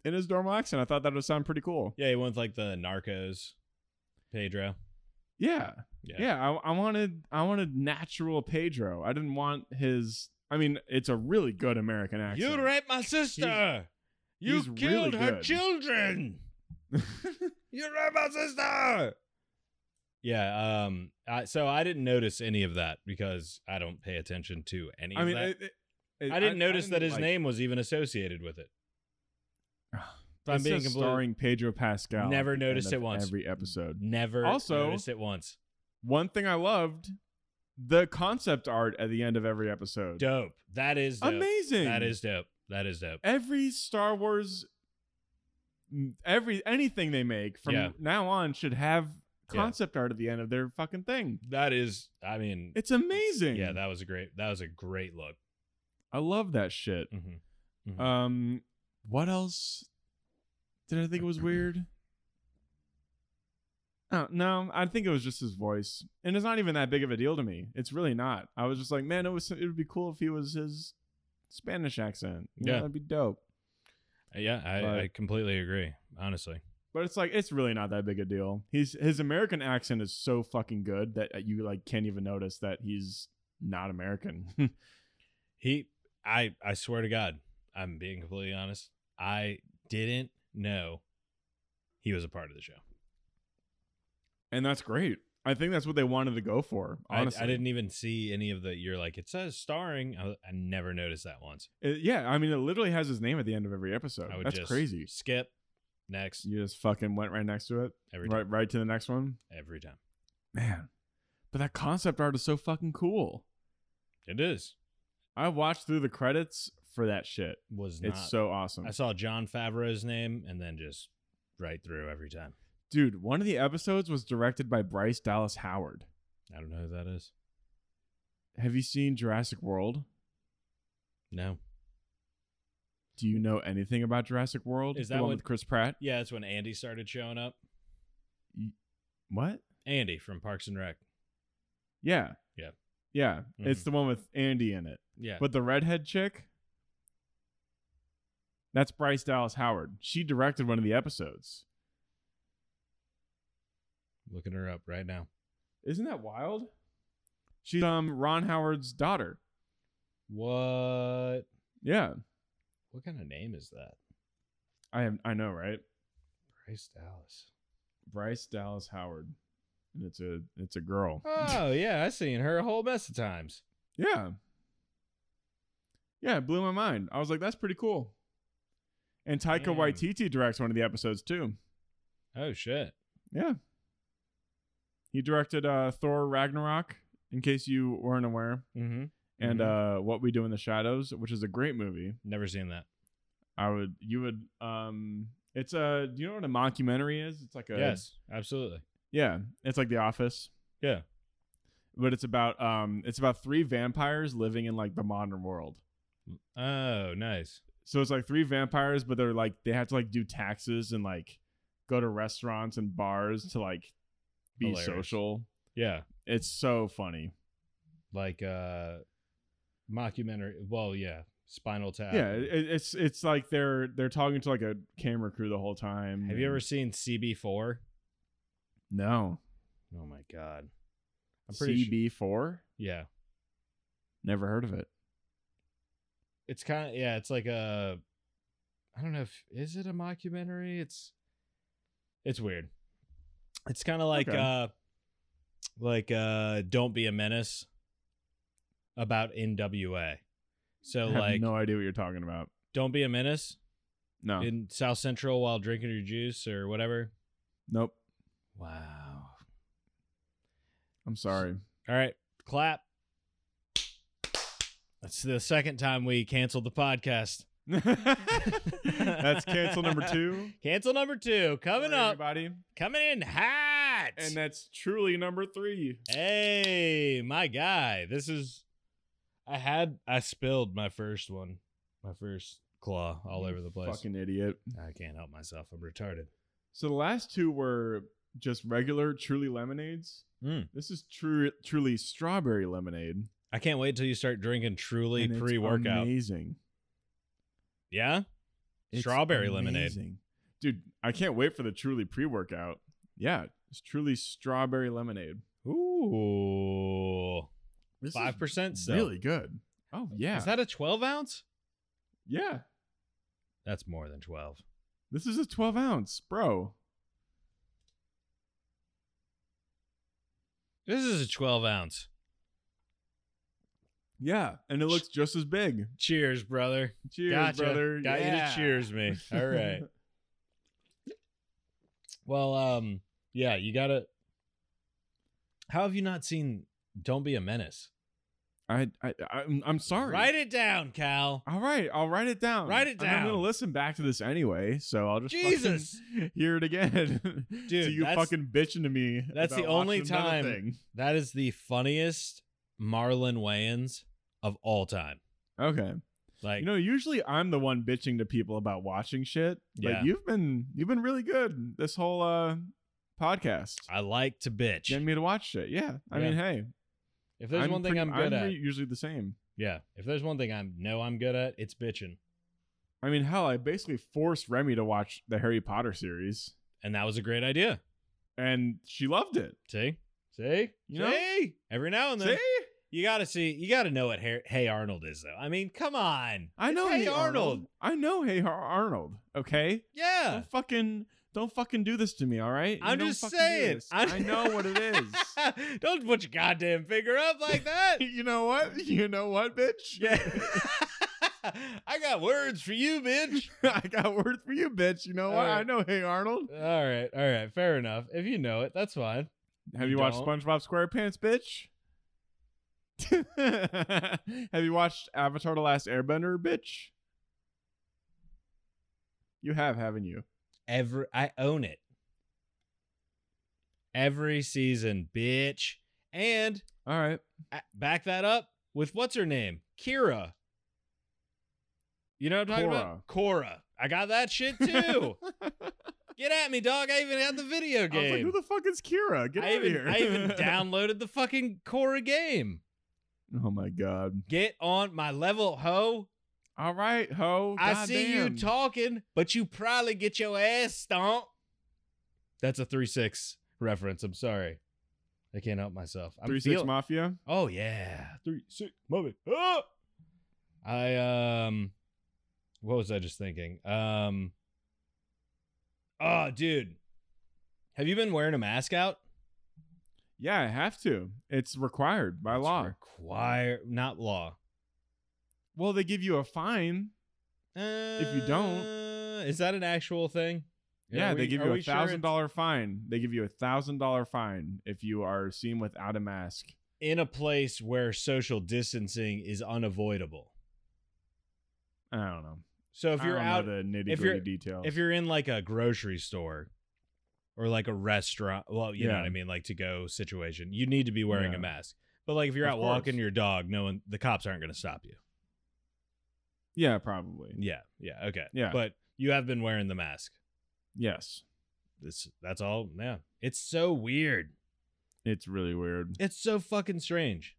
Speaker 2: in his normal accent. I thought that would sound pretty cool.
Speaker 1: Yeah, he went with, like the Narcos, Pedro.
Speaker 2: Yeah,
Speaker 1: Yeah.
Speaker 2: yeah. I, I wanted I wanted natural Pedro. I didn't want his. I mean, it's a really good American accent.
Speaker 1: You raped my sister. you
Speaker 2: he's
Speaker 1: killed
Speaker 2: really
Speaker 1: her
Speaker 2: good. [LAUGHS]
Speaker 1: children. you raped my sister. Yeah. Um. I, so I didn't notice any of that because I don't pay attention to any.
Speaker 2: I
Speaker 1: of
Speaker 2: mean,
Speaker 1: that.
Speaker 2: it- it- it-
Speaker 1: I didn't notice that
Speaker 2: didn't,
Speaker 1: his
Speaker 2: like-
Speaker 1: name was even associated with it.
Speaker 2: It
Speaker 1: If I'm being
Speaker 2: says
Speaker 1: completely
Speaker 2: starring Pedro Pascal. at
Speaker 1: Never
Speaker 2: the end
Speaker 1: noticed
Speaker 2: of
Speaker 1: it once.
Speaker 2: Every episode.
Speaker 1: never
Speaker 2: Also-
Speaker 1: noticed it once.
Speaker 2: One thing I loved, the concept art at the end of every episode.
Speaker 1: Dope. That is dope.
Speaker 2: Amazing.
Speaker 1: That is dope. That is dope.
Speaker 2: every Star Wars, m- every anything they make from
Speaker 1: Yeah.
Speaker 2: now on should have
Speaker 1: Yeah.
Speaker 2: concept art at the end of their fucking thing.
Speaker 1: That is. I mean,
Speaker 2: It's amazing.
Speaker 1: yeah. That was a great. That was a great look.
Speaker 2: I love that shit.
Speaker 1: hmm
Speaker 2: Um, what else did I think was weird? Oh, no, I think it was just his voice, and it's not even that big of a deal to me. It's really not. I was just like, man, it was. It would be cool if he was his Spanish accent. You know,
Speaker 1: Yeah.
Speaker 2: that'd be dope.
Speaker 1: Yeah, I,
Speaker 2: But-
Speaker 1: I completely agree. Honestly,
Speaker 2: But it's like it's really not that big a deal. He's his American accent is so fucking good that uh, you like can't even notice that he's not American. [LAUGHS]
Speaker 1: he. I. I swear to God, I'm being completely honest. I didn't know he was a part of the show.
Speaker 2: and that's great. I think that's what they wanted to go for.
Speaker 1: I,
Speaker 2: Honestly,
Speaker 1: I didn't even see any of the. You're like it says starring. I, I never noticed that once.
Speaker 2: It- yeah, I mean, it literally has his name at the end of every episode.
Speaker 1: I would
Speaker 2: That's
Speaker 1: just
Speaker 2: crazy.
Speaker 1: Skip next
Speaker 2: You just fucking went right next to it,
Speaker 1: every time,
Speaker 2: right, right to the next one,
Speaker 1: every time.
Speaker 2: man. But that concept art is so fucking cool.
Speaker 1: It is
Speaker 2: I watched through the credits for that shit.
Speaker 1: was not.
Speaker 2: It's so awesome.
Speaker 1: I saw John Favreau's name and then just right through every time.
Speaker 2: Dude, one of the episodes was directed by Bryce Dallas Howard.
Speaker 1: I don't know who that is.
Speaker 2: Have you seen Jurassic World?
Speaker 1: No.
Speaker 2: Do you know anything about Jurassic World?
Speaker 1: Is
Speaker 2: The
Speaker 1: that
Speaker 2: one
Speaker 1: what-
Speaker 2: with Chris Pratt?
Speaker 1: Yeah, that's when Andy started showing up.
Speaker 2: What?
Speaker 1: Andy from Parks and Rec.
Speaker 2: Yeah.
Speaker 1: Yeah.
Speaker 2: Yeah. It's
Speaker 1: Mhm.
Speaker 2: the one with Andy in it.
Speaker 1: Yeah.
Speaker 2: But the redhead chick? That's Bryce Dallas Howard. She directed one of the episodes.
Speaker 1: Looking her up right now.
Speaker 2: Isn't that wild? She's um Ron Howard's daughter.
Speaker 1: What?
Speaker 2: Yeah.
Speaker 1: What kind of name is that?
Speaker 2: I am I know, right?
Speaker 1: Bryce Dallas.
Speaker 2: Bryce Dallas Howard. And it's a it's a girl. [LAUGHS]
Speaker 1: Oh yeah, I've seen her a whole mess of times.
Speaker 2: Yeah. Yeah, it blew my mind. I was like, that's pretty cool. And Taika
Speaker 1: Damn.
Speaker 2: Waititi directs one of the episodes too.
Speaker 1: Oh shit.
Speaker 2: Yeah. He directed uh, Thor Ragnarok, in case you weren't aware,
Speaker 1: Mm-hmm.
Speaker 2: and uh, What We Do in the Shadows, which is a great movie.
Speaker 1: Never seen that.
Speaker 2: I would, you would, um, it's a, do you know what a mockumentary is? It's like a,
Speaker 1: Yes, absolutely.
Speaker 2: yeah, it's like The Office.
Speaker 1: Yeah.
Speaker 2: But it's about, um, it's about three vampires living in like the modern world.
Speaker 1: Oh, nice.
Speaker 2: so it's like three vampires but they're like they have to like do taxes and like go to restaurants and bars to like be
Speaker 1: Hilarious.
Speaker 2: social
Speaker 1: Yeah.
Speaker 2: It's so funny.
Speaker 1: Like uh mockumentary well, yeah. Spinal tap.
Speaker 2: Yeah, it, it's it's like they're they're talking to like a camera crew the whole time.
Speaker 1: Have you ever seen CB four?
Speaker 2: No.
Speaker 1: Oh my god. I'm pretty sure.
Speaker 2: CB4?
Speaker 1: Yeah.
Speaker 2: Never heard of it.
Speaker 1: It's kinda yeah, it's like a I don't know if is it a mockumentary? It's it's weird. It's kinda like
Speaker 2: Okay.
Speaker 1: uh like uh Don't Be a Menace about NWA. So
Speaker 2: I have
Speaker 1: like
Speaker 2: no idea what you're talking about.
Speaker 1: Don't Be a Menace
Speaker 2: No.
Speaker 1: in South Central while drinking your juice or whatever.
Speaker 2: nope.
Speaker 1: Wow.
Speaker 2: I'm sorry.
Speaker 1: All right, clap. That's the second time we canceled the podcast.
Speaker 2: [LAUGHS] That's cancel number [LAUGHS] two.
Speaker 1: Cancel number two coming
Speaker 2: for
Speaker 1: up,
Speaker 2: everybody.
Speaker 1: coming in hot.
Speaker 2: And that's truly number three.
Speaker 1: hey, my guy, this is. I had I spilled my first one, my first claw all
Speaker 2: You
Speaker 1: over the place.
Speaker 2: Fucking idiot.
Speaker 1: I can't help myself. I'm retarded.
Speaker 2: So the last two were just regular truly lemonades.
Speaker 1: Mm.
Speaker 2: This is true truly strawberry lemonade.
Speaker 1: I can't wait till you start drinking truly
Speaker 2: and it's
Speaker 1: pre-workout.
Speaker 2: Amazing.
Speaker 1: Yeah,
Speaker 2: It's
Speaker 1: Strawberry lemonade.
Speaker 2: amazing. Dude, I can't wait for the truly pre-workout. Yeah, it's truly strawberry lemonade.
Speaker 1: Ooh,
Speaker 2: This is
Speaker 1: five percent.
Speaker 2: Really good. Oh yeah.
Speaker 1: Is that a 12 ounce?
Speaker 2: yeah.
Speaker 1: That's more than 12.
Speaker 2: This is a 12 ounce, bro.
Speaker 1: This is a 12 ounce.
Speaker 2: Yeah, and it looks just as big.
Speaker 1: Cheers, brother.
Speaker 2: Cheers,
Speaker 1: gotcha.
Speaker 2: brother.
Speaker 1: Got you
Speaker 2: Yeah.
Speaker 1: to cheers me. All
Speaker 2: [LAUGHS]
Speaker 1: right. well, um, yeah, you gotta. How have you not seen Don't Be a Menace?
Speaker 2: I, I, I'm, I'm sorry.
Speaker 1: Write it down, Cal.
Speaker 2: All right, I'll write it down.
Speaker 1: Write it
Speaker 2: And I'm gonna
Speaker 1: down.
Speaker 2: listen back to this anyway, so I'll just fucking [LAUGHS]
Speaker 1: Jesus.
Speaker 2: hear it again. [LAUGHS] so
Speaker 1: Dude,
Speaker 2: you
Speaker 1: that's-
Speaker 2: fucking bitching to me.
Speaker 1: that's the
Speaker 2: about
Speaker 1: only
Speaker 2: watching another
Speaker 1: time-
Speaker 2: thing.
Speaker 1: That is the funniest Marlon Wayans of all time.
Speaker 2: Okay,
Speaker 1: Like,
Speaker 2: you know, usually I'm the one bitching to people about watching shit, but
Speaker 1: Yeah.
Speaker 2: you've been you've been really good this whole uh podcast.
Speaker 1: I like to bitch.
Speaker 2: Getting me to watch shit. Yeah, I
Speaker 1: Yeah.
Speaker 2: mean, hey,
Speaker 1: If there's
Speaker 2: I'm
Speaker 1: one thing
Speaker 2: pretty-
Speaker 1: I'm good at,
Speaker 2: re- usually the same.
Speaker 1: yeah. If there's one thing I know I'm good at, it's bitching.
Speaker 2: I mean, hell, I basically forced Remy to watch the Harry Potter series,
Speaker 1: And that was a great idea.
Speaker 2: and she loved it.
Speaker 1: See, see,
Speaker 2: You know?
Speaker 1: see. Every now and then,
Speaker 2: See,
Speaker 1: you gotta see, you gotta know what Har- Hey Arnold is, though. I mean, come on.
Speaker 2: I
Speaker 1: It's
Speaker 2: know.
Speaker 1: Hey Arnold.
Speaker 2: I know. Hey Har- Arnold. Okay.
Speaker 1: Yeah.
Speaker 2: Don't fucking don't fucking do this to me. All right. You
Speaker 1: I'm
Speaker 2: don't
Speaker 1: just
Speaker 2: fucking do
Speaker 1: saying.
Speaker 2: this.
Speaker 1: I'm-
Speaker 2: I know what it
Speaker 1: [LAUGHS]
Speaker 2: is.
Speaker 1: Don't put your goddamn finger up like
Speaker 2: [LAUGHS]
Speaker 1: that. [LAUGHS]
Speaker 2: you know what? You know what, bitch?
Speaker 1: yeah. I got words for you, bitch.
Speaker 2: [LAUGHS] I got word for you, bitch. You know what?
Speaker 1: All right.
Speaker 2: I know. Hey Arnold.
Speaker 1: All right, all right, fair enough. If you know it, that's fine.
Speaker 2: Have
Speaker 1: You
Speaker 2: you, watched
Speaker 1: don't.
Speaker 2: SpongeBob SquarePants, bitch? [LAUGHS] Have you watched Avatar The Last Airbender, bitch? You have, haven't you?
Speaker 1: Every I own it. Every season, bitch. And
Speaker 2: All right.
Speaker 1: a- back that up with what's her name? Kira. You know what I'm talking about? Cora. I got that
Speaker 2: [LAUGHS]
Speaker 1: shit too. Get at me, dog. I even had the video
Speaker 2: I was like,
Speaker 1: game.
Speaker 2: who the fuck is Kira? Get
Speaker 1: I
Speaker 2: out
Speaker 1: even,
Speaker 2: here. [LAUGHS]
Speaker 1: I even downloaded the fucking Cora game.
Speaker 2: oh my god.
Speaker 1: Get on my level, ho.
Speaker 2: All right, ho.
Speaker 1: I see
Speaker 2: Oh, Goddamn.
Speaker 1: you talking, but you probably get your ass stomped. That's a 3 6 reference. I'm sorry. I can't help myself. I'm
Speaker 2: Three six
Speaker 1: feeling-
Speaker 2: mafia.
Speaker 1: Oh, yeah.
Speaker 2: Three six mafia. Ah!
Speaker 1: I um what was I just thinking? Um Oh, dude. Have you been wearing a mask out?
Speaker 2: Yeah, I have to. It's required by
Speaker 1: It's
Speaker 2: law.
Speaker 1: Require not law.
Speaker 2: well, they give you a fine.
Speaker 1: Uh,
Speaker 2: you don't-
Speaker 1: is that an actual thing?
Speaker 2: Yeah,
Speaker 1: Are
Speaker 2: they
Speaker 1: we-
Speaker 2: give
Speaker 1: are
Speaker 2: you
Speaker 1: we
Speaker 2: a
Speaker 1: sure
Speaker 2: thousand
Speaker 1: it's
Speaker 2: dollar fine. They give you a thousand dollar fine if you are seen without a mask.
Speaker 1: in a place where social distancing is unavoidable.
Speaker 2: I don't know.
Speaker 1: So if
Speaker 2: I
Speaker 1: you're
Speaker 2: don't
Speaker 1: out
Speaker 2: know the nitty
Speaker 1: if you're-
Speaker 2: gritty details.
Speaker 1: if you're in like a grocery store or like a restaurant well you know
Speaker 2: Yeah.
Speaker 1: what i mean like to go situation you need to be wearing
Speaker 2: Yeah.
Speaker 1: a mask but like if you're
Speaker 2: Of
Speaker 1: out walking
Speaker 2: course.
Speaker 1: your dog no one the cops aren't going to stop you
Speaker 2: yeah, probably.
Speaker 1: yeah yeah okay
Speaker 2: Yeah.
Speaker 1: but you have been wearing the mask
Speaker 2: Yes.
Speaker 1: this that's all yeah it's so weird
Speaker 2: It's really weird.
Speaker 1: It's so fucking strange.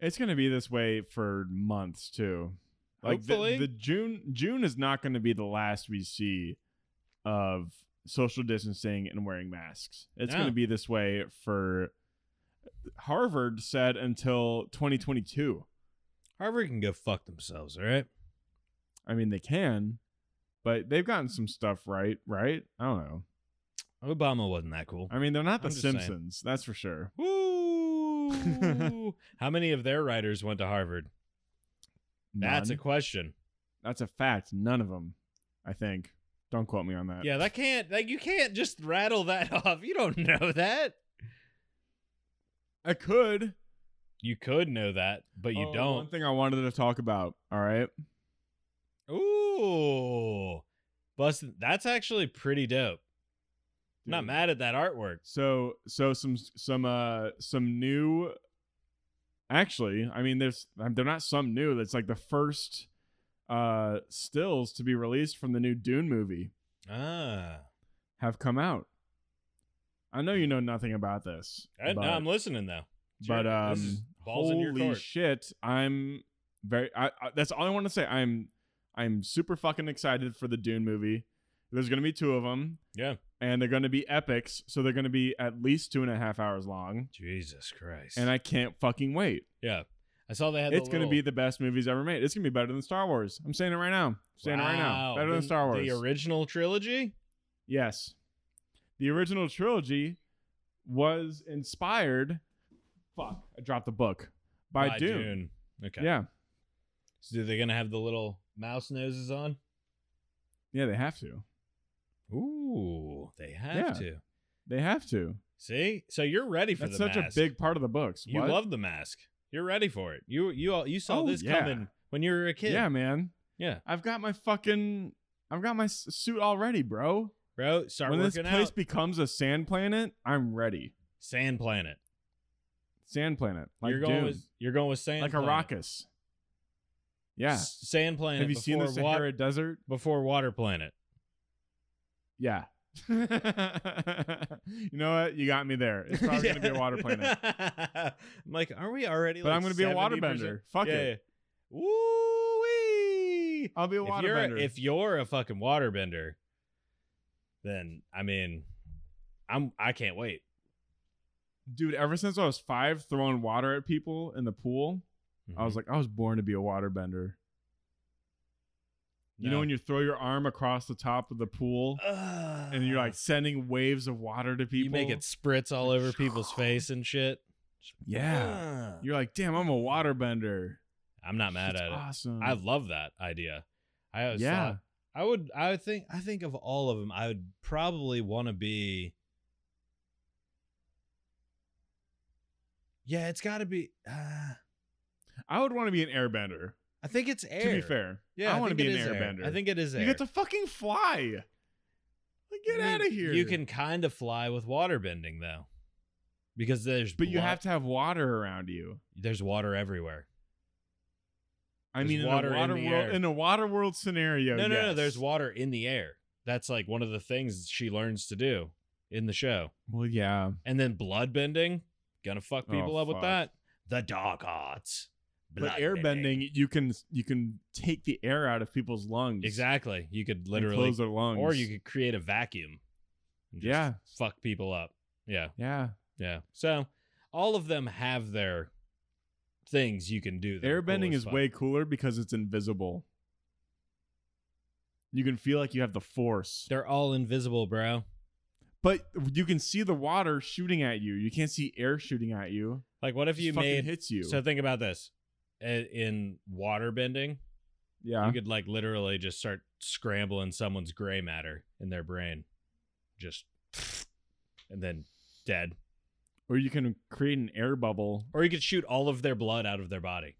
Speaker 2: It's gonna be this way for months too. Like the,
Speaker 1: Hopefully.
Speaker 2: the June June is not gonna be the last we see of social distancing and wearing masks. It's
Speaker 1: No.
Speaker 2: gonna be this way for Harvard said until 2022.
Speaker 1: Harvard can go fuck themselves, all right?
Speaker 2: I mean, they can, but they've gotten some stuff right, right? I don't know.
Speaker 1: Obama wasn't that cool.
Speaker 2: I mean, they're not the
Speaker 1: I'm just saying.
Speaker 2: Simpsons, that's for sure. [LAUGHS]
Speaker 1: Woo! How many of their writers went to Harvard? That's a
Speaker 2: None.
Speaker 1: question.
Speaker 2: that's a fact. None of them, I think. Don't quote me on that.
Speaker 1: Yeah, that can't like you can't just rattle that [LAUGHS] off. You don't know that.
Speaker 2: I could.
Speaker 1: You could know that, but you
Speaker 2: Oh, One
Speaker 1: don't.
Speaker 2: thing I wanted to talk about. All right.
Speaker 1: Ooh. Bustin that's actually pretty dope. Not
Speaker 2: Dude.
Speaker 1: mad at that artwork.
Speaker 2: So so some some uh some new. Actually, I mean, there's um, they're not some new. That's like the first uh stills to be released from the new Dune movie
Speaker 1: Ah.
Speaker 2: have come out. I know you know nothing about this,
Speaker 1: I,
Speaker 2: but,
Speaker 1: no, I'm listening though. It's your-
Speaker 2: but um,
Speaker 1: this is balls
Speaker 2: holy
Speaker 1: in your court.
Speaker 2: shit, I'm very. I, I, that's all I want to say. I'm I'm super fucking excited for the Dune movie. There's gonna be two of them.
Speaker 1: yeah.
Speaker 2: and they're going to be epics. So they're going to be at least two and a half hours long,
Speaker 1: Jesus Christ.
Speaker 2: and I can't fucking wait.
Speaker 1: yeah. I saw they had.
Speaker 2: It's going to
Speaker 1: to
Speaker 2: be the best movies ever made. It's going to be better than Star Wars. I'm saying it right now. I'm saying it right now. Better than Star Wars.
Speaker 1: The original trilogy.
Speaker 2: yes, the original trilogy was inspired. Fuck, I dropped the book by,
Speaker 1: By
Speaker 2: Dune.
Speaker 1: Okay.
Speaker 2: Yeah,
Speaker 1: So they're gonna have the little mouse noses on.
Speaker 2: yeah, they have to.
Speaker 1: Ooh, they have
Speaker 2: Yeah.
Speaker 1: to.
Speaker 2: They have to.
Speaker 1: See, so you're ready for
Speaker 2: That's
Speaker 1: the
Speaker 2: such
Speaker 1: mask.
Speaker 2: a big part of the books.
Speaker 1: You
Speaker 2: What?
Speaker 1: love the mask. You're ready for it. You you all you saw
Speaker 2: Oh,
Speaker 1: this
Speaker 2: yeah.
Speaker 1: coming when you were a kid.
Speaker 2: yeah, man.
Speaker 1: Yeah.
Speaker 2: I've got my fucking. I've got my s- suit already, bro.
Speaker 1: bro. Start
Speaker 2: when this
Speaker 1: working
Speaker 2: place
Speaker 1: out.
Speaker 2: becomes a sand planet, I'm ready.
Speaker 1: Sand planet.
Speaker 2: Sand planet, like
Speaker 1: you're going
Speaker 2: Dune.
Speaker 1: with you're going with sand.
Speaker 2: like
Speaker 1: planet.
Speaker 2: Arrakis. Yeah.
Speaker 1: S- Sand planet.
Speaker 2: Have you
Speaker 1: before
Speaker 2: seen the
Speaker 1: wa-
Speaker 2: Sahara Desert?
Speaker 1: before water planet?
Speaker 2: Yeah. [LAUGHS] you know what? You got me there. It's probably gonna be
Speaker 1: [LAUGHS]
Speaker 2: a water planet,
Speaker 1: I'm like, are we already?
Speaker 2: but
Speaker 1: like
Speaker 2: I'm gonna be a
Speaker 1: 70%?
Speaker 2: waterbender. Fuck
Speaker 1: yeah,
Speaker 2: it.
Speaker 1: yeah. Woo-wee.
Speaker 2: I'll be a
Speaker 1: if you're
Speaker 2: waterbender.
Speaker 1: if you're a fucking waterbender, then I mean, I'm I can't wait.
Speaker 2: Dude, ever since I was five, throwing water at people in the pool, I
Speaker 1: Mm-hmm.
Speaker 2: was like, I was born to be a waterbender. You
Speaker 1: [SIGHS]
Speaker 2: know when you throw your arm across the top of the pool and you're like sending waves of water to people.
Speaker 1: you make it spritz all over people's face and shit.
Speaker 2: Yeah.
Speaker 1: Ah.
Speaker 2: You're like, damn, I'm a waterbender.
Speaker 1: I'm not mad
Speaker 2: Shit's
Speaker 1: at it.
Speaker 2: Awesome.
Speaker 1: I love that idea. I always
Speaker 2: Yeah.
Speaker 1: thought I would. I would think. I think of all of them, I would probably want to be. Yeah, it's got to be. Uh,
Speaker 2: I would want to be an airbender.
Speaker 1: I think it's air.
Speaker 2: To be fair,
Speaker 1: Yeah,
Speaker 2: I, want to
Speaker 1: think
Speaker 2: be
Speaker 1: it
Speaker 2: an
Speaker 1: is air.
Speaker 2: airbender.
Speaker 1: I think it is air.
Speaker 2: you get to fucking fly. Like, get
Speaker 1: I mean,
Speaker 2: out of here.
Speaker 1: You can kind of fly with water bending though, because there's
Speaker 2: but you
Speaker 1: wa-
Speaker 2: have to have water around you.
Speaker 1: There's water everywhere.
Speaker 2: I
Speaker 1: There's
Speaker 2: mean, in
Speaker 1: water
Speaker 2: a
Speaker 1: in
Speaker 2: water
Speaker 1: the
Speaker 2: world,
Speaker 1: air.
Speaker 2: in a water world scenario.
Speaker 1: no, no, no.
Speaker 2: Oh, yes.
Speaker 1: There's water in the air. That's like one of the things she learns to do in the show.
Speaker 2: Well, yeah.
Speaker 1: And then blood bending, gonna fuck
Speaker 2: Oh,
Speaker 1: people up with
Speaker 2: fuck.
Speaker 1: that. The dark arts.
Speaker 2: But
Speaker 1: Blood
Speaker 2: airbending, you can you can take the air out of people's lungs.
Speaker 1: Exactly. You could
Speaker 2: and
Speaker 1: literally
Speaker 2: close their lungs,
Speaker 1: or you could create a vacuum. and just
Speaker 2: Yeah.
Speaker 1: Fuck people up. Yeah.
Speaker 2: Yeah,
Speaker 1: Yeah. So all of them have their things you can do. that are cool
Speaker 2: airbending
Speaker 1: as
Speaker 2: is
Speaker 1: fuck.
Speaker 2: way cooler because it's invisible. You can feel like you have the force.
Speaker 1: They're all invisible, bro.
Speaker 2: But you can see the water shooting at you. You can't see air shooting at you.
Speaker 1: Like, what if
Speaker 2: It
Speaker 1: you
Speaker 2: just fucking
Speaker 1: made?
Speaker 2: hits you.
Speaker 1: So think about this. I- In water bending,
Speaker 2: yeah.
Speaker 1: you could like literally just start scrambling someone's gray matter in their brain, just and then dead.
Speaker 2: or you can create an air bubble.
Speaker 1: Or you could shoot all of their blood out of their body.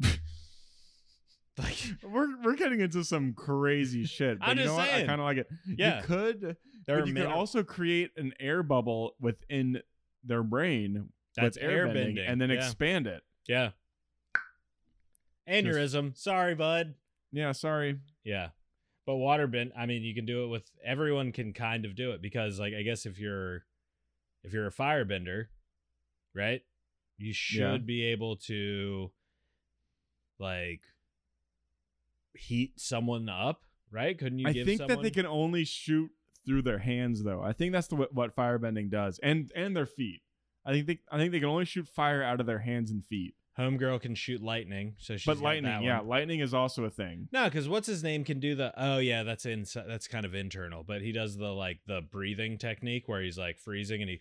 Speaker 1: [LAUGHS] like,
Speaker 2: [LAUGHS] We're we're getting into some
Speaker 1: [LAUGHS]
Speaker 2: crazy shit. But
Speaker 1: I'm
Speaker 2: you
Speaker 1: just
Speaker 2: know what? I
Speaker 1: saying.
Speaker 2: kind of like it.
Speaker 1: Yeah.
Speaker 2: You could,
Speaker 1: there
Speaker 2: but you could also create an air bubble within their brain
Speaker 1: that's
Speaker 2: with air
Speaker 1: airbending,
Speaker 2: bending, and then
Speaker 1: yeah.
Speaker 2: expand it.
Speaker 1: yeah. Aneurysm. Sorry, bud.
Speaker 2: Yeah, sorry.
Speaker 1: Yeah. But waterbend, I mean, you can do it with everyone can kind of do it because like I guess if you're if you're a firebender, right? You should
Speaker 2: Yeah.
Speaker 1: be able to like heat someone up, right? Couldn't you
Speaker 2: I
Speaker 1: give
Speaker 2: think
Speaker 1: someone
Speaker 2: that they can only shoot through their hands, though. I think that's the, what, what firebending does, and and their feet. I think they, I think they can only shoot fire out of their hands and feet.
Speaker 1: Homegirl can shoot lightning, so she's
Speaker 2: but
Speaker 1: got that
Speaker 2: lightning, yeah,
Speaker 1: one.
Speaker 2: lightning is also a thing.
Speaker 1: No, because what's his name can do the oh yeah that's inside that's kind of internal, but he does the like the breathing technique where he's like freezing and he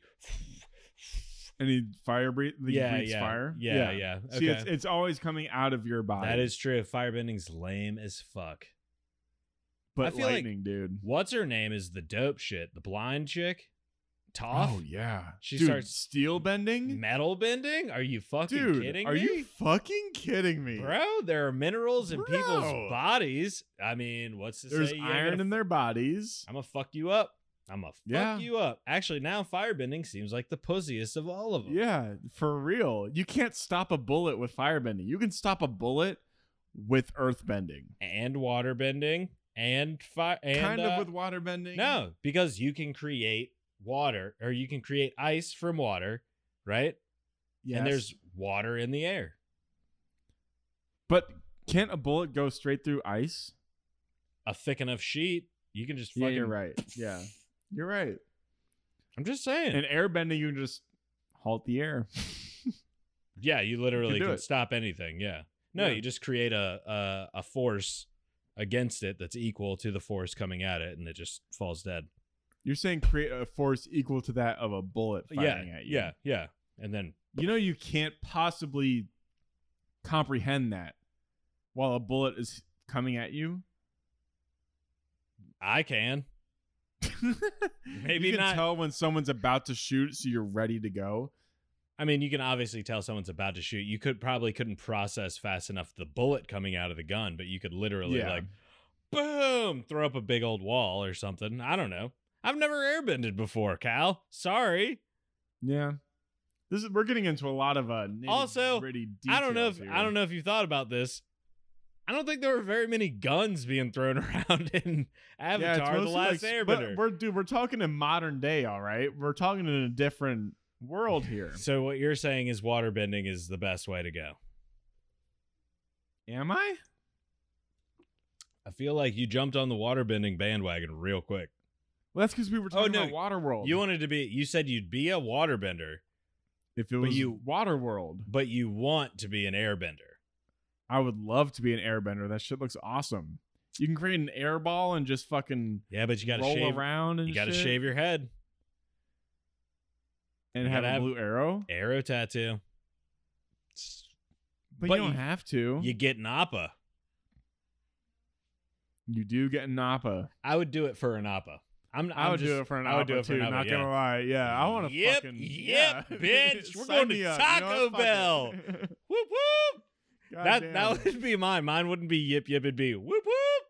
Speaker 2: And he fire breathe. He
Speaker 1: yeah
Speaker 2: breathes
Speaker 1: yeah,
Speaker 2: fire.
Speaker 1: yeah yeah okay
Speaker 2: See, it's, it's always coming out of your body.
Speaker 1: that is true. Firebending's lame as fuck. I
Speaker 2: but
Speaker 1: feel like-
Speaker 2: lightning, dude.
Speaker 1: What's her name is the dope shit the blind chick, Toph
Speaker 2: Oh yeah,
Speaker 1: She
Speaker 2: Dude,
Speaker 1: starts-
Speaker 2: steel bending.
Speaker 1: metal bending. Are you fucking
Speaker 2: Dude,
Speaker 1: kidding
Speaker 2: are
Speaker 1: me?
Speaker 2: you fucking kidding me?
Speaker 1: Bro, there are minerals in
Speaker 2: Bro.
Speaker 1: people's bodies. I mean, what's to
Speaker 2: There's
Speaker 1: say?
Speaker 2: iron in their bodies.
Speaker 1: I'm gonna fuck you up. I'm gonna fuck
Speaker 2: Yeah.
Speaker 1: you up. Actually, now firebending seems like the pussiest of all of them.
Speaker 2: Yeah, for real. You can't stop a bullet with firebending. You can stop a bullet with earthbending.
Speaker 1: and waterbending and fire and
Speaker 2: kind of
Speaker 1: uh,
Speaker 2: with waterbending.
Speaker 1: no, because you can create water or you can create ice from water, right?
Speaker 2: Yes.
Speaker 1: And there's water in the air.
Speaker 2: But can't a bullet go straight through ice?
Speaker 1: A thick enough sheet, you can just
Speaker 2: Yeah,
Speaker 1: fucking.
Speaker 2: you're right. Yeah. You're right.
Speaker 1: I'm just saying.
Speaker 2: And airbending, you can just halt the air. [LAUGHS]
Speaker 1: yeah, you literally
Speaker 2: You can do
Speaker 1: can
Speaker 2: it.
Speaker 1: stop anything. Yeah. No,
Speaker 2: Yeah.
Speaker 1: you just create a, a a force against it that's equal to the force coming at it, and it just falls dead.
Speaker 2: You're saying create a force equal to that of a bullet
Speaker 1: yeah,
Speaker 2: firing at you.
Speaker 1: yeah, yeah. And then
Speaker 2: You know you can't possibly comprehend that while a bullet is coming at you.
Speaker 1: I can. [LAUGHS] Maybe
Speaker 2: you can
Speaker 1: not-
Speaker 2: tell when someone's about to shoot, so you're ready to go.
Speaker 1: I mean, you can obviously tell someone's about to shoot. You could probably couldn't process fast enough the bullet coming out of the gun, but you could literally
Speaker 2: Yeah.
Speaker 1: like boom, throw up a big old wall or something. I don't know. I've never airbended before, Cal. Sorry.
Speaker 2: Yeah, this is we're getting into a lot of uh.
Speaker 1: Also,
Speaker 2: nitty-gritty
Speaker 1: I don't know if
Speaker 2: details here.
Speaker 1: I don't know if you thought about this. I don't think there were very many guns being thrown [LAUGHS] around in
Speaker 2: Yeah, it's
Speaker 1: Avatar: The
Speaker 2: mostly like
Speaker 1: Last
Speaker 2: sp- but
Speaker 1: Airbender.
Speaker 2: We're dude, we're talking in modern day, all right. We're talking in a different world here.
Speaker 1: So what you're saying is waterbending is the best way to go.
Speaker 2: Am I?
Speaker 1: I feel like you jumped on the waterbending bandwagon real quick.
Speaker 2: Well, that's because we were talking
Speaker 1: Oh, no.
Speaker 2: about Waterworld.
Speaker 1: You wanted to be you said you'd be a waterbender,
Speaker 2: if it was
Speaker 1: you-
Speaker 2: Waterworld,
Speaker 1: but you want to be an airbender.
Speaker 2: I would love to be an airbender. That shit looks awesome. You can create an airball and just fucking
Speaker 1: Yeah, but you gotta
Speaker 2: roll
Speaker 1: shave
Speaker 2: around and
Speaker 1: you gotta
Speaker 2: shit
Speaker 1: shave your head.
Speaker 2: and
Speaker 1: you
Speaker 2: have
Speaker 1: gotta
Speaker 2: a
Speaker 1: have-
Speaker 2: blue arrow.
Speaker 1: Arrow tattoo.
Speaker 2: But,
Speaker 1: But
Speaker 2: you don't
Speaker 1: you-
Speaker 2: have to.
Speaker 1: You get Nappa.
Speaker 2: You do get
Speaker 1: [LAUGHS]
Speaker 2: an Nappa.
Speaker 1: I would do it for a Nappa. I'm,
Speaker 2: I
Speaker 1: I'm
Speaker 2: would do
Speaker 1: just-
Speaker 2: it for an
Speaker 1: I would
Speaker 2: Nappa
Speaker 1: do it for
Speaker 2: too.
Speaker 1: an Nappa,
Speaker 2: not
Speaker 1: yeah.
Speaker 2: gonna lie. Yeah, I want to
Speaker 1: Yep,
Speaker 2: fucking.
Speaker 1: yep,
Speaker 2: yeah. [LAUGHS]
Speaker 1: bitch. We're
Speaker 2: Sign
Speaker 1: going to
Speaker 2: me up.
Speaker 1: Taco
Speaker 2: you know what? Fuck it. [LAUGHS]
Speaker 1: Bell. Whoop whoop.
Speaker 2: God
Speaker 1: that
Speaker 2: damn.
Speaker 1: that would be mine. Mine wouldn't be yip yip. It'd be whoop
Speaker 2: [LAUGHS]
Speaker 1: whoop.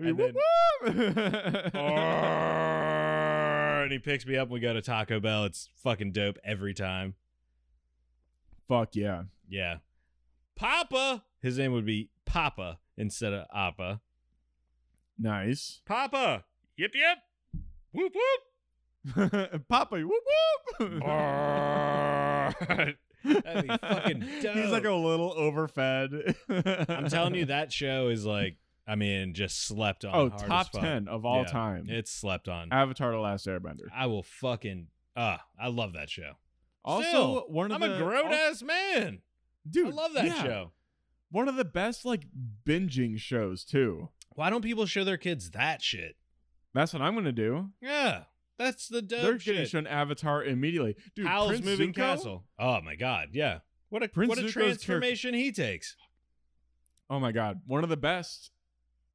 Speaker 2: I mean,
Speaker 1: and
Speaker 2: whoop,
Speaker 1: then-
Speaker 2: whoop.
Speaker 1: Arr, and he picks me up. and We go to Taco Bell. It's fucking dope every time.
Speaker 2: [LAUGHS] Fuck yeah.
Speaker 1: Yeah. Papa. His name would be Papa instead of Appa. [LAUGHS]
Speaker 2: Nice.
Speaker 1: Papa. Yip yip. Whoop whoop.
Speaker 2: Papa, whoop whoop.
Speaker 1: Arr. [LAUGHS] That'd be fucking
Speaker 2: [LAUGHS] He's like
Speaker 1: dope.
Speaker 2: a little overfed.
Speaker 1: I'm telling
Speaker 2: [LAUGHS]
Speaker 1: you, that show is like, I mean, just slept on.
Speaker 2: Oh,
Speaker 1: hard as
Speaker 2: top
Speaker 1: fuck.
Speaker 2: ten of all
Speaker 1: Yeah.
Speaker 2: time.
Speaker 1: It's slept on.
Speaker 2: Avatar: The Last Airbender.
Speaker 1: I will fucking. Ah, I love that show.
Speaker 2: Also,
Speaker 1: Still,
Speaker 2: one of
Speaker 1: I'm
Speaker 2: the
Speaker 1: a grown
Speaker 2: al-
Speaker 1: ass man.
Speaker 2: dude.
Speaker 1: I love that
Speaker 2: yeah.
Speaker 1: show.
Speaker 2: One of the best like binging shows too.
Speaker 1: Why don't people show their kids that shit?
Speaker 2: That's what I'm gonna do.
Speaker 1: Yeah, that's the dope
Speaker 2: They're getting
Speaker 1: shit.
Speaker 2: shown Avatar immediately. Dude,
Speaker 1: Howl's
Speaker 2: Prince
Speaker 1: Moving
Speaker 2: Zuko?
Speaker 1: Castle. Oh my god, yeah. What a
Speaker 2: Prince
Speaker 1: what a
Speaker 2: Zuko's
Speaker 1: transformation he takes.
Speaker 2: Oh my god, one of the best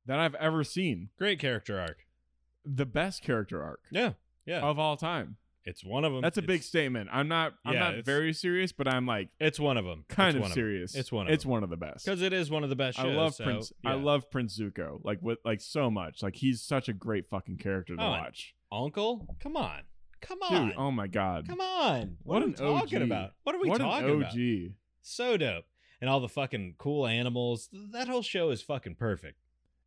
Speaker 2: that I've ever seen.
Speaker 1: Great character arc.
Speaker 2: The best character arc
Speaker 1: Yeah, yeah.
Speaker 2: of all time.
Speaker 1: it's one of them.
Speaker 2: Oh, That's a big
Speaker 1: It's,
Speaker 2: statement. I'm not. I'm
Speaker 1: Yeah,
Speaker 2: not
Speaker 1: it's-
Speaker 2: very serious, but I'm like
Speaker 1: it's one of them.
Speaker 2: kind
Speaker 1: it's
Speaker 2: of
Speaker 1: one
Speaker 2: serious.
Speaker 1: It's one of
Speaker 2: it's
Speaker 1: them.
Speaker 2: one of the best.
Speaker 1: Because it is one of the best
Speaker 2: I
Speaker 1: shows.
Speaker 2: love
Speaker 1: so,
Speaker 2: Prince. I
Speaker 1: yeah.
Speaker 2: love Prince Zuko. Like with like so much. Like he's such a great fucking character to
Speaker 1: Oh, and-
Speaker 2: watch.
Speaker 1: Uncle. Come on, come on,
Speaker 2: Dude, oh my god.
Speaker 1: come on. What,
Speaker 2: What
Speaker 1: are we
Speaker 2: an
Speaker 1: talking
Speaker 2: OG.
Speaker 1: about? What are we
Speaker 2: what
Speaker 1: talking
Speaker 2: an
Speaker 1: about?
Speaker 2: OG.
Speaker 1: So dope. And all the fucking cool animals. That whole show is fucking perfect.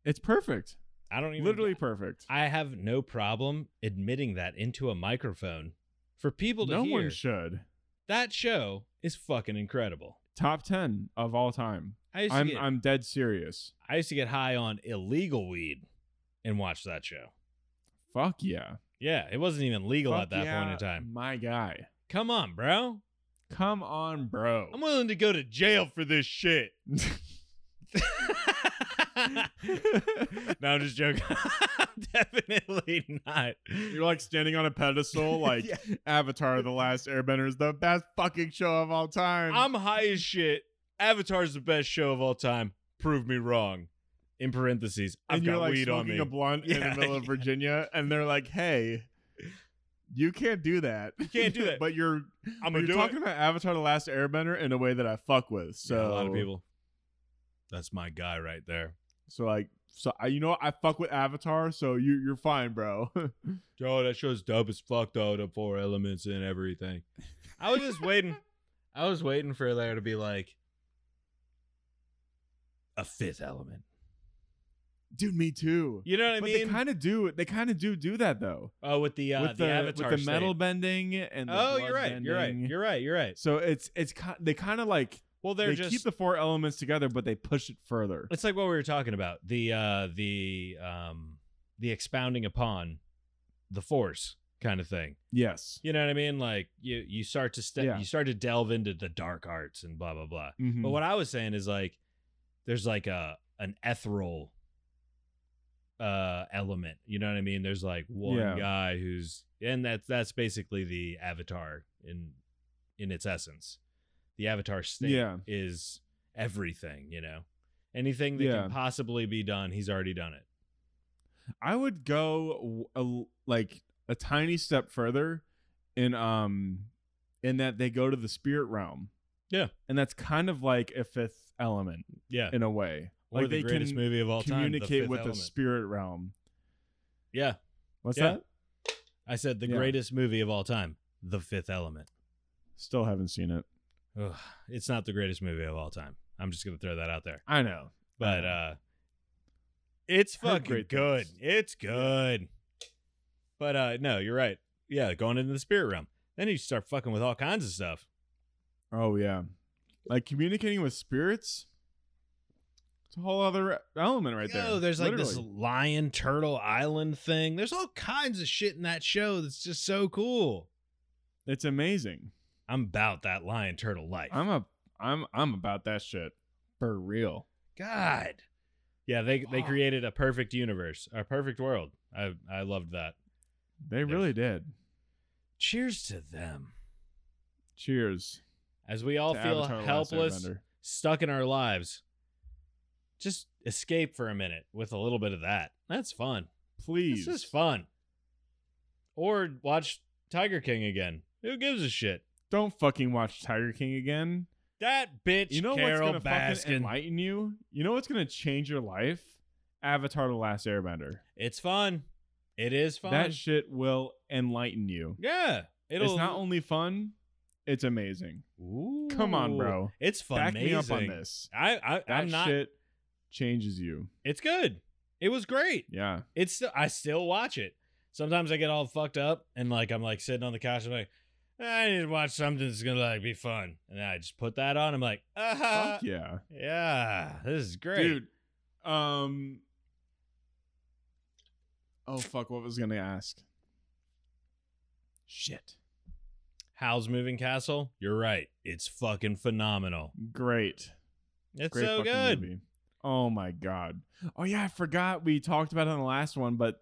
Speaker 2: It's perfect.
Speaker 1: I don't even
Speaker 2: Literally perfect.
Speaker 1: I have no problem admitting that into a microphone for people to
Speaker 2: no
Speaker 1: hear.
Speaker 2: one should.
Speaker 1: that show is fucking incredible.
Speaker 2: Top ten of all time.
Speaker 1: I used, to
Speaker 2: I'm
Speaker 1: get,
Speaker 2: I'm dead serious.
Speaker 1: I used to get high on illegal weed and watch that show.
Speaker 2: Fuck yeah.
Speaker 1: Yeah, it wasn't even legal
Speaker 2: Fuck
Speaker 1: at that
Speaker 2: yeah,
Speaker 1: point in time.
Speaker 2: My guy.
Speaker 1: Come on, bro.
Speaker 2: Come on, bro.
Speaker 1: I'm willing to go to jail for this
Speaker 2: [LAUGHS]
Speaker 1: shit. no, I'm just joking. [LAUGHS] Definitely not.
Speaker 2: [LAUGHS] You're like standing on a pedestal,
Speaker 1: [LAUGHS]
Speaker 2: like
Speaker 1: Yeah.
Speaker 2: Avatar: The Last Airbender is the best fucking show of all time.
Speaker 1: I'm high as shit. Avatar's the best show of all time. Prove me wrong. In parentheses, I've
Speaker 2: and you're
Speaker 1: got
Speaker 2: like
Speaker 1: weed on
Speaker 2: smoking
Speaker 1: me.
Speaker 2: a blunt in
Speaker 1: Yeah.
Speaker 2: the middle
Speaker 1: [LAUGHS]
Speaker 2: of Virginia, and they're like, "Hey, you can't do that. You
Speaker 1: can't do that.
Speaker 2: [LAUGHS] but you're
Speaker 1: I'm
Speaker 2: but
Speaker 1: gonna
Speaker 2: you're
Speaker 1: do
Speaker 2: talking
Speaker 1: it.
Speaker 2: about Avatar: The Last Airbender in a way that I fuck with. So
Speaker 1: Yeah, a lot of people. That's my guy right there.
Speaker 2: So like, so I, you know, what? I fuck with Avatar. So you you're fine, bro. [LAUGHS]
Speaker 1: Yo, that show's dope as fuck though. The four elements and everything. I was just waiting. [LAUGHS] I was waiting for there to be like a fifth element.
Speaker 2: Dude, me too.
Speaker 1: You know what I
Speaker 2: but
Speaker 1: mean?
Speaker 2: they kind of do. They kind of do do that though.
Speaker 1: oh, with the uh,
Speaker 2: with
Speaker 1: the,
Speaker 2: the,
Speaker 1: avatar
Speaker 2: with the metal
Speaker 1: state.
Speaker 2: bending and the
Speaker 1: Oh,
Speaker 2: blood
Speaker 1: you're right. You're right.
Speaker 2: bending.
Speaker 1: You're right. You're right.
Speaker 2: So it's it's ki- they kind of like
Speaker 1: Well, they're
Speaker 2: they
Speaker 1: just
Speaker 2: keep the four elements together, but they push it further.
Speaker 1: it's like what we were talking about the uh the um the expounding upon the force kind of thing
Speaker 2: Yes.
Speaker 1: you know what i mean like you you start to step
Speaker 2: Yeah.
Speaker 1: you start to delve into the dark arts and blah blah blah
Speaker 2: Mhm.
Speaker 1: but what i was saying is like there's like a an ethereal uh element you know what i mean there's like one
Speaker 2: Yeah.
Speaker 1: guy who's and that's that's basically the avatar in in its essence the avatar state
Speaker 2: Yeah.
Speaker 1: is everything you know anything that
Speaker 2: Yeah.
Speaker 1: can possibly be done he's already done it
Speaker 2: I would go w- a, like a tiny step further in um in that they go to the spirit realm.
Speaker 1: Yeah.
Speaker 2: And that's kind of like a fifth element
Speaker 1: yeah
Speaker 2: in a way.
Speaker 1: or
Speaker 2: like
Speaker 1: the
Speaker 2: they
Speaker 1: greatest
Speaker 2: can
Speaker 1: movie of all time The
Speaker 2: communicate
Speaker 1: Fifth
Speaker 2: with
Speaker 1: Element.
Speaker 2: the spirit realm.
Speaker 1: yeah
Speaker 2: What's
Speaker 1: Yeah.
Speaker 2: that?
Speaker 1: i said the
Speaker 2: Yeah.
Speaker 1: greatest movie of all time the fifth element
Speaker 2: Still haven't seen it.
Speaker 1: Ugh, it's not the greatest movie of all time i'm just gonna throw that out there
Speaker 2: I know.
Speaker 1: but
Speaker 2: know.
Speaker 1: uh it's
Speaker 2: Heard
Speaker 1: fucking
Speaker 2: great
Speaker 1: good
Speaker 2: things.
Speaker 1: it's good but uh no you're right yeah going into the spirit realm then you start fucking with all kinds of stuff
Speaker 2: Oh yeah, like communicating with spirits. It's a whole other element right there.
Speaker 1: Yo, there's like this
Speaker 2: literally.
Speaker 1: lion turtle island thing. There's all kinds of shit in that show that's just so cool.
Speaker 2: It's amazing.
Speaker 1: I'm about that lion turtle life.
Speaker 2: I'm a I'm I'm about that shit for real.
Speaker 1: God. Yeah, they they
Speaker 2: Fuck.
Speaker 1: created a perfect universe, a perfect world. I I loved that.
Speaker 2: They really did.
Speaker 1: Cheers to them.
Speaker 2: Cheers.
Speaker 1: As we all
Speaker 2: to
Speaker 1: feel
Speaker 2: Avatar: The Last
Speaker 1: helpless,
Speaker 2: Airbender.
Speaker 1: stuck in our lives. Just escape for a minute with a little bit of that. That's fun.
Speaker 2: Please.
Speaker 1: This is fun. Or watch Tiger King again. Who gives a shit?
Speaker 2: Don't fucking watch Tiger King again.
Speaker 1: That bitch,
Speaker 2: You know
Speaker 1: Carol
Speaker 2: what's gonna fucking
Speaker 1: Baskin.
Speaker 2: enlighten you? You know what's gonna change your life? Avatar: The Last Airbender.
Speaker 1: it's fun. It is fun.
Speaker 2: That shit will enlighten you.
Speaker 1: yeah, it'll.
Speaker 2: it's not only fun, it's amazing.
Speaker 1: Ooh.
Speaker 2: Come on, bro.
Speaker 1: It's fun.
Speaker 2: Back me up on this.
Speaker 1: I, I
Speaker 2: That
Speaker 1: I'm not.
Speaker 2: shit changes you.
Speaker 1: It's good. It was great.
Speaker 2: Yeah.
Speaker 1: It's still. I still watch it. Sometimes I get all fucked up and like I'm like sitting on the couch. I'm like, I need to watch something that's gonna like be fun, and I just put that on. I'm like, ah,
Speaker 2: Fuck yeah.
Speaker 1: yeah, this is great.
Speaker 2: Dude. Um Oh fuck, what was I gonna ask? Shit.
Speaker 1: Howl's Moving Castle. You're right. It's fucking phenomenal.
Speaker 2: Great.
Speaker 1: It's
Speaker 2: Great
Speaker 1: so
Speaker 2: fucking
Speaker 1: good.
Speaker 2: movie. Oh my god. Oh yeah, I forgot we talked about it on the last one, but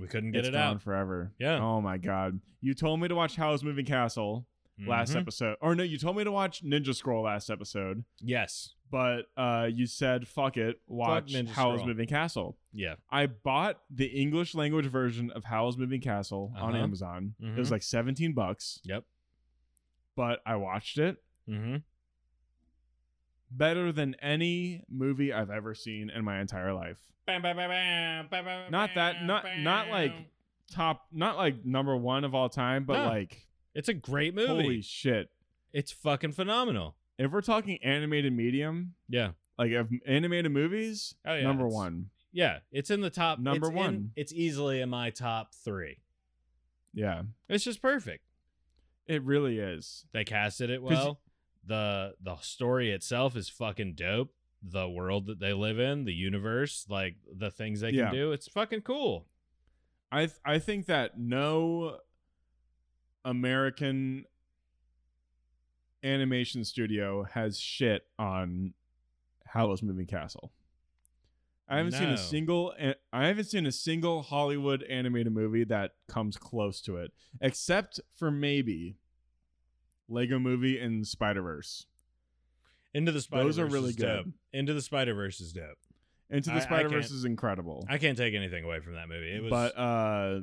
Speaker 1: We couldn't get
Speaker 2: it's
Speaker 1: it
Speaker 2: gone
Speaker 1: out.
Speaker 2: forever.
Speaker 1: Yeah.
Speaker 2: Oh my god. You told me to watch Howl's Moving Castle last
Speaker 1: Mhm.
Speaker 2: episode. Or no, you told me to watch Ninja Scroll last episode.
Speaker 1: Yes.
Speaker 2: But uh, you said fuck it, watch
Speaker 1: Ninja
Speaker 2: Howl's
Speaker 1: Scroll.
Speaker 2: Moving Castle.
Speaker 1: Yeah.
Speaker 2: I bought the English language version of Howl's Moving Castle on
Speaker 1: Uh-huh.
Speaker 2: Amazon. It
Speaker 1: Mhm.
Speaker 2: was like 17 bucks,
Speaker 1: Yep.
Speaker 2: but I watched it.
Speaker 1: Mm-hmm.
Speaker 2: Better than any movie I've ever seen in my entire life.
Speaker 1: Not
Speaker 2: Not that- not- not like- Top, not like number one of all time, but
Speaker 1: No,
Speaker 2: like,
Speaker 1: It's a great movie.
Speaker 2: holy shit.
Speaker 1: it's fucking phenomenal.
Speaker 2: If we're talking animated medium,
Speaker 1: Yeah.
Speaker 2: like of animated movies,
Speaker 1: Oh, yeah,
Speaker 2: number
Speaker 1: it's-
Speaker 2: one.
Speaker 1: Yeah. It's in the top
Speaker 2: Number
Speaker 1: it's in-
Speaker 2: one.
Speaker 1: it's easily in my top three.
Speaker 2: Yeah,
Speaker 1: It's just perfect.
Speaker 2: it really is.
Speaker 1: They casted it
Speaker 2: 'Cause-
Speaker 1: well. the the story itself is fucking dope. The world that they live in, the universe, like the things they
Speaker 2: Yeah.
Speaker 1: can do, it's fucking cool.
Speaker 2: I th- I think that no American animation studio has shit on Howl's Moving Castle. I haven't seen
Speaker 1: No.
Speaker 2: a single a- I haven't seen a single Hollywood animated movie that comes close to it, except for maybe Lego Movie and Spider Verse.
Speaker 1: Into the Spider
Speaker 2: Those are really
Speaker 1: dope.
Speaker 2: good.
Speaker 1: Into the Spider Verse is dope.
Speaker 2: Into
Speaker 1: I-
Speaker 2: the
Speaker 1: I
Speaker 2: Spider Verse
Speaker 1: can't-
Speaker 2: is incredible,
Speaker 1: I can't take anything away from that movie. It was,
Speaker 2: but uh,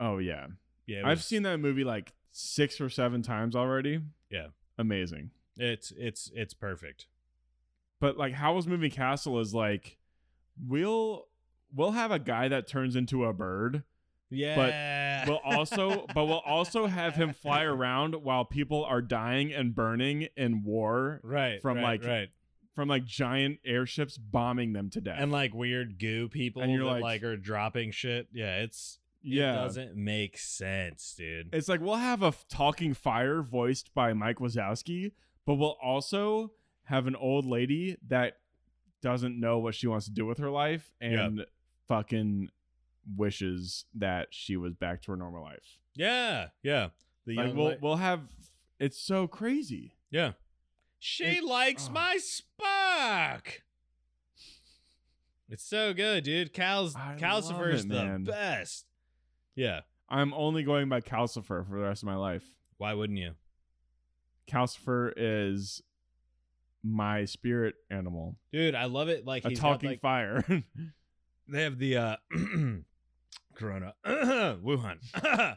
Speaker 2: oh yeah,
Speaker 1: yeah, it
Speaker 2: I've
Speaker 1: was-
Speaker 2: seen that movie like six or seven times already.
Speaker 1: Yeah.
Speaker 2: Amazing.
Speaker 1: it's it's it's perfect.
Speaker 2: But like Howl's Moving Castle is like we'll we'll have a guy that turns into a bird.
Speaker 1: Yeah,
Speaker 2: We'll
Speaker 1: [LAUGHS]
Speaker 2: also but we'll also have him fly around while people are dying and burning in war
Speaker 1: right
Speaker 2: from,
Speaker 1: right,
Speaker 2: like,
Speaker 1: right
Speaker 2: from like giant airships bombing them to death.
Speaker 1: and like weird goo people
Speaker 2: And you're
Speaker 1: that
Speaker 2: like-
Speaker 1: like are dropping shit. Yeah, it's it
Speaker 2: yeah.
Speaker 1: doesn't make sense, dude.
Speaker 2: It's like we'll have a f- talking fire voiced by Mike Wazowski, but we'll also have an old lady that doesn't know what she wants to do with her life and fucking wishes that she was back to her normal life.
Speaker 1: yeah, yeah. The
Speaker 2: Like
Speaker 1: young
Speaker 2: we'll
Speaker 1: la-
Speaker 2: we'll have it's so crazy.
Speaker 1: yeah. She
Speaker 2: It-
Speaker 1: likes
Speaker 2: oh.
Speaker 1: my Spock. It's so good, dude. Cal's
Speaker 2: I
Speaker 1: Calcifer's
Speaker 2: love it,
Speaker 1: the
Speaker 2: man.
Speaker 1: best. Yeah.
Speaker 2: I'm only going by Calcifer for the rest of my life.
Speaker 1: Why wouldn't you?
Speaker 2: Calcifer is my spirit animal.
Speaker 1: Dude, I love it. Like
Speaker 2: A
Speaker 1: he's got,
Speaker 2: talking
Speaker 1: like-
Speaker 2: fire. [LAUGHS]
Speaker 1: they have the uh [CLEARS THROAT] Corona [CLEARS THROAT] Wuhan,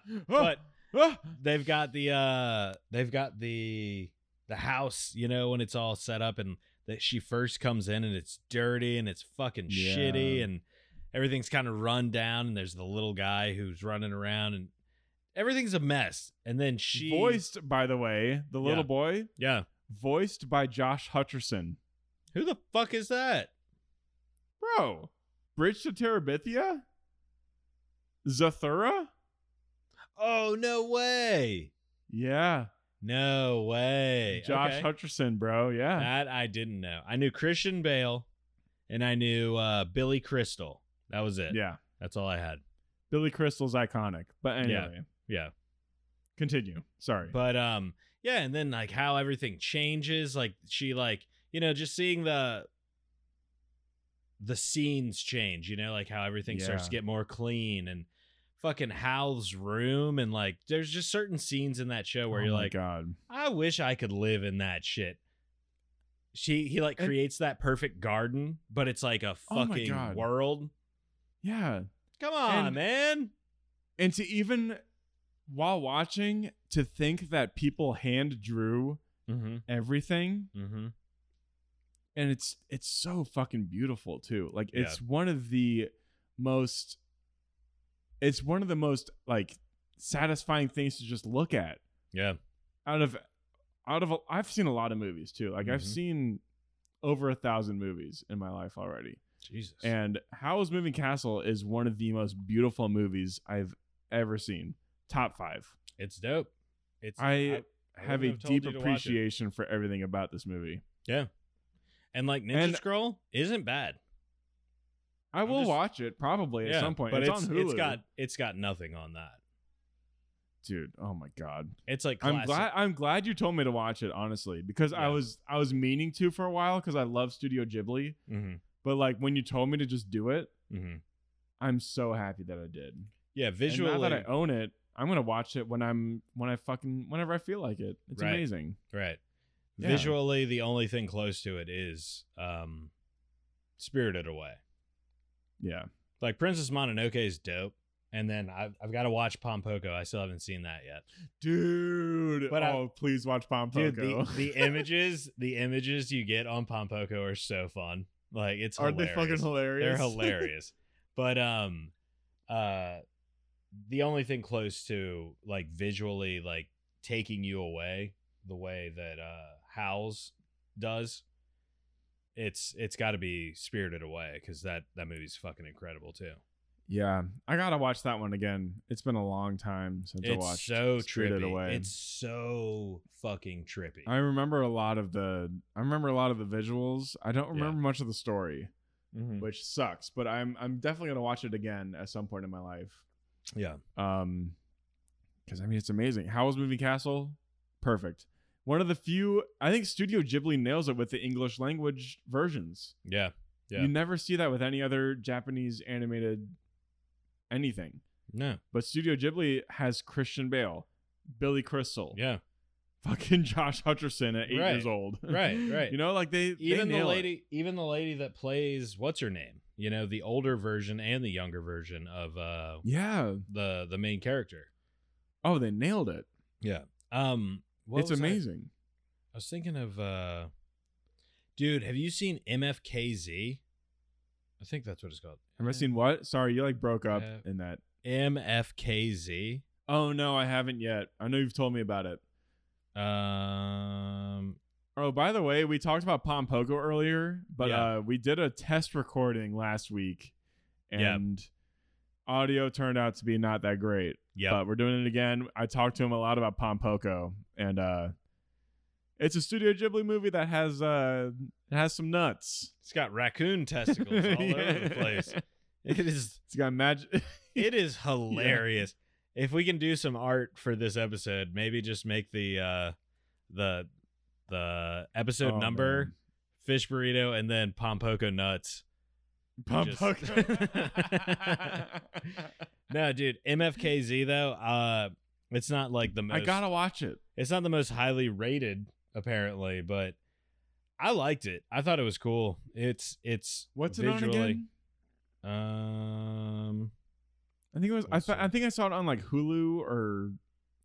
Speaker 1: [CLEARS THROAT]
Speaker 2: [LAUGHS]
Speaker 1: but
Speaker 2: Ah,
Speaker 1: they've got the uh they've got the the house, you know, when it's all set up and that she first comes in and it's dirty and it's fucking
Speaker 2: Yeah.
Speaker 1: shitty and everything's kind of run down and there's the little guy who's running around and everything's a mess and then she
Speaker 2: voiced by the way, the little
Speaker 1: Yeah.
Speaker 2: boy
Speaker 1: yeah
Speaker 2: voiced by Josh Hutcherson.
Speaker 1: who the fuck is that
Speaker 2: Bro, Bridge to Terabithia? Zathura?
Speaker 1: oh no way
Speaker 2: Yeah.
Speaker 1: no way
Speaker 2: Josh
Speaker 1: Okay.
Speaker 2: Hutcherson, bro. Yeah.
Speaker 1: That I didn't know. I knew Christian Bale and I knew uh, Billy Crystal. That was it.
Speaker 2: Yeah.
Speaker 1: That's all I had.
Speaker 2: Billy Crystal's iconic. But anyway,
Speaker 1: Yeah.
Speaker 2: continue. Sorry.
Speaker 1: But um yeah, and then like how everything changes, like she like, you know, just seeing the the scenes change, you know, like how everything starts
Speaker 2: Yeah.
Speaker 1: to get more clean and fucking Hal's room and like there's just certain scenes in that show where
Speaker 2: oh
Speaker 1: you're
Speaker 2: my
Speaker 1: like
Speaker 2: God.
Speaker 1: I wish I could live in that shit. She he like
Speaker 2: And-
Speaker 1: creates that perfect garden, but it's like a
Speaker 2: Oh my
Speaker 1: fucking
Speaker 2: God.
Speaker 1: world.
Speaker 2: Yeah.
Speaker 1: Come on,
Speaker 2: And-
Speaker 1: man.
Speaker 2: And to even while watching, to think that people hand drew
Speaker 1: Mm-hmm.
Speaker 2: everything
Speaker 1: Mm-hmm.
Speaker 2: and it's it's so fucking beautiful too like
Speaker 1: Yeah.
Speaker 2: it's one of the most it's one of the most like satisfying things to just look at
Speaker 1: Yeah.
Speaker 2: out of out of i've seen a lot of movies too like i've
Speaker 1: Mhm.
Speaker 2: seen over a thousand movies in my life already
Speaker 1: Jesus.
Speaker 2: and howl's moving castle is one of the most beautiful movies i've ever seen top five
Speaker 1: it's dope. It's
Speaker 2: i,
Speaker 1: I
Speaker 2: have a
Speaker 1: wouldn't have told
Speaker 2: deep
Speaker 1: you to watch it.
Speaker 2: appreciation for everything about this movie
Speaker 1: and like Ninja
Speaker 2: and-
Speaker 1: Scroll isn't bad.
Speaker 2: i
Speaker 1: I'm
Speaker 2: will
Speaker 1: just-
Speaker 2: watch it probably
Speaker 1: Yeah,
Speaker 2: at some point
Speaker 1: But
Speaker 2: it's, on Hulu.
Speaker 1: it's got it's got nothing on that.
Speaker 2: dude oh my god
Speaker 1: It's like
Speaker 2: i'm
Speaker 1: classic.
Speaker 2: glad i'm glad you told me to watch it honestly because i
Speaker 1: Yeah.
Speaker 2: was i was meaning to for a while because i love studio ghibli
Speaker 1: Mm-hmm.
Speaker 2: but like when you told me to just do it
Speaker 1: Mm-hmm.
Speaker 2: i'm so happy that i did
Speaker 1: Yeah,
Speaker 2: And
Speaker 1: visually.
Speaker 2: now that i own it i'm gonna watch it when i'm when i fucking whenever i feel like it it's
Speaker 1: Right.
Speaker 2: amazing
Speaker 1: Right.
Speaker 2: Yeah.
Speaker 1: Visually, the only thing close to it is um Spirited Away.
Speaker 2: yeah
Speaker 1: Like Princess Mononoke is dope. And then I've, I've got to watch Pompoko. I still haven't seen that yet.
Speaker 2: dude
Speaker 1: But I-
Speaker 2: oh please watch pom
Speaker 1: Dude, the, [LAUGHS] the images, the images you get on Pompoko are so fun. Like it's
Speaker 2: are they
Speaker 1: hilarious.
Speaker 2: fucking hilarious
Speaker 1: They're hilarious. but um uh the only thing close to like visually like taking you away the way that uh Howls does it's it's got to be Spirited Away cuz that that movie's fucking incredible too.
Speaker 2: Yeah, I gotta watch that one again. It's been a long time since I
Speaker 1: It's
Speaker 2: watched.
Speaker 1: so
Speaker 2: Spirited
Speaker 1: trippy.
Speaker 2: Away.
Speaker 1: It's so fucking trippy.
Speaker 2: I remember a lot of the. I remember a lot of the visuals. I don't
Speaker 1: Yeah.
Speaker 2: remember much of the story,
Speaker 1: Mhm.
Speaker 2: which sucks. But I'm I'm definitely gonna watch it again at some point in my life.
Speaker 1: Yeah.
Speaker 2: Um, because I mean it's amazing. Howl's Moving Castle, perfect. One of the few. I think Studio Ghibli nails it with the English language versions.
Speaker 1: Yeah. Yeah.
Speaker 2: You never see that with any other Japanese animated anything.
Speaker 1: No.
Speaker 2: But Studio Ghibli has Christian Bale, Billy Crystal,
Speaker 1: Yeah.
Speaker 2: fucking [LAUGHS] Josh Hutcherson at eight
Speaker 1: Right.
Speaker 2: years old.
Speaker 1: Right, right.
Speaker 2: [LAUGHS] you know, like they they
Speaker 1: even the
Speaker 2: nail it.
Speaker 1: lady even the lady that plays what's her name you know the older version and the younger version of uh
Speaker 2: Yeah.
Speaker 1: the the main character
Speaker 2: Oh, they nailed it.
Speaker 1: um what
Speaker 2: it's
Speaker 1: was I-
Speaker 2: amazing.
Speaker 1: I, was thinking of uh dude have you seen mfkz i think that's what it's called
Speaker 2: Have I seen what? Sorry, you like broke up
Speaker 1: Yeah.
Speaker 2: in that.
Speaker 1: mfkz
Speaker 2: Oh no, I haven't yet. I know you've told me about it.
Speaker 1: um
Speaker 2: Oh, by the way, we talked about Pom Pogo earlier, but
Speaker 1: Yeah.
Speaker 2: uh, we did a test recording last week,
Speaker 1: Yep.
Speaker 2: and audio turned out to be not that great.
Speaker 1: yeah
Speaker 2: but we're doing it again. I talked to him a lot about Pompoko, and uh, it's a Studio Ghibli movie that has uh, it has some nuts.
Speaker 1: it's got raccoon
Speaker 2: [LAUGHS]
Speaker 1: testicles all over the place it is
Speaker 2: It's got magic.
Speaker 1: It is hilarious. If we can do some art for this episode, maybe just make the uh the the episode
Speaker 2: Oh,
Speaker 1: number fish burrito and then pompoko nuts. Just- [LAUGHS]
Speaker 2: [LAUGHS] Pompoko.
Speaker 1: No, dude, MFKZ though, uh it's not like the most
Speaker 2: I gotta watch it.
Speaker 1: it's not the most highly rated apparently, but I liked it. I thought it was cool. It's it's
Speaker 2: What's it on
Speaker 1: visually-
Speaker 2: again?
Speaker 1: Um
Speaker 2: I think it was. I,
Speaker 1: Let's
Speaker 2: th-
Speaker 1: see.
Speaker 2: I think I saw it on like Hulu or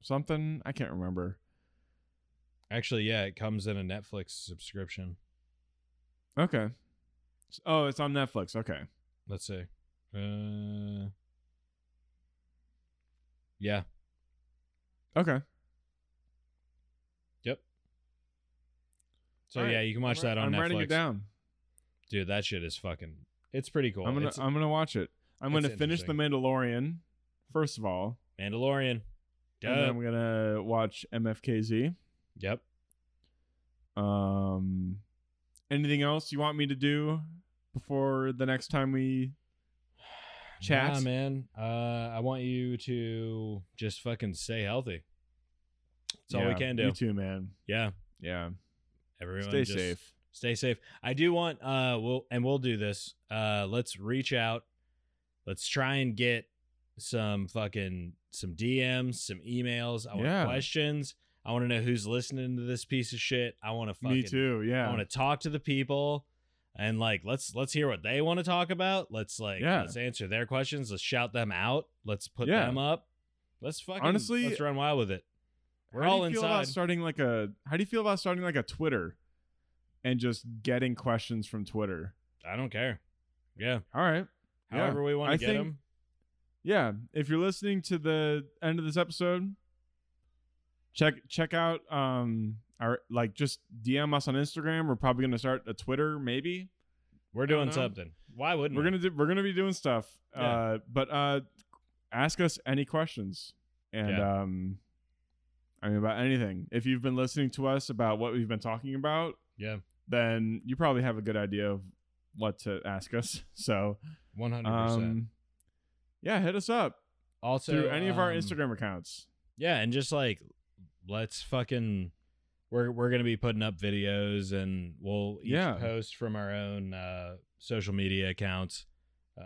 Speaker 2: something. I can't remember.
Speaker 1: actually yeah, it comes in a Netflix subscription.
Speaker 2: Okay. S- Oh, it's on Netflix. Okay.
Speaker 1: let's see. Uh, yeah,
Speaker 2: Okay.
Speaker 1: so
Speaker 2: All right.
Speaker 1: yeah, you can watch that on
Speaker 2: I'm
Speaker 1: Netflix.
Speaker 2: writing it down.
Speaker 1: Dude, that shit is fucking. It's pretty cool.
Speaker 2: I'm gonna uh,
Speaker 1: it's
Speaker 2: I'm gonna watch it. I'm
Speaker 1: it's
Speaker 2: gonna finish The Mandalorian first of all,
Speaker 1: Mandalorian.
Speaker 2: and then
Speaker 1: Duh.
Speaker 2: I'm gonna watch MFKZ.
Speaker 1: Yep.
Speaker 2: Um, anything else you want me to do before the next time we? Chat.
Speaker 1: Nah, man. Uh, I want you to just fucking stay healthy. That's all we
Speaker 2: Yeah,
Speaker 1: can do.
Speaker 2: You too, man.
Speaker 1: Yeah,
Speaker 2: Yeah.
Speaker 1: everyone.
Speaker 2: Stay
Speaker 1: just
Speaker 2: safe.
Speaker 1: Stay safe. I do want. Uh, we'll and we'll do this. Uh, let's reach out. Let's try and get some fucking some DMs, some emails. I want
Speaker 2: Yeah.
Speaker 1: questions. I want to know who's listening to this piece of shit. I want to fucking.
Speaker 2: Me too.
Speaker 1: I
Speaker 2: Yeah.
Speaker 1: want to talk to the people, and like let's let's hear what they want to talk about. Let's like
Speaker 2: Yeah.
Speaker 1: let's answer their questions. Let's shout them out. Let's put
Speaker 2: Yeah.
Speaker 1: them up. Let's fucking
Speaker 2: Honestly-
Speaker 1: let's run wild with it. We're
Speaker 2: how
Speaker 1: all
Speaker 2: do you Feel
Speaker 1: inside.
Speaker 2: about starting like a How do you feel about starting like a Twitter, and just getting questions from Twitter?
Speaker 1: I don't care. Yeah,
Speaker 2: All right. Yeah.
Speaker 1: however we want
Speaker 2: I
Speaker 1: to get
Speaker 2: think-
Speaker 1: them.
Speaker 2: yeah if you're listening to the end of this episode check check out um our like just dm us on instagram we're probably gonna start a twitter maybe
Speaker 1: We're
Speaker 2: don't
Speaker 1: doing
Speaker 2: know.
Speaker 1: something. Why wouldn't
Speaker 2: we're
Speaker 1: we?
Speaker 2: gonna do we're gonna be doing stuff
Speaker 1: Yeah.
Speaker 2: uh but uh ask us any questions and
Speaker 1: Yeah.
Speaker 2: um i mean about anything if you've been listening to us about what we've been talking about
Speaker 1: Yeah.
Speaker 2: then you probably have a good idea of what to ask us [LAUGHS] so
Speaker 1: One hundred percent.
Speaker 2: um yeah hit us up
Speaker 1: Also,
Speaker 2: through any of our
Speaker 1: um,
Speaker 2: instagram accounts
Speaker 1: Yeah, and just like let's fucking we're we're gonna be putting up videos and we'll each
Speaker 2: Yeah.
Speaker 1: post from our own uh social media accounts.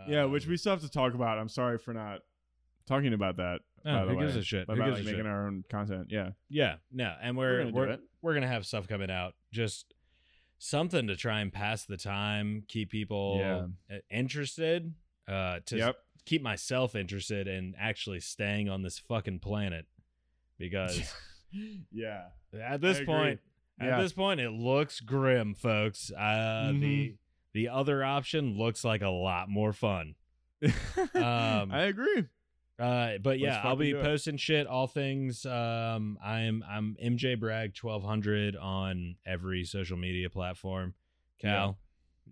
Speaker 2: Yeah, which
Speaker 1: Um,
Speaker 2: we still have to talk about. I'm sorry for not talking about that.
Speaker 1: No,
Speaker 2: by the
Speaker 1: oh, who gives
Speaker 2: way.
Speaker 1: a shit? Who
Speaker 2: About
Speaker 1: gives
Speaker 2: like,
Speaker 1: a
Speaker 2: making
Speaker 1: shit?
Speaker 2: our own content. Yeah.
Speaker 1: yeah, no, and we're we're
Speaker 2: We're gonna do
Speaker 1: we're,
Speaker 2: it.
Speaker 1: gonna have stuff coming out. Just something to try and pass the time, keep people uh interested, uh to
Speaker 2: yep.
Speaker 1: keep myself interested and actually staying on this fucking
Speaker 2: [LAUGHS]
Speaker 1: planet because
Speaker 2: [GASPS] yeah. [LAUGHS]
Speaker 1: At this
Speaker 2: I agree.
Speaker 1: point, at
Speaker 2: Yeah.
Speaker 1: this point, it looks grim, folks. Uh,
Speaker 2: Mm-hmm.
Speaker 1: The the other option looks like a lot more fun. Um,
Speaker 2: I agree.
Speaker 1: Uh, but yeah,
Speaker 2: Let's
Speaker 1: I'll
Speaker 2: fucking
Speaker 1: be
Speaker 2: do it.
Speaker 1: posting shit, all things. Um, I'm I'm MJ Bragg twelve hundred on every social media platform. Cal,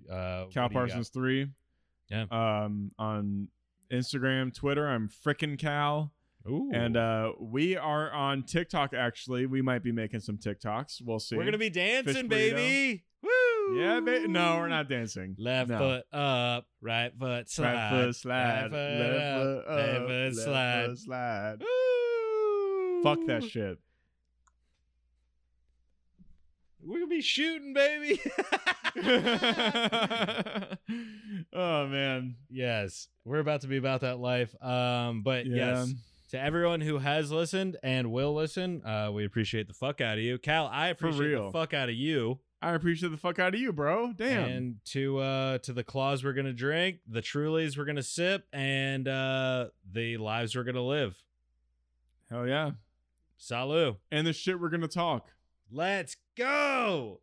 Speaker 1: uh, what do you
Speaker 2: Cal
Speaker 1: got?
Speaker 2: Parsons three.
Speaker 1: Yeah.
Speaker 2: Um, on Instagram, Twitter. I'm frickin' Cal.
Speaker 1: Ooh.
Speaker 2: And uh, we are on TikTok, actually. We might be making some TikToks. We'll see.
Speaker 1: we're going to be dancing,
Speaker 2: burrito.
Speaker 1: baby. Woo!
Speaker 2: Yeah, ba- no, we're not dancing.
Speaker 1: Left
Speaker 2: No.
Speaker 1: foot up, right foot slide.
Speaker 2: Right foot slide.
Speaker 1: Right foot up, left foot
Speaker 2: left
Speaker 1: slide.
Speaker 2: foot slide.
Speaker 1: Woo!
Speaker 2: Fuck that shit.
Speaker 1: We're going to be shooting,
Speaker 2: [LAUGHS]
Speaker 1: baby. [LAUGHS]
Speaker 2: oh man.
Speaker 1: yes. We're about to be about that life. Um, but yes. to everyone who has listened and will listen, uh, we appreciate the fuck out of you. Cal, I
Speaker 2: For
Speaker 1: appreciate the
Speaker 2: real.
Speaker 1: fuck out of you.
Speaker 2: I appreciate the fuck out of you, bro. Damn.
Speaker 1: And to uh to the claws we're gonna drink, the trulies we're gonna sip, and uh the lives we're gonna live.
Speaker 2: Hell yeah.
Speaker 1: Salut.
Speaker 2: And the shit we're gonna talk.
Speaker 1: Let's go.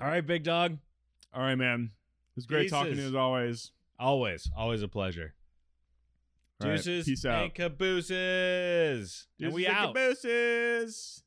Speaker 1: All right, big dog.
Speaker 2: All right, man. It's great talking to you
Speaker 1: Deuces.
Speaker 2: as always.
Speaker 1: Always, always a pleasure.
Speaker 2: All right,
Speaker 1: Deuces
Speaker 2: Peace out.
Speaker 1: and cabooses. and
Speaker 2: Deuces
Speaker 1: we
Speaker 2: and
Speaker 1: out.
Speaker 2: cabooses.